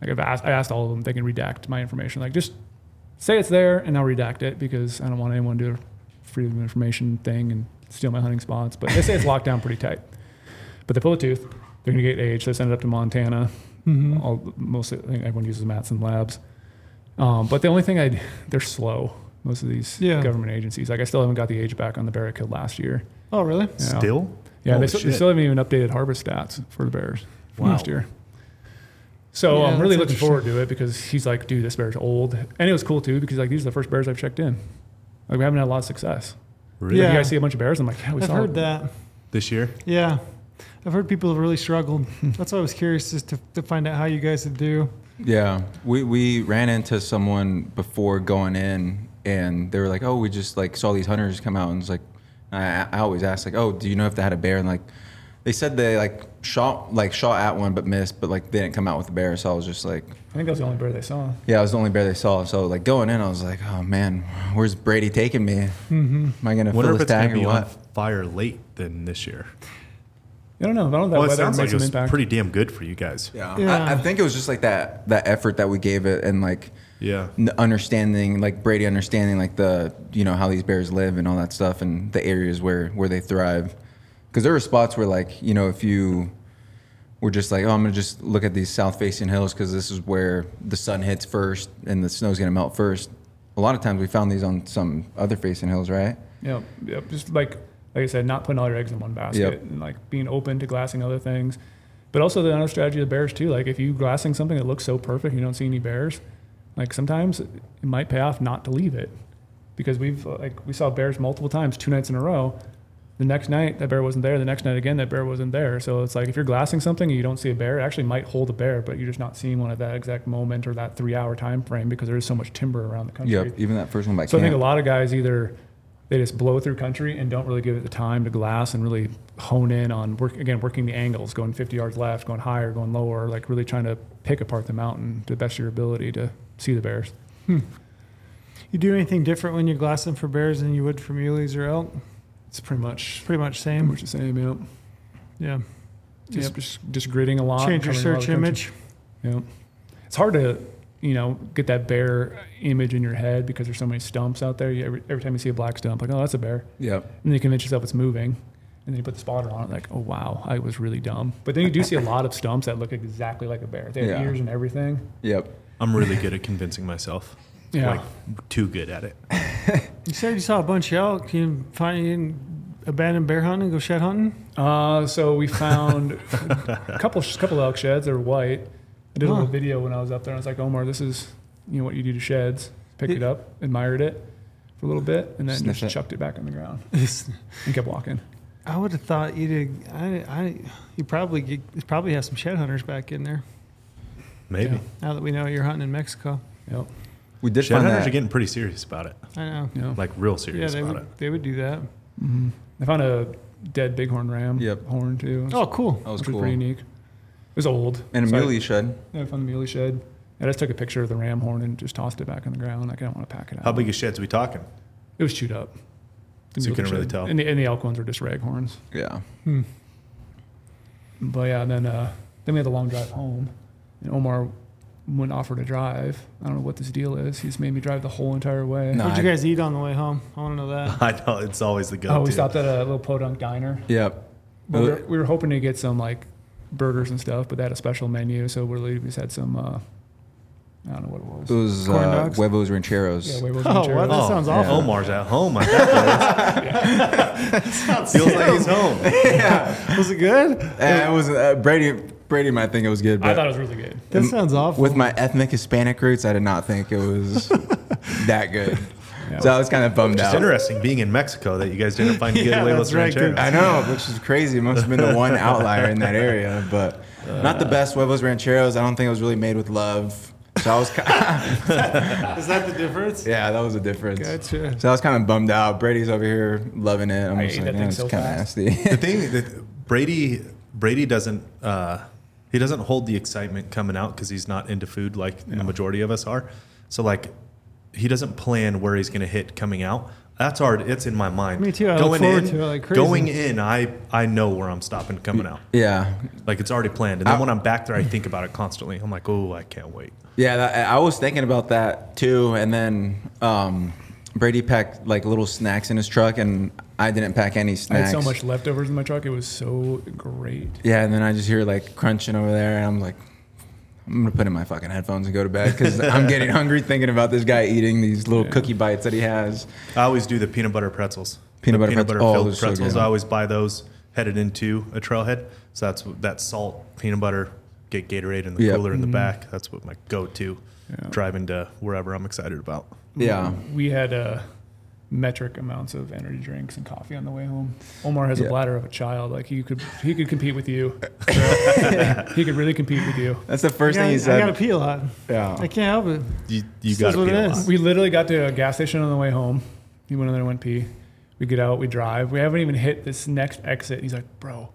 Speaker 2: Like I've asked, I asked all of them, they can redact my information. Like just say it's there and I'll redact it because I don't want anyone to do a freedom of information thing and steal my hunting spots. But they say it's locked down pretty tight. But they pull a tooth, they're going to get age. They send it up to Montana.
Speaker 1: Mm-hmm.
Speaker 2: All, mostly, I think everyone uses Matson Labs. Um, but the only thing I, they're slow. Most of these
Speaker 1: Yeah.
Speaker 2: government agencies. Like I still haven't got the age back on the bear I killed last year.
Speaker 1: oh really
Speaker 2: Yeah.
Speaker 4: Still?
Speaker 2: Yeah, they,
Speaker 4: Holy
Speaker 2: still, they
Speaker 4: shit.
Speaker 2: still haven't even updated harvest stats for the Bears from last
Speaker 4: Wow.
Speaker 2: year. So
Speaker 1: Yeah,
Speaker 2: I'm really
Speaker 1: that's
Speaker 2: looking forward to it because he's like, dude, this bear's old. And it was cool too because like these are the first bears I've checked in. Like we haven't had a lot of success.
Speaker 4: Really?
Speaker 2: Like,
Speaker 1: Yeah.
Speaker 2: you guys see a bunch of bears. I'm like, yeah, we
Speaker 1: i've
Speaker 2: saw
Speaker 1: heard that
Speaker 4: This year?
Speaker 1: yeah i've heard people have really struggled that's why i was curious just to, to find out how you guys would do
Speaker 3: Yeah, we we ran into someone before going in, and they were like, "Oh, we just like saw these hunters come out," and it's like, I, I always ask like, "Oh, do you know if they had a bear?" And like, they said they like shot like shot at one but missed, but like they didn't come out with a bear, so I was just like,
Speaker 2: I think that was the only bear they saw.
Speaker 3: "Yeah, I was the only bear they saw." So like going in, I was like, "Oh man, where's Brady taking me? Am I gonna
Speaker 4: Mm-hmm. Wonder
Speaker 3: fill
Speaker 4: if
Speaker 3: this
Speaker 4: it's going
Speaker 3: tag
Speaker 4: to
Speaker 3: or
Speaker 4: be on
Speaker 3: what?"
Speaker 4: fire late than this year.
Speaker 2: I don't know. I don't know if that
Speaker 4: Well, it
Speaker 2: weather
Speaker 4: sounds
Speaker 2: made
Speaker 4: like it
Speaker 2: some
Speaker 4: was
Speaker 2: impact.
Speaker 4: pretty damn good for you guys.
Speaker 3: Yeah,
Speaker 1: Yeah.
Speaker 3: I, I think it was just like that that effort that we gave it, and like.
Speaker 4: Yeah.
Speaker 3: n- understanding like Brady understanding like the you know how these bears live and all that stuff and the areas where where they thrive because there were spots where like you know if you were just like oh I'm gonna just look at these south facing hills because this is where the sun hits first and the snow's gonna melt first a lot of times we found these on some other facing hills right
Speaker 2: Yeah, yeah, just like like I said, not putting all your eggs in one basket
Speaker 3: Yep.
Speaker 2: and like being open to glassing other things. But also the other strategy of the bears too. Like if you glassing something that looks so perfect, you don't see any bears. Like sometimes it might pay off not to leave it, because we've like we saw bears multiple times, two nights in a row. The next night that bear wasn't there. The next night again that bear wasn't there. So it's like if you're glassing something and you don't see a bear, it actually might hold a bear, but you're just not seeing one at that exact moment or that three hour time frame because there is so much timber around the country.
Speaker 3: Yep. Even that first one by
Speaker 2: So I think a
Speaker 3: camp.
Speaker 2: lot of guys either they just blow through country and don't really give it the time to glass and really hone in on work again working the angles, going 50 yards left, going higher, going lower, like really trying to pick apart the mountain to the best of your ability to see the bears.
Speaker 1: You do anything different when you're glassing for bears than you would for muleys or elk?
Speaker 2: It's pretty much
Speaker 1: Pretty much
Speaker 2: pretty
Speaker 1: same.
Speaker 2: much the same. Yeah,
Speaker 1: Yeah. Just
Speaker 2: just just, just gritting a lot.
Speaker 1: change your
Speaker 2: covering a lot of
Speaker 1: search
Speaker 2: country.
Speaker 1: image.
Speaker 2: Yeah. It's hard to, you know, get that bear image in your head because there's so many stumps out there. You, every, every time you see a black stump, like, oh, that's a bear.
Speaker 3: Yep.
Speaker 2: And then you convince yourself it's moving. And then you put the spotter on it, like, oh, wow, I was really dumb. But then you do see a lot of stumps that look exactly like a bear. They have
Speaker 3: Yeah.
Speaker 2: ears and everything.
Speaker 3: Yep.
Speaker 4: I'm really good at convincing myself.
Speaker 2: Yeah.
Speaker 4: Like too good at it.
Speaker 1: You said you saw a bunch of elk. You didn't find you didn't abandon bear hunting, go shed hunting.
Speaker 2: Uh, so we found a couple couple elk sheds. They're white. I did a little
Speaker 1: Huh.
Speaker 2: video when I was up there, and I was like, Omar, this is you know what you do to sheds. Picked it up, admired it for a little bit, and then
Speaker 3: Sniff
Speaker 2: just
Speaker 3: it.
Speaker 2: chucked it back on the ground and kept walking.
Speaker 1: I would have thought you did. I, I you probably get, you probably have some shed hunters back in there
Speaker 4: Maybe.
Speaker 2: Yeah.
Speaker 1: now that we know you're hunting in Mexico.
Speaker 2: Yep.
Speaker 3: We did
Speaker 4: Shed
Speaker 3: find
Speaker 4: hunters
Speaker 3: that.
Speaker 4: are getting pretty serious about it.
Speaker 1: I know.
Speaker 2: Yeah.
Speaker 4: Like real
Speaker 1: Yeah,
Speaker 4: serious
Speaker 1: they
Speaker 4: about
Speaker 1: would, they would do that.
Speaker 2: I found a dead bighorn ram
Speaker 3: Yep.
Speaker 2: horn too.
Speaker 1: Oh, cool.
Speaker 3: That was
Speaker 2: which
Speaker 3: cool.
Speaker 2: pretty unique. It was old.
Speaker 3: And a
Speaker 2: so I-
Speaker 3: muley shed.
Speaker 2: Yeah, from the muley shed. I just took a picture of the ram horn and just tossed it back on the ground. Like I don't want to pack it
Speaker 4: it.
Speaker 2: out.
Speaker 4: How big a sheds we talking?
Speaker 2: It was chewed up. The
Speaker 4: So you
Speaker 2: muley
Speaker 4: couldn't really
Speaker 2: shed.
Speaker 4: tell?
Speaker 2: And the, and the elk ones are just rag horns.
Speaker 3: Yeah.
Speaker 1: Hmm.
Speaker 2: But yeah, and then uh, then we had the long drive home, and Omar wouldn't offer to drive. I don't know what this deal is. He's made me drive the whole entire way.
Speaker 3: No.
Speaker 1: What'd you
Speaker 3: I-
Speaker 1: guys eat on the way home? I want to know that.
Speaker 4: I know it's always the go-to.
Speaker 2: Oh, we stopped at a little podunk diner.
Speaker 3: Yep.
Speaker 2: But
Speaker 4: Uh,
Speaker 2: we, were, we were hoping to get some like burgers and stuff, but they had a special menu, so we're we just had some. Uh, I don't know what it was.
Speaker 3: It was
Speaker 1: Corn
Speaker 3: uh,
Speaker 1: dogs?
Speaker 3: huevos rancheros.
Speaker 2: yeah, Wayward
Speaker 1: Oh,
Speaker 2: Rancheros.
Speaker 1: what? That sounds awful.
Speaker 4: Omar's at home. I thought Feels like he's home.
Speaker 1: Was it good?
Speaker 3: Eh, it was uh, Brady. Brady might think it was good, but
Speaker 2: I thought it was really good.
Speaker 1: That sounds awful.
Speaker 3: with my ethnic Hispanic roots, I did not think it was that good. so I was kind of bummed
Speaker 4: It's
Speaker 3: out.
Speaker 4: interesting being in Mexico that you guys didn't find good
Speaker 1: Yeah,
Speaker 4: yeah,
Speaker 1: that's right, dude.
Speaker 3: I know, which is crazy. It must have been the one outlier in that area, but
Speaker 2: Uh,
Speaker 3: not the best huevos rancheros. I don't think it was really made with love. So I was, ki-
Speaker 1: Is that the difference?
Speaker 3: yeah, that was a difference.
Speaker 1: Gotcha.
Speaker 3: So I was kind of bummed out. Brady's over here loving it. I'm
Speaker 2: I
Speaker 3: just
Speaker 2: ate that
Speaker 3: like, yeah,
Speaker 2: thing
Speaker 3: it's
Speaker 2: so
Speaker 3: kind of
Speaker 2: fast."
Speaker 3: nasty.
Speaker 4: The thing that Brady Brady doesn't uh, he doesn't hold the excitement coming out because he's not into food like the majority of us are. So like he doesn't plan where he's gonna hit coming out. That's hard. It's in my mind.
Speaker 1: Me too. I look forward
Speaker 4: in,
Speaker 1: to it like crazy.
Speaker 4: going in, I I know where I'm stopping coming out.
Speaker 3: yeah,
Speaker 4: Like it's already planned. And then
Speaker 3: I-
Speaker 4: when I'm back there, I think about it constantly. I'm like, oh, I can't wait.
Speaker 3: Yeah, that, I was thinking about that too, and then um, Brady packed like little snacks in his truck, and I didn't pack any
Speaker 2: I had
Speaker 3: snacks.
Speaker 2: so much leftovers in my truck. It was so great.
Speaker 3: Yeah, and then I just hear like crunching over there, and I'm like, I'm gonna put in my fucking headphones and go to bed because I'm getting hungry thinking about this guy eating these little cookie bites that he has.
Speaker 4: I always do the peanut butter pretzels.
Speaker 3: Peanut
Speaker 4: The
Speaker 3: butter pretzel- oh,
Speaker 4: filled
Speaker 3: those are so
Speaker 4: pretzels.
Speaker 3: good.
Speaker 4: I always buy those headed into a trailhead. So that's that salt, peanut butter, get Gatorade in the
Speaker 3: Yep. Mm-hmm.
Speaker 4: cooler in the back. That's what my go-to driving to wherever I'm excited about.
Speaker 3: Yeah,
Speaker 2: We had uh, metric amounts of energy drinks and coffee on the way home. Omar has
Speaker 3: Yeah.
Speaker 2: a bladder of a child. Like he could, he could compete with you. he could really compete with you.
Speaker 3: that's the first
Speaker 1: I,
Speaker 3: thing he
Speaker 1: gotta- I gotta
Speaker 3: said.
Speaker 1: pee a lot. I
Speaker 3: Yeah,
Speaker 1: can't help it.
Speaker 4: You, you
Speaker 1: This
Speaker 4: got
Speaker 1: is
Speaker 4: to
Speaker 1: what
Speaker 4: be
Speaker 1: it
Speaker 4: a
Speaker 1: is.
Speaker 4: lot.
Speaker 2: We literally got to a gas station on the way home. He went in there and went pee. We get out, we drive. We haven't even hit this next exit. He's like, bro,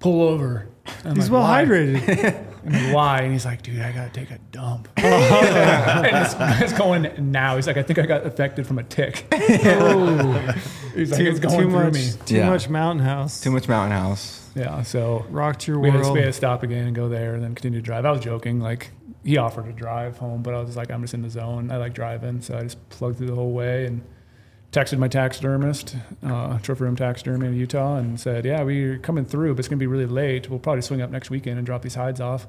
Speaker 2: pull over. I'm
Speaker 1: He's
Speaker 2: like,
Speaker 1: well
Speaker 2: "Why?"
Speaker 1: hydrated.
Speaker 2: I'm like, why? And he's like, dude, I gotta take a dump. and it's, it's going now. He's like, I think I got affected from a tick. he's like, it's going
Speaker 1: too
Speaker 2: through
Speaker 1: much,
Speaker 2: me.
Speaker 1: too
Speaker 3: Yeah.
Speaker 1: much mountain house.
Speaker 3: too much Mountain House.
Speaker 2: Yeah, so
Speaker 1: rocked your
Speaker 2: we had, to,
Speaker 1: world.
Speaker 2: we had to stop again and go there and then continue to drive. I was joking, like he offered to drive home, but I was like, I'm just in the zone. I like driving, so I just plugged through the whole way and texted my taxidermist, uh, Trophy Room Taxidermy in Utah, and said, "Yeah, we're coming through, but it's gonna be really late. We'll probably swing up next weekend and drop these hides off."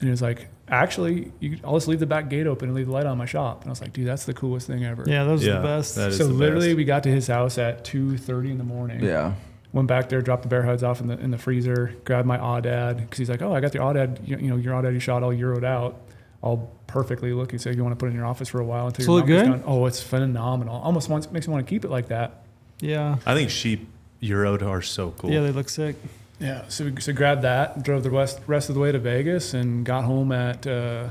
Speaker 2: And he was like, actually, you, I'll just leave the back gate open and leave the light on in my shop. And I was like, dude, that's the coolest thing ever.
Speaker 1: Yeah, those are
Speaker 4: Yeah,
Speaker 1: the best.
Speaker 4: that is-
Speaker 2: So
Speaker 4: the
Speaker 2: literally,
Speaker 4: best.
Speaker 2: we got to his house at two thirty in the morning.
Speaker 3: Yeah.
Speaker 2: Went back there, dropped the bear hides off in the in the freezer. Grabbed my Audad because he's like, "Oh, I got the Audad. You, you know, your Audad you shot all euroed out, all perfectly looking. So if you want to put it in your office for a while until
Speaker 1: Does it
Speaker 2: your
Speaker 1: look
Speaker 2: numbers
Speaker 1: good?
Speaker 2: done. Oh, it's phenomenal. Almost wants, makes me want to keep it like that.
Speaker 1: yeah.
Speaker 4: I think sheep Euroed are so cool.
Speaker 1: Yeah, they look sick.
Speaker 2: Yeah. So we, so grabbed that, drove the west, rest of the way to Vegas, and got home at uh,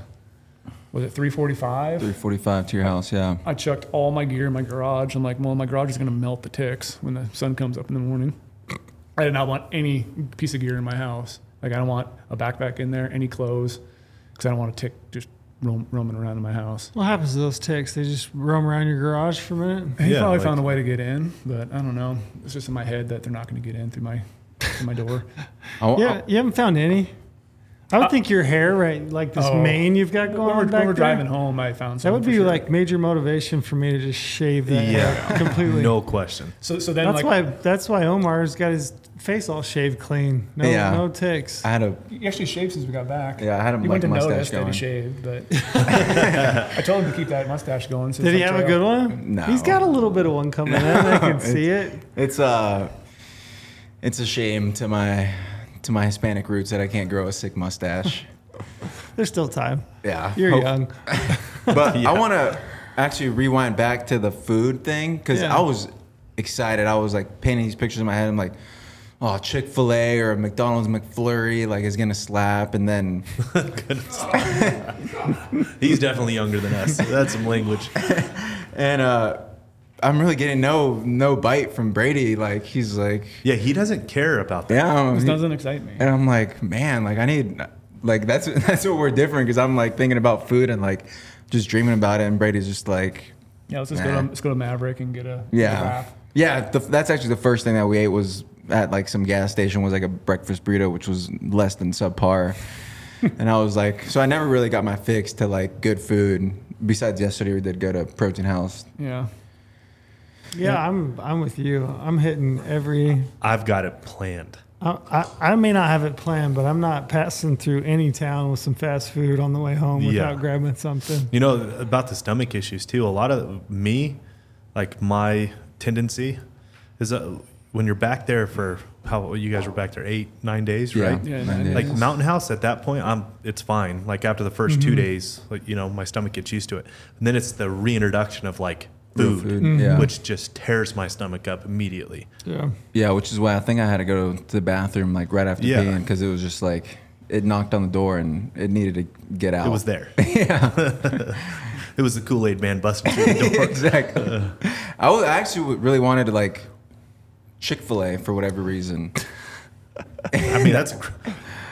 Speaker 2: was it three forty five.
Speaker 3: 345 to your house. Yeah.
Speaker 2: I chucked all my gear in my garage. I'm like, well, my garage is going to melt the ticks when the sun comes up in the morning. I did not want any piece of gear in my house. Like, I don't want a backpack in there, any clothes, because I don't want a tick just roam, roaming around in my house.
Speaker 1: What happens to those ticks? They just roam around your garage for a minute.
Speaker 2: He
Speaker 4: Yeah,
Speaker 2: probably
Speaker 4: like-
Speaker 2: found a way to get in, but I don't know. It's just in my head that they're not going to get in through my through my door.
Speaker 3: I, wa-
Speaker 1: Yeah, you haven't found any. I would think your hair, right, like this
Speaker 2: Oh.
Speaker 1: mane you've got
Speaker 2: when
Speaker 1: going
Speaker 2: we're,
Speaker 1: on
Speaker 2: when
Speaker 1: back
Speaker 2: we're
Speaker 1: there.
Speaker 2: driving home, I found
Speaker 1: That
Speaker 2: some
Speaker 1: would
Speaker 2: for
Speaker 1: be
Speaker 2: sure.
Speaker 1: like major motivation for me to just shave that
Speaker 4: Yeah.
Speaker 1: hair completely.
Speaker 4: No question.
Speaker 2: so. So then,
Speaker 1: That's
Speaker 2: like,
Speaker 1: why that's why Omar's got his face all shaved clean. No
Speaker 3: Yeah.
Speaker 1: no ticks.
Speaker 3: I had a
Speaker 2: He actually shaved since we got back.
Speaker 3: Yeah, I had a
Speaker 2: He
Speaker 3: like,
Speaker 2: wouldn't have noticed
Speaker 3: mustache
Speaker 2: that
Speaker 3: going.
Speaker 2: he shaved, but I told him to keep that mustache going. since
Speaker 1: Did he
Speaker 2: I'm
Speaker 1: have a
Speaker 2: trail-
Speaker 1: good one?
Speaker 3: No.
Speaker 1: He's got a little bit of one coming in. I can see it.
Speaker 3: It's uh it's a shame to my to my Hispanic roots that I can't grow a sick mustache.
Speaker 1: There's still time.
Speaker 3: Yeah.
Speaker 1: You're
Speaker 3: Hope-
Speaker 1: young.
Speaker 3: But
Speaker 4: Yeah.
Speaker 3: I want to actually rewind back to the food thing because
Speaker 1: Yeah.
Speaker 3: I was excited. I was like painting these pictures in my head. I'm like, oh, Chick Fil A or McDonald's McFlurry like is gonna slap, and then
Speaker 4: He's definitely younger than us. That's some language.
Speaker 3: and uh, I'm really getting no no bite from Brady. Like he's like,
Speaker 4: Yeah, he doesn't care about that.
Speaker 3: yeah, I'm-
Speaker 2: This doesn't excite me.
Speaker 3: and I'm like, man, like I need like that's that's what we're different because I'm like thinking about food and like just dreaming about it, and Brady's just like,
Speaker 2: Yeah, let's just go
Speaker 3: Nah.
Speaker 2: to let's go to Maverick and get a
Speaker 3: Yeah,
Speaker 2: a wrap.
Speaker 3: yeah. The, that's actually the first thing that we ate was at like some gas station was like a breakfast burrito, which was less than subpar. and I was like, so I never really got my fix to like good food. Besides yesterday, we did go to Protein House.
Speaker 2: Yeah.
Speaker 1: Yeah, I'm I'm with you. I'm hitting every
Speaker 4: I've got it planned.
Speaker 1: I, I, I may not have it planned, but I'm not passing through any town with some fast food on the way home without
Speaker 4: Yeah.
Speaker 1: grabbing something.
Speaker 4: You know about the stomach issues too. A lot of me, like my tendency, is uh, when you're back there for how you guys were back there eight nine days, right?
Speaker 2: Yeah,
Speaker 3: And
Speaker 2: no,
Speaker 3: then-
Speaker 2: yeah.
Speaker 4: Like Mountain House, at that point, I'm it's fine. Like after the 1st
Speaker 1: Mm-hmm.
Speaker 4: two days, like you know, my stomach gets used to it, and then it's the reintroduction of like
Speaker 3: Real
Speaker 4: food,
Speaker 3: food,
Speaker 1: Mm-hmm.
Speaker 3: yeah.
Speaker 4: which just tears my stomach up immediately.
Speaker 1: Yeah.
Speaker 3: yeah, which is why I think I had to go to the bathroom like right after
Speaker 4: Yeah.
Speaker 3: peeing because it was just like it knocked on the door and it needed to get out.
Speaker 4: It was there.
Speaker 3: yeah,
Speaker 4: It was the Kool Aid Man busting through the door.
Speaker 3: exactly. I was, I actually really wanted to like Chick Fil A for whatever reason.
Speaker 4: I mean, that's a, gr-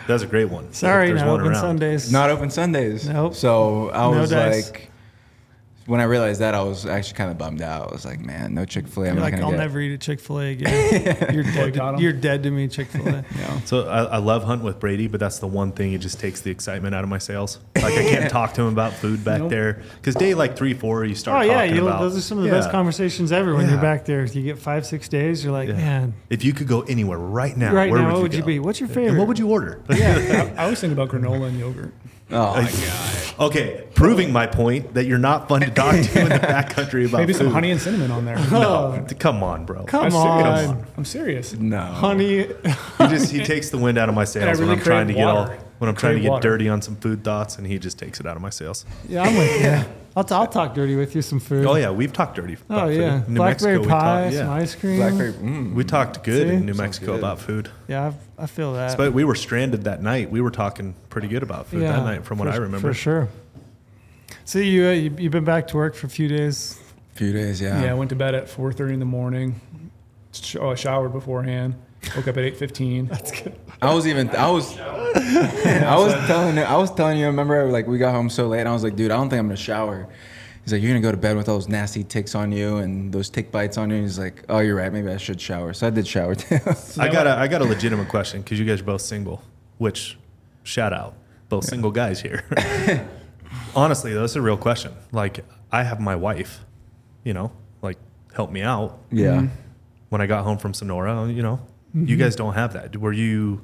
Speaker 4: that's a great one.
Speaker 1: Sorry,
Speaker 4: There's
Speaker 1: not
Speaker 4: one
Speaker 1: open
Speaker 4: around.
Speaker 1: Sundays.
Speaker 3: Not open Sundays.
Speaker 1: Nope.
Speaker 3: So I
Speaker 1: No
Speaker 3: was
Speaker 1: dice.
Speaker 3: like, when I realized that, I was actually kind of bummed out. I was like, man, no Chick Fil A.
Speaker 1: You're
Speaker 3: I'm not
Speaker 1: like,
Speaker 3: gonna
Speaker 1: I'll
Speaker 3: get.
Speaker 1: never eat a Chick fil A again. You're dead,
Speaker 2: Boycott
Speaker 1: to,
Speaker 2: 'em.
Speaker 1: you're dead to me, Chick fil A.
Speaker 2: Yeah.
Speaker 4: So I, I love hunt with Brady, but that's the one thing it just takes the excitement out of my sales. Like I can't talk to him about food back
Speaker 2: Nope.
Speaker 4: there because day like three, four, you
Speaker 1: Oh,
Speaker 4: start.
Speaker 1: yeah.
Speaker 4: talking
Speaker 1: You,
Speaker 4: about,
Speaker 1: those are some of the
Speaker 4: Yeah.
Speaker 1: best conversations ever when
Speaker 4: Yeah.
Speaker 1: you're back there. You get five, six days, you're like,
Speaker 4: Yeah.
Speaker 1: man,
Speaker 4: If you could go anywhere right now,
Speaker 1: right
Speaker 4: where
Speaker 1: now,
Speaker 4: would
Speaker 1: what
Speaker 4: you
Speaker 1: would you
Speaker 4: go?
Speaker 1: be? What's your favorite?
Speaker 4: And what would you order?
Speaker 2: I, I was thinking about granola and yogurt.
Speaker 3: Oh, my
Speaker 4: okay, proving my point that you're not fun to talk to in the backcountry about
Speaker 2: Maybe
Speaker 4: food.
Speaker 2: some honey and cinnamon on there.
Speaker 4: No, come on, bro.
Speaker 1: Oh, Come
Speaker 2: I'm
Speaker 1: on.
Speaker 2: serious. I'm serious.
Speaker 3: no.
Speaker 1: Honey,
Speaker 4: He just he takes the wind out of my sails
Speaker 2: really
Speaker 4: when I'm trying to
Speaker 2: crave
Speaker 4: get all
Speaker 2: water.
Speaker 4: when I'm trying to
Speaker 2: Crave
Speaker 4: get
Speaker 2: water.
Speaker 4: dirty on some food thoughts, and he just takes it out of my sails.
Speaker 1: yeah, I'm with you. I'll, t- I'll talk dirty with you some food.
Speaker 4: Oh yeah, we've talked dirty.
Speaker 1: Oh,
Speaker 4: about food.
Speaker 1: yeah.
Speaker 4: New
Speaker 1: Blackberry
Speaker 4: Mexico, we
Speaker 1: pie,
Speaker 4: talked-
Speaker 1: some
Speaker 4: yeah.
Speaker 1: ice cream.
Speaker 3: Blackberry. Mm.
Speaker 4: We talked good
Speaker 1: See? Uh,
Speaker 4: in New Mexico
Speaker 3: good.
Speaker 4: about food.
Speaker 1: Yeah, I've, I feel that.
Speaker 4: But we were stranded that night. We were talking pretty good about food that night, from what
Speaker 1: for-
Speaker 4: I remember.
Speaker 1: For sure. So you, uh, you you've been back to work for a few days.
Speaker 3: Few days, yeah.
Speaker 2: Yeah, I went to bed at 4:30 in the morning. Sh- oh, I showered beforehand. Woke up at 8:15.
Speaker 3: I was even. I was. I was telling. I was telling you. I remember, like, we got home so late, and I was like, dude, I don't think I'm gonna shower. He's like, you're gonna go to bed with all those nasty ticks on you and those tick bites on you. And he's like, oh, you're right. Maybe I should shower. So I did shower too.
Speaker 4: I got a I got a legitimate question because you guys are both single, which shout out both single guys here. Honestly, though, that's a real question. Like I have my wife, you know, like help me out
Speaker 3: yeah.
Speaker 4: when I got home from Sonora. You know, you guys don't have that. Were you?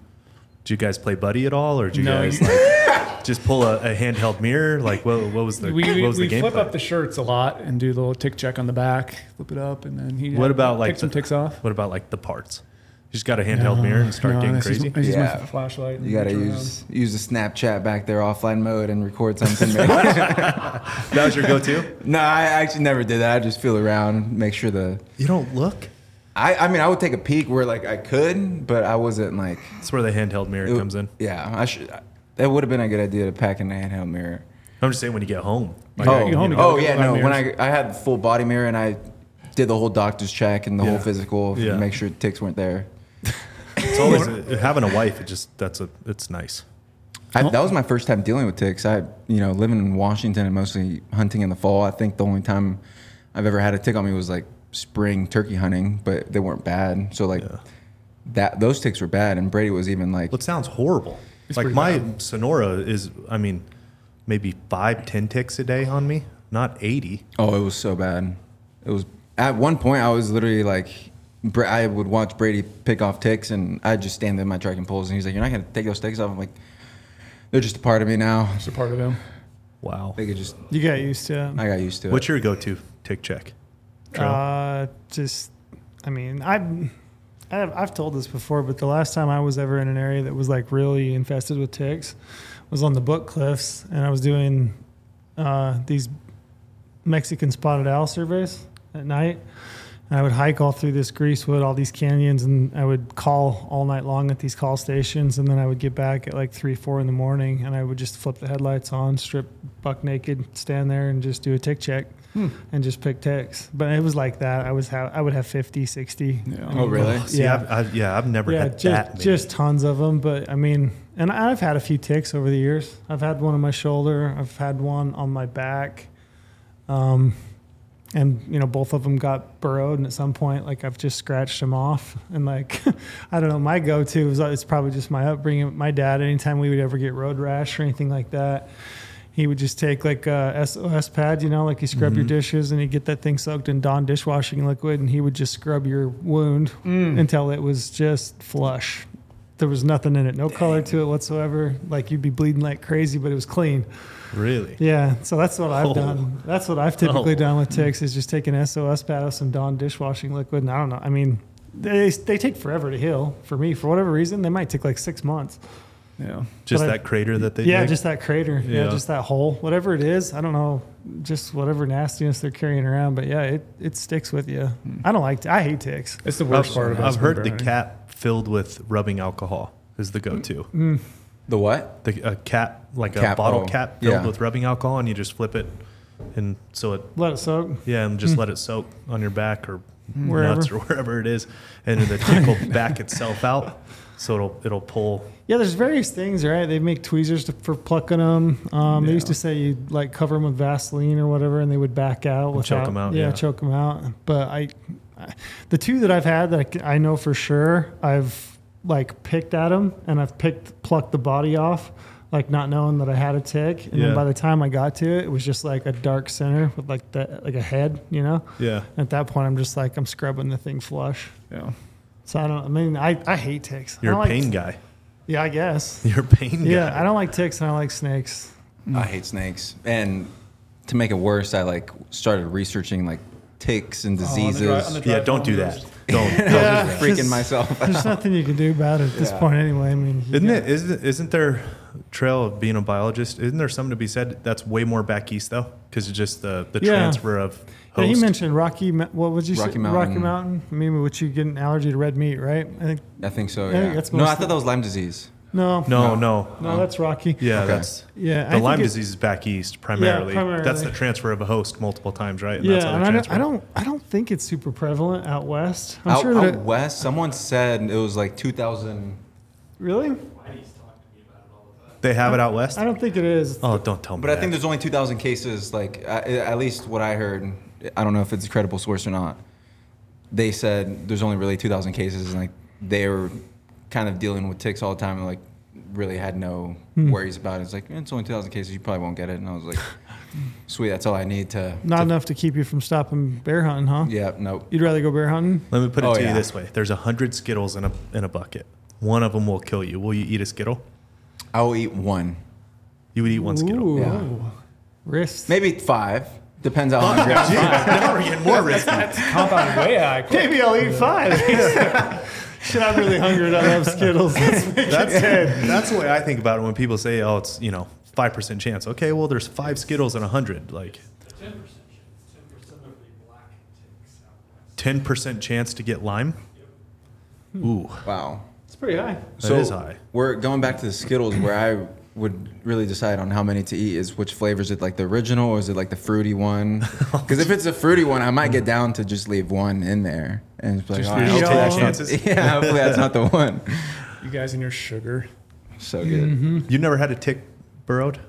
Speaker 4: Do you guys play buddy at all, or do you
Speaker 2: No,
Speaker 4: guys
Speaker 2: you-
Speaker 4: like just pull a, a handheld mirror? Like what, what was the
Speaker 2: we we,
Speaker 4: what was
Speaker 2: we
Speaker 4: the game?
Speaker 2: flip
Speaker 4: plan?
Speaker 2: up the shirts a lot and do the little tick check on the back, flip it up, and then he
Speaker 4: What about, like,
Speaker 2: pick some
Speaker 4: the-
Speaker 2: ticks off?
Speaker 4: What about like the parts? You just got a handheld mirror and start
Speaker 2: No,
Speaker 4: getting
Speaker 2: that's just-
Speaker 4: crazy.
Speaker 2: I just use
Speaker 3: Yeah.
Speaker 2: my flashlight.
Speaker 3: You gotta
Speaker 2: turn around.
Speaker 3: use use the Snapchat back there offline mode and record something. no,
Speaker 4: that was your go-to.
Speaker 3: I actually never did that. I just feel around, make sure the.
Speaker 4: You don't look.
Speaker 3: I, I mean, I would take a peek where like I could, but I wasn't like.
Speaker 4: That's where the handheld mirror comes in.
Speaker 3: Yeah, I should. That would have been a good idea to pack in a handheld mirror.
Speaker 4: I'm just saying when you get home. Like,
Speaker 3: oh,
Speaker 2: you home, you
Speaker 3: oh
Speaker 2: gotta
Speaker 3: yeah,
Speaker 2: go buy
Speaker 3: no. When I
Speaker 2: mirrors.
Speaker 3: I had the full body mirror and I did the whole doctor's check and the
Speaker 4: Yeah.
Speaker 3: whole physical,
Speaker 4: Yeah.
Speaker 3: make sure ticks weren't there.
Speaker 4: It's always uh, having a wife. It just that's a it's nice.
Speaker 3: I, that was my first time dealing with ticks. I, you know, living in Washington and mostly hunting in the fall. I think the only time I've ever had a tick on me was like spring turkey hunting, but they weren't bad. So like that, those ticks were bad. And Brady was even like,
Speaker 4: It sounds horrible.
Speaker 2: It's
Speaker 4: like
Speaker 2: pretty
Speaker 4: my
Speaker 2: bad.
Speaker 4: Sonora is, I mean, maybe five, ten ticks a day on me, not eighty.
Speaker 3: oh, it was so bad. It was at one point I was literally like, Bra- I would watch Brady pick off ticks, and I'd just stand there in my tracking poles, and he's like, "You're not gonna take those ticks off." I'm like, "They're just a part of me now."
Speaker 2: It's a part of him.
Speaker 4: Wow.
Speaker 3: They could just.
Speaker 1: You got used to it.
Speaker 3: I got used to it.
Speaker 4: What's your go-to tick check? Trail?
Speaker 1: Uh, just, I mean, I, I've, I've told this before, but the last time I was ever in an area that was like really infested with ticks was on the Book Cliffs, and I was doing uh, these Mexican spotted owl surveys at night. And I would hike all through this greasewood, all these canyons, and I would call all night long at these call stations. And then I would get back at like three, four in the morning, and I would just flip the headlights on, strip buck naked, stand there, and just do a tick check and just pick ticks. But it was like that. I was ha- I would have 50, 60.
Speaker 3: oh, really?
Speaker 4: See,
Speaker 1: yeah.
Speaker 4: I've, I've, yeah, I've never
Speaker 1: Yeah,
Speaker 4: had that.
Speaker 1: just,
Speaker 4: many.
Speaker 1: just tons of them. But I mean, and I've had a few ticks over the years. I've had one on my shoulder. I've had one on my back. Um, and you know, both of them got burrowed, and at some point, like I've just scratched them off. And like, I don't know, my go-to is uh, it's probably just my upbringing. My dad, anytime we would ever get road rash or anything like that, he would just take like a SOS pad, you know, like you scrub
Speaker 4: Mm-hmm.
Speaker 1: your dishes and he'd get that thing soaked in Dawn dishwashing liquid and he would just scrub your wound until it was just flush. There was nothing in it, no color to it whatsoever. Like you'd be bleeding like crazy, but it was clean.
Speaker 4: really.
Speaker 1: Yeah, so that's what I've
Speaker 4: Oh.
Speaker 1: done. That's what I've typically
Speaker 4: Oh.
Speaker 1: done with ticks is just take an SOS pad with some Dawn dishwashing liquid. And I don't know. I mean, they, they take forever to heal for me. For whatever reason, they might take like six months.
Speaker 2: Yeah.
Speaker 4: Just
Speaker 1: But I-
Speaker 4: that crater that they
Speaker 1: Yeah,
Speaker 4: dig?
Speaker 1: just that crater. Yeah.
Speaker 4: Yeah.
Speaker 1: just that hole. Whatever it is, I don't know. Just whatever nastiness they're carrying around. But yeah, it, it sticks with you.
Speaker 4: Hmm.
Speaker 1: I don't like. I hate ticks.
Speaker 2: It's the
Speaker 4: I've,
Speaker 2: worst part of
Speaker 4: I've
Speaker 2: us
Speaker 4: heard the
Speaker 2: burning.
Speaker 4: cap filled with rubbing alcohol is the go-to.
Speaker 3: The what?
Speaker 4: The a cap like a
Speaker 3: Cap,
Speaker 4: bottle
Speaker 3: oh,
Speaker 4: cap filled
Speaker 3: yeah.
Speaker 4: with rubbing alcohol, and you just flip it, and so it
Speaker 1: Let it soak.
Speaker 4: Yeah, and just let it soak on your back or
Speaker 1: Hmm. Wherever.
Speaker 4: nuts or wherever it is, and the tick will back itself out, so it'll it'll pull.
Speaker 1: Yeah, there's various things, right? They make tweezers to, for plucking them. Um, They used
Speaker 2: Yeah.
Speaker 1: to say you like cover them with Vaseline or whatever, and they would back out. Without,
Speaker 4: choke 'em out, yeah.
Speaker 1: choke them out. But I, I, the two that I've had that I c- I, know for sure, I've like picked at them and I've picked plucked the body off, like not knowing that I had a tick. And
Speaker 4: Yeah.
Speaker 1: then by the time I got to it, it was just like a dark center with like the like a head, you know.
Speaker 4: Yeah,
Speaker 1: At that point, I'm just like I'm scrubbing the thing flush.
Speaker 2: Yeah.
Speaker 1: So I don't. I mean, I, I hate ticks. I
Speaker 4: you're
Speaker 1: don't
Speaker 4: a
Speaker 1: like-
Speaker 4: pain guy.
Speaker 1: Yeah, I guess.
Speaker 4: You're a pain
Speaker 1: Yeah,
Speaker 4: guy.
Speaker 1: I don't like ticks and I like snakes.
Speaker 3: I hate snakes. And to make it worse, I like started researching like ticks
Speaker 1: Oh,
Speaker 3: and diseases.
Speaker 4: yeah, don't do that. Don't. don't do that.
Speaker 3: Freaking myself.
Speaker 1: There's nothing you can do about it at this point anyway. I mean, you
Speaker 4: Isn't
Speaker 1: got-
Speaker 4: it? Isn't isn't there trail of being a biologist? Isn't there something to be said? That's way more back east though, because it's just the the
Speaker 1: Yeah.
Speaker 4: transfer of.
Speaker 1: Yeah,
Speaker 4: Host.
Speaker 1: you mentioned Rocky. Mo- What would you
Speaker 3: Rocky
Speaker 1: say? Rocky
Speaker 3: Mountain.
Speaker 1: Mountain. I mean, would you get an allergy to red meat? Right? I think
Speaker 3: I think so.
Speaker 1: Yeah,
Speaker 3: Yeah.
Speaker 1: that's
Speaker 3: no, I
Speaker 1: mostly-
Speaker 3: thought that was Lyme disease.
Speaker 1: no.
Speaker 4: No, no.
Speaker 1: No, that's Rocky.
Speaker 4: Yeah,
Speaker 3: Okay.
Speaker 4: that's
Speaker 1: Yeah. I
Speaker 4: the
Speaker 1: think
Speaker 4: Lyme
Speaker 1: it-
Speaker 4: disease is back east primarily. That's
Speaker 1: primarily.
Speaker 4: the transfer of a host multiple times, right? And that's
Speaker 1: Yeah,
Speaker 4: how
Speaker 1: and
Speaker 4: they
Speaker 1: I don't,
Speaker 4: transfer
Speaker 1: I
Speaker 4: it.
Speaker 1: don't. I don't think it's super prevalent out west. I'm
Speaker 3: out
Speaker 1: sure
Speaker 3: out
Speaker 1: that. it-
Speaker 3: west, someone said it was like 2000.
Speaker 1: really?
Speaker 4: They have it out west.
Speaker 1: I don't think it is.
Speaker 4: Oh, don't tell me.
Speaker 3: But I
Speaker 4: that.
Speaker 3: think there's only 2,000 cases. Like I, at least what I heard. I don't know if it's a credible source or not. They said there's only really 2,000 cases, and like they were kind of dealing with ticks all the time, and like really had no worries about it. It's like "Eh, it's only 2,000 cases. You probably won't get it. And I was like, sweet, that's all I need to.
Speaker 1: Not enough to keep you from stopping bear hunting, huh?
Speaker 3: Yeah. Nope.
Speaker 1: You'd rather go bear hunting?
Speaker 4: Let me put it
Speaker 3: Oh,
Speaker 4: to
Speaker 3: yeah.
Speaker 4: you this way: There's a hundred Skittles in a in a bucket. One of them will kill you. Will you eat a Skittle?
Speaker 3: I will eat one.
Speaker 4: You would eat one Skittle.
Speaker 1: Ooh.
Speaker 3: Yeah.
Speaker 1: Wrist.
Speaker 3: Maybe five. Depends how hungry. I am.
Speaker 4: now we're getting more risky.
Speaker 2: Compound way high.
Speaker 1: Maybe I'll eat five. Shit, I'm really hungry and I have Skittles.
Speaker 4: That's that's the way I think about it when people say, "Oh, it's you know five percent chance." Okay, well, there's five Skittles in a hundred. Like
Speaker 5: Ten percent chance, ten percent of the black ticks out west.
Speaker 4: ten percent chance to get lime. Ooh,
Speaker 3: Wow.
Speaker 1: It's pretty high.
Speaker 3: Hmm.
Speaker 4: that is high.
Speaker 3: We're going back to the Skittles, where I would really decide on how many to eat is which flavor is it like the original or is it like the fruity one? Because if it's a fruity one, I might get down to just leave one in there and just be like,
Speaker 2: Just
Speaker 3: "All right,
Speaker 2: leave
Speaker 4: it
Speaker 3: hopefully
Speaker 4: all.
Speaker 3: that's
Speaker 4: Chances.
Speaker 3: Not, yeah, hopefully that's not the one.
Speaker 2: You guys and your sugar.
Speaker 3: So Oh, good.
Speaker 1: Mm-hmm.
Speaker 4: You never had a tick burrowed,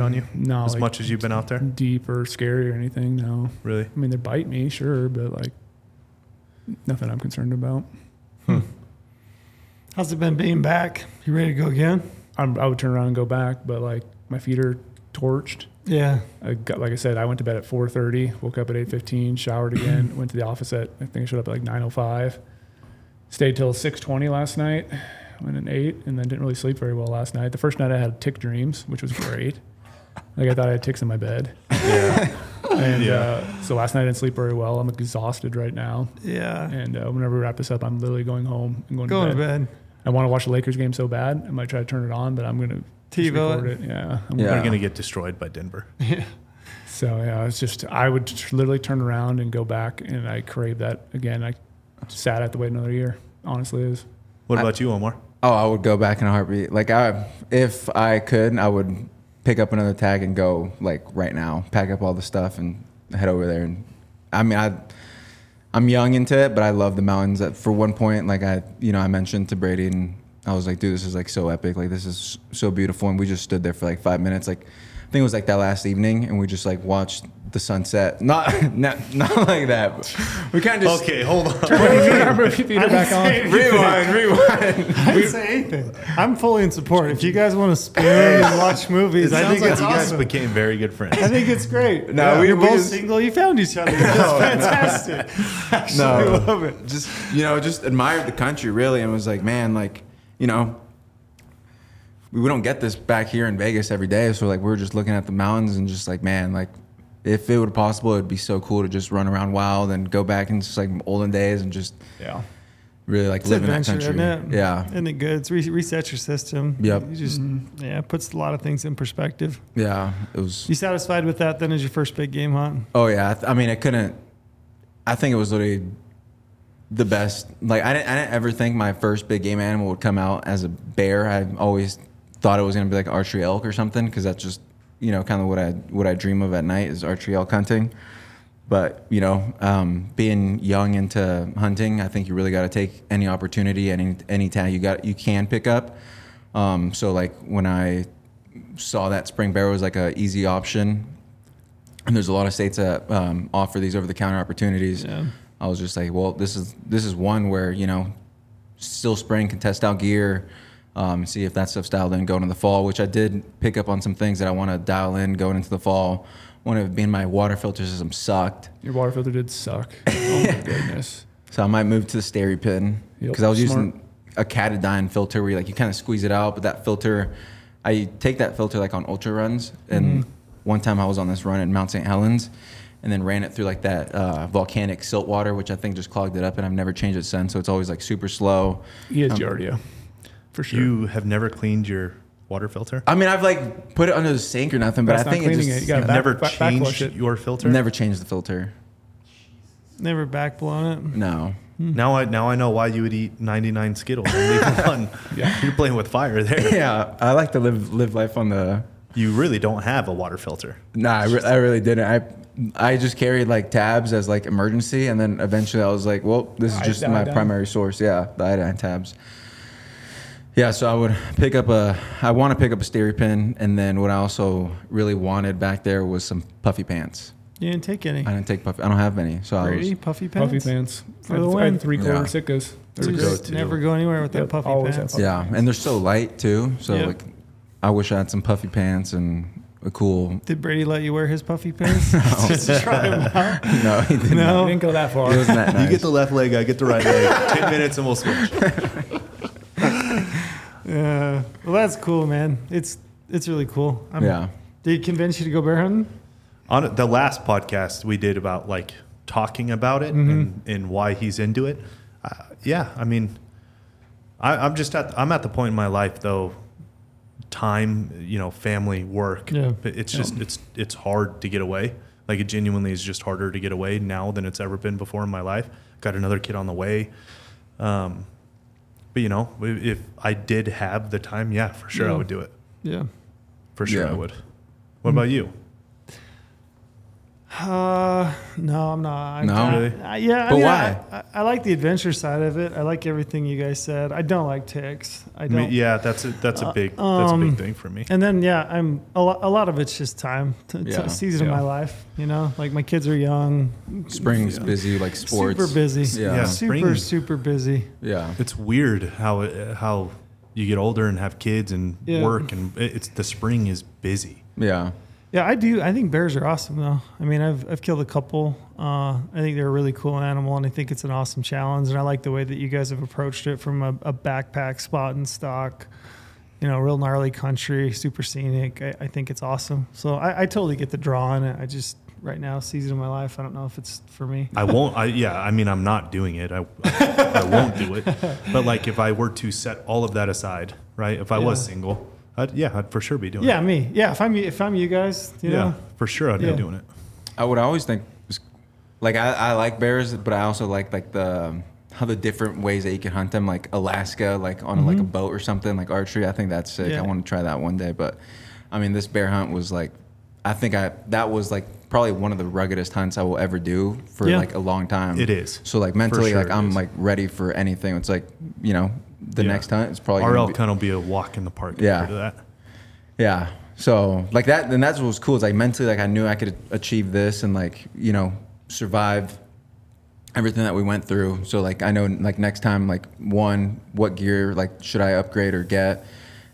Speaker 4: on you?
Speaker 2: No,
Speaker 4: As
Speaker 2: like-
Speaker 4: much as you've been out there,
Speaker 2: Deep or scary or anything? No.
Speaker 4: really?
Speaker 2: I mean, they bite me, sure, but like nothing I'm concerned about.
Speaker 1: How's it been being back? You ready to go again?
Speaker 2: I'm, I would turn around and go back, but like my feet are torched.
Speaker 1: Yeah.
Speaker 2: I got, like I said, I went to bed at 4:30, woke up at 8:15, showered again, went to the office at I think I showed up at like 9:05, stayed till 6:20 last night, went at eight, and then didn't really sleep very well last night. The first night I had tick dreams, which was great. like I thought I had ticks in my bed,
Speaker 4: Yeah.
Speaker 2: and
Speaker 4: Yeah.
Speaker 2: uh, so last night I didn't sleep very well. I'm exhausted right now,
Speaker 1: Yeah.
Speaker 2: and uh, whenever we wrap this up, I'm literally going home and going,
Speaker 1: Going
Speaker 2: to, bed.
Speaker 1: to bed.
Speaker 2: I want to watch the Lakers game so bad. I might try to turn it on, but I'm gonna just
Speaker 1: TiVo it.
Speaker 2: record it. Yeah, I'm
Speaker 4: We're
Speaker 3: Yeah.
Speaker 4: gonna get destroyed by Denver.
Speaker 1: Yeah.
Speaker 2: So yeah, it's just I would tr- literally turn around and go back, and I crave that again. I sad I have to wait another year. Honestly, is
Speaker 4: What about you, Omar?
Speaker 3: Oh, I would go back in a heartbeat. Like I, if I could, I would pick up another tag and go like right now, pack up all the stuff and head over there. And I mean, I, I'm young into it, but I love the mountains. Uh, For one point, like I, you know, I mentioned to Brady and I was like, dude, this is like so epic. Like this is so beautiful. And we just stood there for like five minutes. Like I think it was like that last evening, and we just like watched the sunset. Not, not, not like that. But we kind of just
Speaker 4: Okay, hold on.
Speaker 2: remember if you beat it back on.
Speaker 3: rewind, rewind.
Speaker 1: I didn't say anything. I'm fully in support. If you guys want to spoon and watch movies, I think it's
Speaker 4: you guys
Speaker 1: awesome.
Speaker 4: became very good friends.
Speaker 1: I think it's great.
Speaker 3: No, we-
Speaker 1: you're
Speaker 3: we
Speaker 1: both
Speaker 3: just-
Speaker 1: single. You found each other. That's fantastic. Actually, I
Speaker 3: No.
Speaker 1: love it.
Speaker 3: just you know just admired the country really and was like man like you know we, we don't get this back here in vegas every day so like we were just looking at the mountains and just like man like if it were possible it'd be so cool to just run around wild and go back and just like olden days and just
Speaker 2: Yeah,
Speaker 3: really like
Speaker 1: It's
Speaker 3: live in that
Speaker 1: adventure,
Speaker 3: country
Speaker 1: isn't it?
Speaker 3: yeah
Speaker 1: Isn't it good? It's re- resets your system.
Speaker 3: Yep.
Speaker 1: You just yeah, it puts a lot of things in perspective.
Speaker 3: yeah it was
Speaker 1: You satisfied with that then as your first big game hunt?
Speaker 3: oh yeah i, th- I mean i couldn't i think it was literally the best like I didn't, I didn't ever think my first big game animal would come out as a bear i always thought it was going to be like archery elk or something because that's just you know kind of what i what i dream of at night is archery elk hunting but you know um, being young into hunting i think you really got to take any opportunity any any tag you got you can pick up um, so like when i saw that spring bear was like a easy option and there's a lot of states that um, offer these over the counter opportunities
Speaker 1: Yeah.
Speaker 3: I was just like, well, this is this is one where you know, still spring can test out gear, um, see if that stuff's dialed in going into the fall. Which I did pick up on some things that I want to dial in going into the fall. One of it being my water filter system sucked,
Speaker 2: your water filter did suck. Oh my goodness.
Speaker 3: so I might move to the Steri pin
Speaker 2: Yep,
Speaker 3: because I was
Speaker 2: smart.
Speaker 3: using a Catadyn filter where you, like you kind of squeeze it out, but that filter, I take that filter like on ultra runs. And one time I was on this run at Mount St. Helens, and then ran it through like that uh, volcanic silt water, which I think just clogged it up, and I've never changed it since. So it's always like super slow.
Speaker 2: He
Speaker 1: Um,
Speaker 2: is Giardio, for sure.
Speaker 4: You have never cleaned your water filter?
Speaker 3: I mean, I've like put it under the sink or nothing, but
Speaker 2: That's
Speaker 3: I
Speaker 2: not
Speaker 3: think it
Speaker 2: cleaning
Speaker 3: just
Speaker 2: it. You gotta
Speaker 4: I've
Speaker 2: back-
Speaker 4: never
Speaker 2: back- backwash
Speaker 4: changed
Speaker 2: it.
Speaker 4: your filter.
Speaker 3: never changed the filter.
Speaker 1: Never back blown it.
Speaker 3: No.
Speaker 4: Mm. Now I now I know why you would eat 99 Skittles and leave one.
Speaker 2: Yeah.
Speaker 4: You're playing with fire there.
Speaker 3: Yeah, I like to live live life on the
Speaker 4: You really don't have a water filter.
Speaker 3: Nah, I, re- I really didn't. I I just carried like tabs as like emergency, and then eventually I was like, well, this is
Speaker 2: The
Speaker 3: just my
Speaker 2: iodine.
Speaker 3: primary source. Yeah, the iodine tabs. Yeah, so I would pick up a. I want to pick up a steery pin, and then what I also really wanted back there was some puffy pants.
Speaker 1: You didn't take any.
Speaker 3: I didn't take puffy. I don't have any, so I
Speaker 1: Brady,
Speaker 3: was.
Speaker 1: puffy pants.
Speaker 2: puffy pants.
Speaker 1: For
Speaker 2: I had-
Speaker 1: the
Speaker 2: I
Speaker 1: win.
Speaker 2: had three quarter
Speaker 3: Yeah.
Speaker 2: sickos. They're
Speaker 1: You
Speaker 4: It's a
Speaker 2: great.
Speaker 1: just
Speaker 4: go-to.
Speaker 1: never go anywhere with that
Speaker 2: Yep,
Speaker 1: puffy
Speaker 2: always
Speaker 1: pants.
Speaker 2: have
Speaker 3: Yeah, and they're so light too. So
Speaker 1: Yeah.
Speaker 3: like, I wish I had some puffy pants and a cool.
Speaker 1: Did Brady let you wear his puffy pants? Just to try him out.
Speaker 3: No, he didn't.
Speaker 2: I
Speaker 1: No.
Speaker 2: didn't go that far.
Speaker 3: It wasn't that nice.
Speaker 4: You get the left leg, I get the right leg. 10 minutes and we'll switch.
Speaker 1: Yeah. Well, that's cool, man. It's it's really cool. I'm,
Speaker 3: yeah.
Speaker 1: Did he convince you to go bear hunting?
Speaker 4: on the last podcast we did about like talking about it
Speaker 1: Mm-hmm.
Speaker 4: and, and why he's into it. Uh, yeah, I mean, I, I'm just at I'm at the point in my life though, time, you know, family, work.
Speaker 1: Yeah.
Speaker 4: It- It's just it's it's hard to get away. Like it genuinely is just harder to get away now than it's ever been before in my life. Got another kid on the way. Um, but you know, i- if I did have the time, yeah, for sure I
Speaker 1: Yeah. Mm.
Speaker 4: would do it.
Speaker 1: Yeah.
Speaker 4: For sure I
Speaker 3: Yeah.
Speaker 4: would. What about you?
Speaker 1: Uh, no, I'm not. I
Speaker 3: No?
Speaker 1: kinda-
Speaker 4: Really?
Speaker 1: I- yeah. I
Speaker 3: But
Speaker 1: mean,
Speaker 3: why?
Speaker 1: I, I, I like the adventure side of it. I like everything you guys said. I don't like ticks. I
Speaker 4: Me-
Speaker 1: don't. Uh, um,
Speaker 4: yeah, that's a that's a big that's a big thing for me.
Speaker 1: And then yeah, I'm a lot. A lot of it's just time, t- t-
Speaker 3: Yeah.
Speaker 1: season
Speaker 4: Yeah.
Speaker 1: of my life. You know, like my kids are young,
Speaker 3: Spring's busy, like sports.
Speaker 1: super busy,
Speaker 3: Yeah.
Speaker 4: Yeah.
Speaker 1: super
Speaker 4: spring.
Speaker 1: super busy.
Speaker 3: Yeah.
Speaker 4: It's weird how it, how you get older and have kids and
Speaker 1: Yeah.
Speaker 4: work and it- it's the spring is busy.
Speaker 3: Yeah.
Speaker 1: Yeah, I do. I think bears are awesome though. I mean, I've I've killed a couple. Uh, I think they're a really cool animal, and I think it's an awesome challenge. And I like the way that you guys have approached it from a, a backpack spot and stock. You know, real gnarly country, super scenic. I, I think it's awesome. So I, I totally get the draw on it. I just right now, season of my life. I don't know if it's for me.
Speaker 4: I won't. I yeah. I mean, I'm not doing it. I, I won't do it. But like, if I were to set all of that aside, right? If I was
Speaker 1: Yeah.
Speaker 4: single, I'd, yeah, I'd for sure be doing
Speaker 1: Yeah,
Speaker 4: it.
Speaker 1: me. Yeah, if I'm you- if I'm you guys, you
Speaker 4: yeah,
Speaker 1: know,
Speaker 4: for sure I'd
Speaker 1: Yeah.
Speaker 4: be doing it.
Speaker 3: I would always think, like I, I like bears, but I also like like the um, how the different ways that you can hunt them, like Alaska, like on
Speaker 4: Mm-hmm.
Speaker 3: like a boat or something, like archery. I think that's sick.
Speaker 1: Yeah.
Speaker 3: I want to try that one day. But I mean, this bear hunt was like, I think I that was like probably one of the ruggedest hunts I will ever do for
Speaker 1: Yeah.
Speaker 3: like a long time.
Speaker 4: It is.
Speaker 3: So like mentally,
Speaker 4: sure
Speaker 3: like
Speaker 4: it
Speaker 3: I'm
Speaker 4: is.
Speaker 3: like ready for anything. It's like you know the
Speaker 4: Yeah.
Speaker 3: next hunt. It's probably
Speaker 4: Our
Speaker 3: gonna
Speaker 4: elk
Speaker 3: be-
Speaker 4: hunt will be a walk in the park.
Speaker 3: Yeah.
Speaker 4: compared To that.
Speaker 3: yeah. So like that, and that's what was cool. Is like mentally, like I knew I could achieve this, and like you know survive everything that we went through. So like I know like next time, like one, what gear like should I upgrade or get,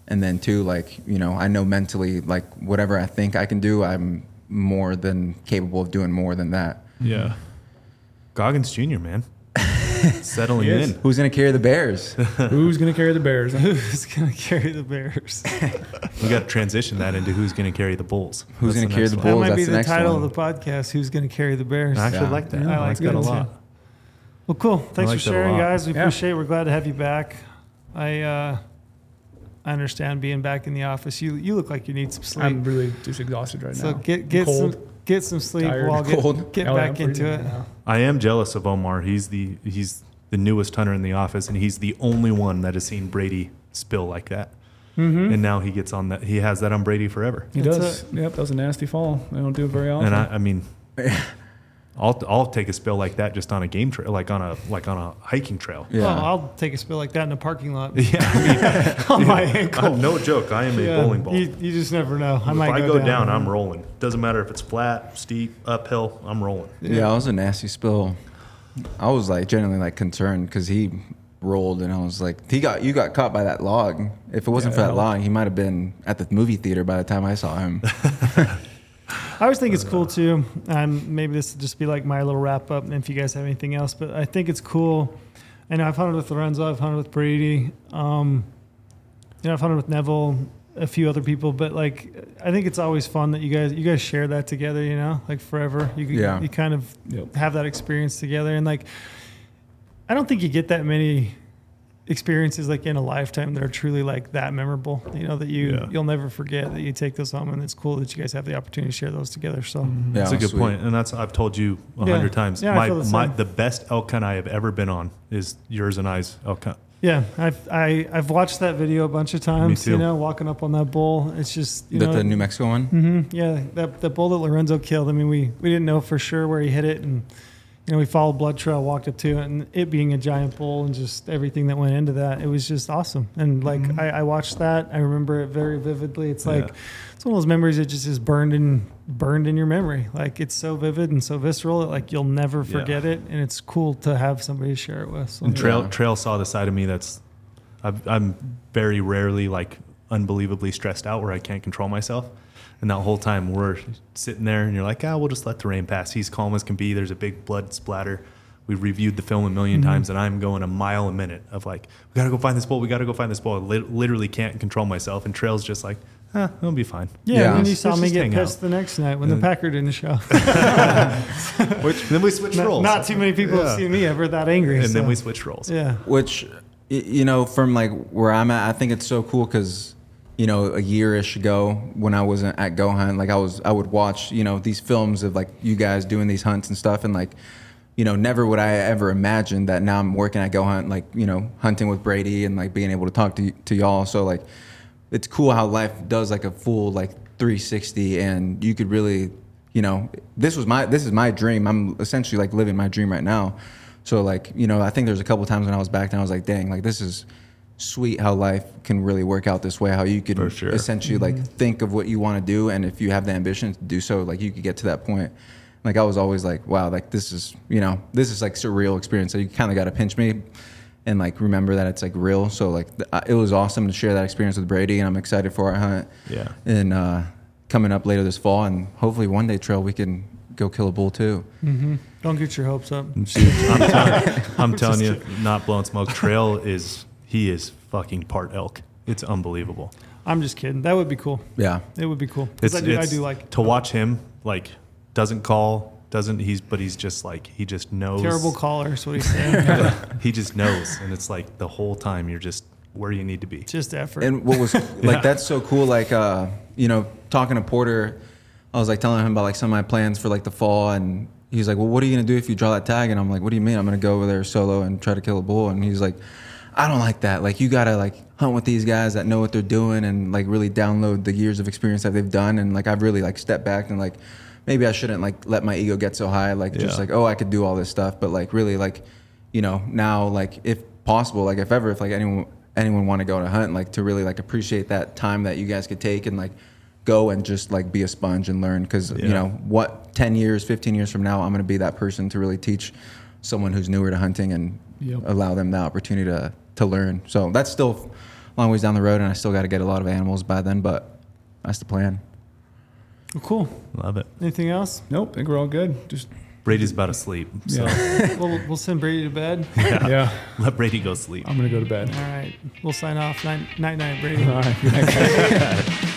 Speaker 3: and then two, like you know I know mentally like whatever I think I can do, I'm more than capable of doing more than that.
Speaker 4: Yeah. Goggins Jr. Man, settling
Speaker 2: Yes.
Speaker 4: in.
Speaker 3: Who's gonna carry the bears?
Speaker 2: Who's gonna carry the bears?
Speaker 1: who's gonna carry the bears?
Speaker 4: We got to transition that into who's going to carry the bulls.
Speaker 3: Who's
Speaker 4: That's
Speaker 3: gonna
Speaker 4: the
Speaker 3: carry
Speaker 4: next
Speaker 3: the
Speaker 4: one.
Speaker 1: that
Speaker 3: Bulls,
Speaker 1: might be
Speaker 3: that's the
Speaker 1: the
Speaker 3: next
Speaker 1: title
Speaker 3: one.
Speaker 1: of the podcast. Who's gonna carry the bears?
Speaker 4: I actually
Speaker 3: Yeah.
Speaker 4: like that.
Speaker 1: Yeah, I
Speaker 4: I
Speaker 1: like
Speaker 4: like that a
Speaker 1: that too.
Speaker 4: lot.
Speaker 1: Well, cool. Thanks
Speaker 4: like
Speaker 1: for
Speaker 4: that a
Speaker 1: sharing,
Speaker 4: lot.
Speaker 1: guys. We
Speaker 2: Yeah.
Speaker 1: appreciate. it. We're glad to have you back. I uh, I understand being back in the office. You you look like you need some sleep.
Speaker 2: I'm really just exhausted right
Speaker 1: so
Speaker 2: now.
Speaker 1: get get
Speaker 2: Cold.
Speaker 1: some get some sleep.
Speaker 2: tired,
Speaker 1: We'll all get
Speaker 3: cold.
Speaker 1: get
Speaker 2: Oh, yeah, I'm
Speaker 1: back into
Speaker 2: freezing
Speaker 1: it.
Speaker 2: right now.
Speaker 4: I am jealous of Omar. He's the he's the newest hunter in the office, and he's the only one that has seen Brady spill like that.
Speaker 1: Mm-hmm.
Speaker 4: And now he gets on that. He has that on Brady forever.
Speaker 2: He
Speaker 1: That's
Speaker 2: does. Yep, that was a nasty fall. They don't do it very often.
Speaker 4: And I, I mean, I'll I'll take a spill like that just on a game trail, like on a like on a hiking trail.
Speaker 3: Yeah.
Speaker 1: Oh, I'll take a spill like that in a parking lot
Speaker 4: Yeah, I
Speaker 1: on
Speaker 4: mean,
Speaker 1: my ankle.
Speaker 4: I'm- no joke. I am
Speaker 1: Yeah,
Speaker 4: a bowling ball.
Speaker 1: You, you just never know. I
Speaker 4: if
Speaker 1: might
Speaker 4: I
Speaker 1: go,
Speaker 4: go, down, I'm rolling. Doesn't matter if it's flat, steep, uphill. I'm rolling.
Speaker 3: Yeah, it was a nasty spill. I was like genuinely like concerned because he rolled and I was like, he got you got caught by that log. If it wasn't for
Speaker 2: Yeah.
Speaker 3: that log, he might have been at the movie theater by the time I saw him.
Speaker 1: I always think it's cool too. Um, maybe this would just be like my little wrap up, and if you guys have anything else, but I think it's cool. I know I've hunted with Lorenzo, I've hunted with Brady, um, you know, I've hunted with Neville, a few other people, but like, I think it's always fun that you guys you guys share that together, you know, like forever. You can-
Speaker 3: Yeah.
Speaker 1: you kind of
Speaker 2: Yep.
Speaker 1: have that experience together, and like, I don't think you get that many experiences like in a lifetime that are truly like that memorable you know that you
Speaker 4: Yeah.
Speaker 1: you'll never forget that you take those home and it's cool that you guys have the opportunity to share those together so
Speaker 3: Yeah,
Speaker 4: That's a good
Speaker 3: sweet.
Speaker 4: point, and that's I've told you a
Speaker 1: Yeah.
Speaker 4: hundred times.
Speaker 1: Yeah, I
Speaker 4: my
Speaker 1: feel the
Speaker 4: my
Speaker 1: same.
Speaker 4: the best elk hunt I have ever been on is yours and I's elk hunt.
Speaker 1: yeah i've I, i've watched that video a bunch of times you
Speaker 4: too.
Speaker 1: know walking up on that bull it's just you
Speaker 3: That
Speaker 1: know
Speaker 3: the New Mexico one.
Speaker 1: Mhm, yeah that, that bull that lorenzo killed i mean we we didn't know for sure where he hit it and you know we followed blood trail walked up to it and it being a giant bull and just everything that went into that it was just awesome and like I, I watched that i remember it very vividly it's like
Speaker 4: Mm-hmm. Yeah.
Speaker 1: it's one of those memories that just is burned in burned in your memory like it's so vivid and so visceral that like you'll never
Speaker 4: Yeah.
Speaker 1: forget it and it's cool to have somebody to share it with so.
Speaker 4: And trail
Speaker 3: Yeah.
Speaker 4: trail saw the side of me that's I've, I'm very rarely like unbelievably stressed out where I can't control myself. And that whole time we're sitting there and you're like, ah, we'll just let the rain pass. He's calm as can be. There's a big blood splatter. We reviewed the film a 1000000
Speaker 1: Mm-hmm.
Speaker 4: times and I'm going a mile a minute of like, we got to go find this bull. We got to go find this bull. I lit- literally can't control myself. And Trail's just like, eh, it'll be fine.
Speaker 1: Yeah,
Speaker 3: Yeah.
Speaker 1: and then you
Speaker 4: Let's-
Speaker 1: saw
Speaker 4: let's
Speaker 1: me
Speaker 4: just
Speaker 1: get
Speaker 4: hang out.
Speaker 1: pissed the next night when the
Speaker 4: Uh,
Speaker 1: Packer didn't show.
Speaker 4: Which, then we switch
Speaker 1: not,
Speaker 4: roles.
Speaker 1: not too many people
Speaker 4: Yeah.
Speaker 1: have seen me ever that angry.
Speaker 4: And
Speaker 1: so.
Speaker 4: then we switch roles.
Speaker 1: yeah.
Speaker 3: Which, y- you know, from like where I'm at, I think it's so cool because, you know, a year ish ago when I wasn't at Gohan, like I was, I would watch, you know, these films of like you guys doing these hunts and stuff. And like, you know, never would I ever imagine that now I'm working at Gohan, like, you know, hunting with Brady and like being able to talk to, y- to y'all. So like, it's cool how life does like a full like 360 and you could really you know this was my this is my dream i'm essentially like living my dream right now so like you know i think there's a couple times when i was back and i was like dang like this is sweet how life can really work out this way how you could
Speaker 4: For sure.
Speaker 3: essentially like think of what you want to do and if you have the ambition to do so like you could get to that point like i was always like wow like this is you know this is like surreal experience so you kind of got to pinch me and like remember that it's like real. So like th- I- it was awesome to share that experience with Brady, and I'm excited for our hunt.
Speaker 4: Yeah.
Speaker 3: And uh, coming up later this fall, and hopefully one day trail we can go kill a bull too.
Speaker 1: Don't get your hopes up.
Speaker 4: I'm telling, I'm telling you, not blowing smoke. Trail is he is fucking part elk. It's unbelievable.
Speaker 1: I'm just kidding. That would be cool.
Speaker 3: Yeah.
Speaker 1: It would be cool. 'Cause
Speaker 4: It's,
Speaker 1: I do, I
Speaker 4: it's-
Speaker 1: do like
Speaker 4: to watch him like doesn't call, doesn't he's but he's just like he just knows
Speaker 1: terrible caller. Is what he's saying.
Speaker 4: he just knows, and it's like the whole time you're just where you need to be.
Speaker 1: just effort.
Speaker 3: And what was like that's so cool. Like uh, you know, talking to Porter, I was like telling him about like some of my plans for like the fall, and he's like, "Well, what are you gonna do if you draw that tag?" And I'm like, "What do you mean? I'm gonna go over there solo and try to kill a bull?" And he's like, "I don't like that. Like you gotta like hunt with these guys that know what they're doing and like really download the years of experience that they've done." And like I've really like stepped back and like maybe I shouldn't like let my ego get so high. Like just
Speaker 4: Yeah.
Speaker 3: like oh I could do all this stuff, but like really like you know now like if possible like if ever if like anyone anyone want to go on a hunt like to really like appreciate that time that you guys could take and like go and just like be a sponge and learn because you
Speaker 4: Yeah.
Speaker 3: know what 10 years 15 years from now i'm going to be that person to really teach someone who's newer to hunting and
Speaker 2: Yep.
Speaker 3: allow them the opportunity to to learn so that's still a long ways down the road and i still got to get a lot of animals by then but that's the plan
Speaker 1: Well, cool.
Speaker 4: Love it.
Speaker 1: Anything else?
Speaker 2: Nope, I think we're all good. Just
Speaker 4: Brady's about to sleep, so
Speaker 2: yeah,
Speaker 1: we'll, we'll send Brady to bed. All
Speaker 2: yeah.
Speaker 4: let Brady go sleep.
Speaker 2: I'm gonna go to bed.
Speaker 1: right. We'll sign off. Night night, night Brady.
Speaker 2: All right.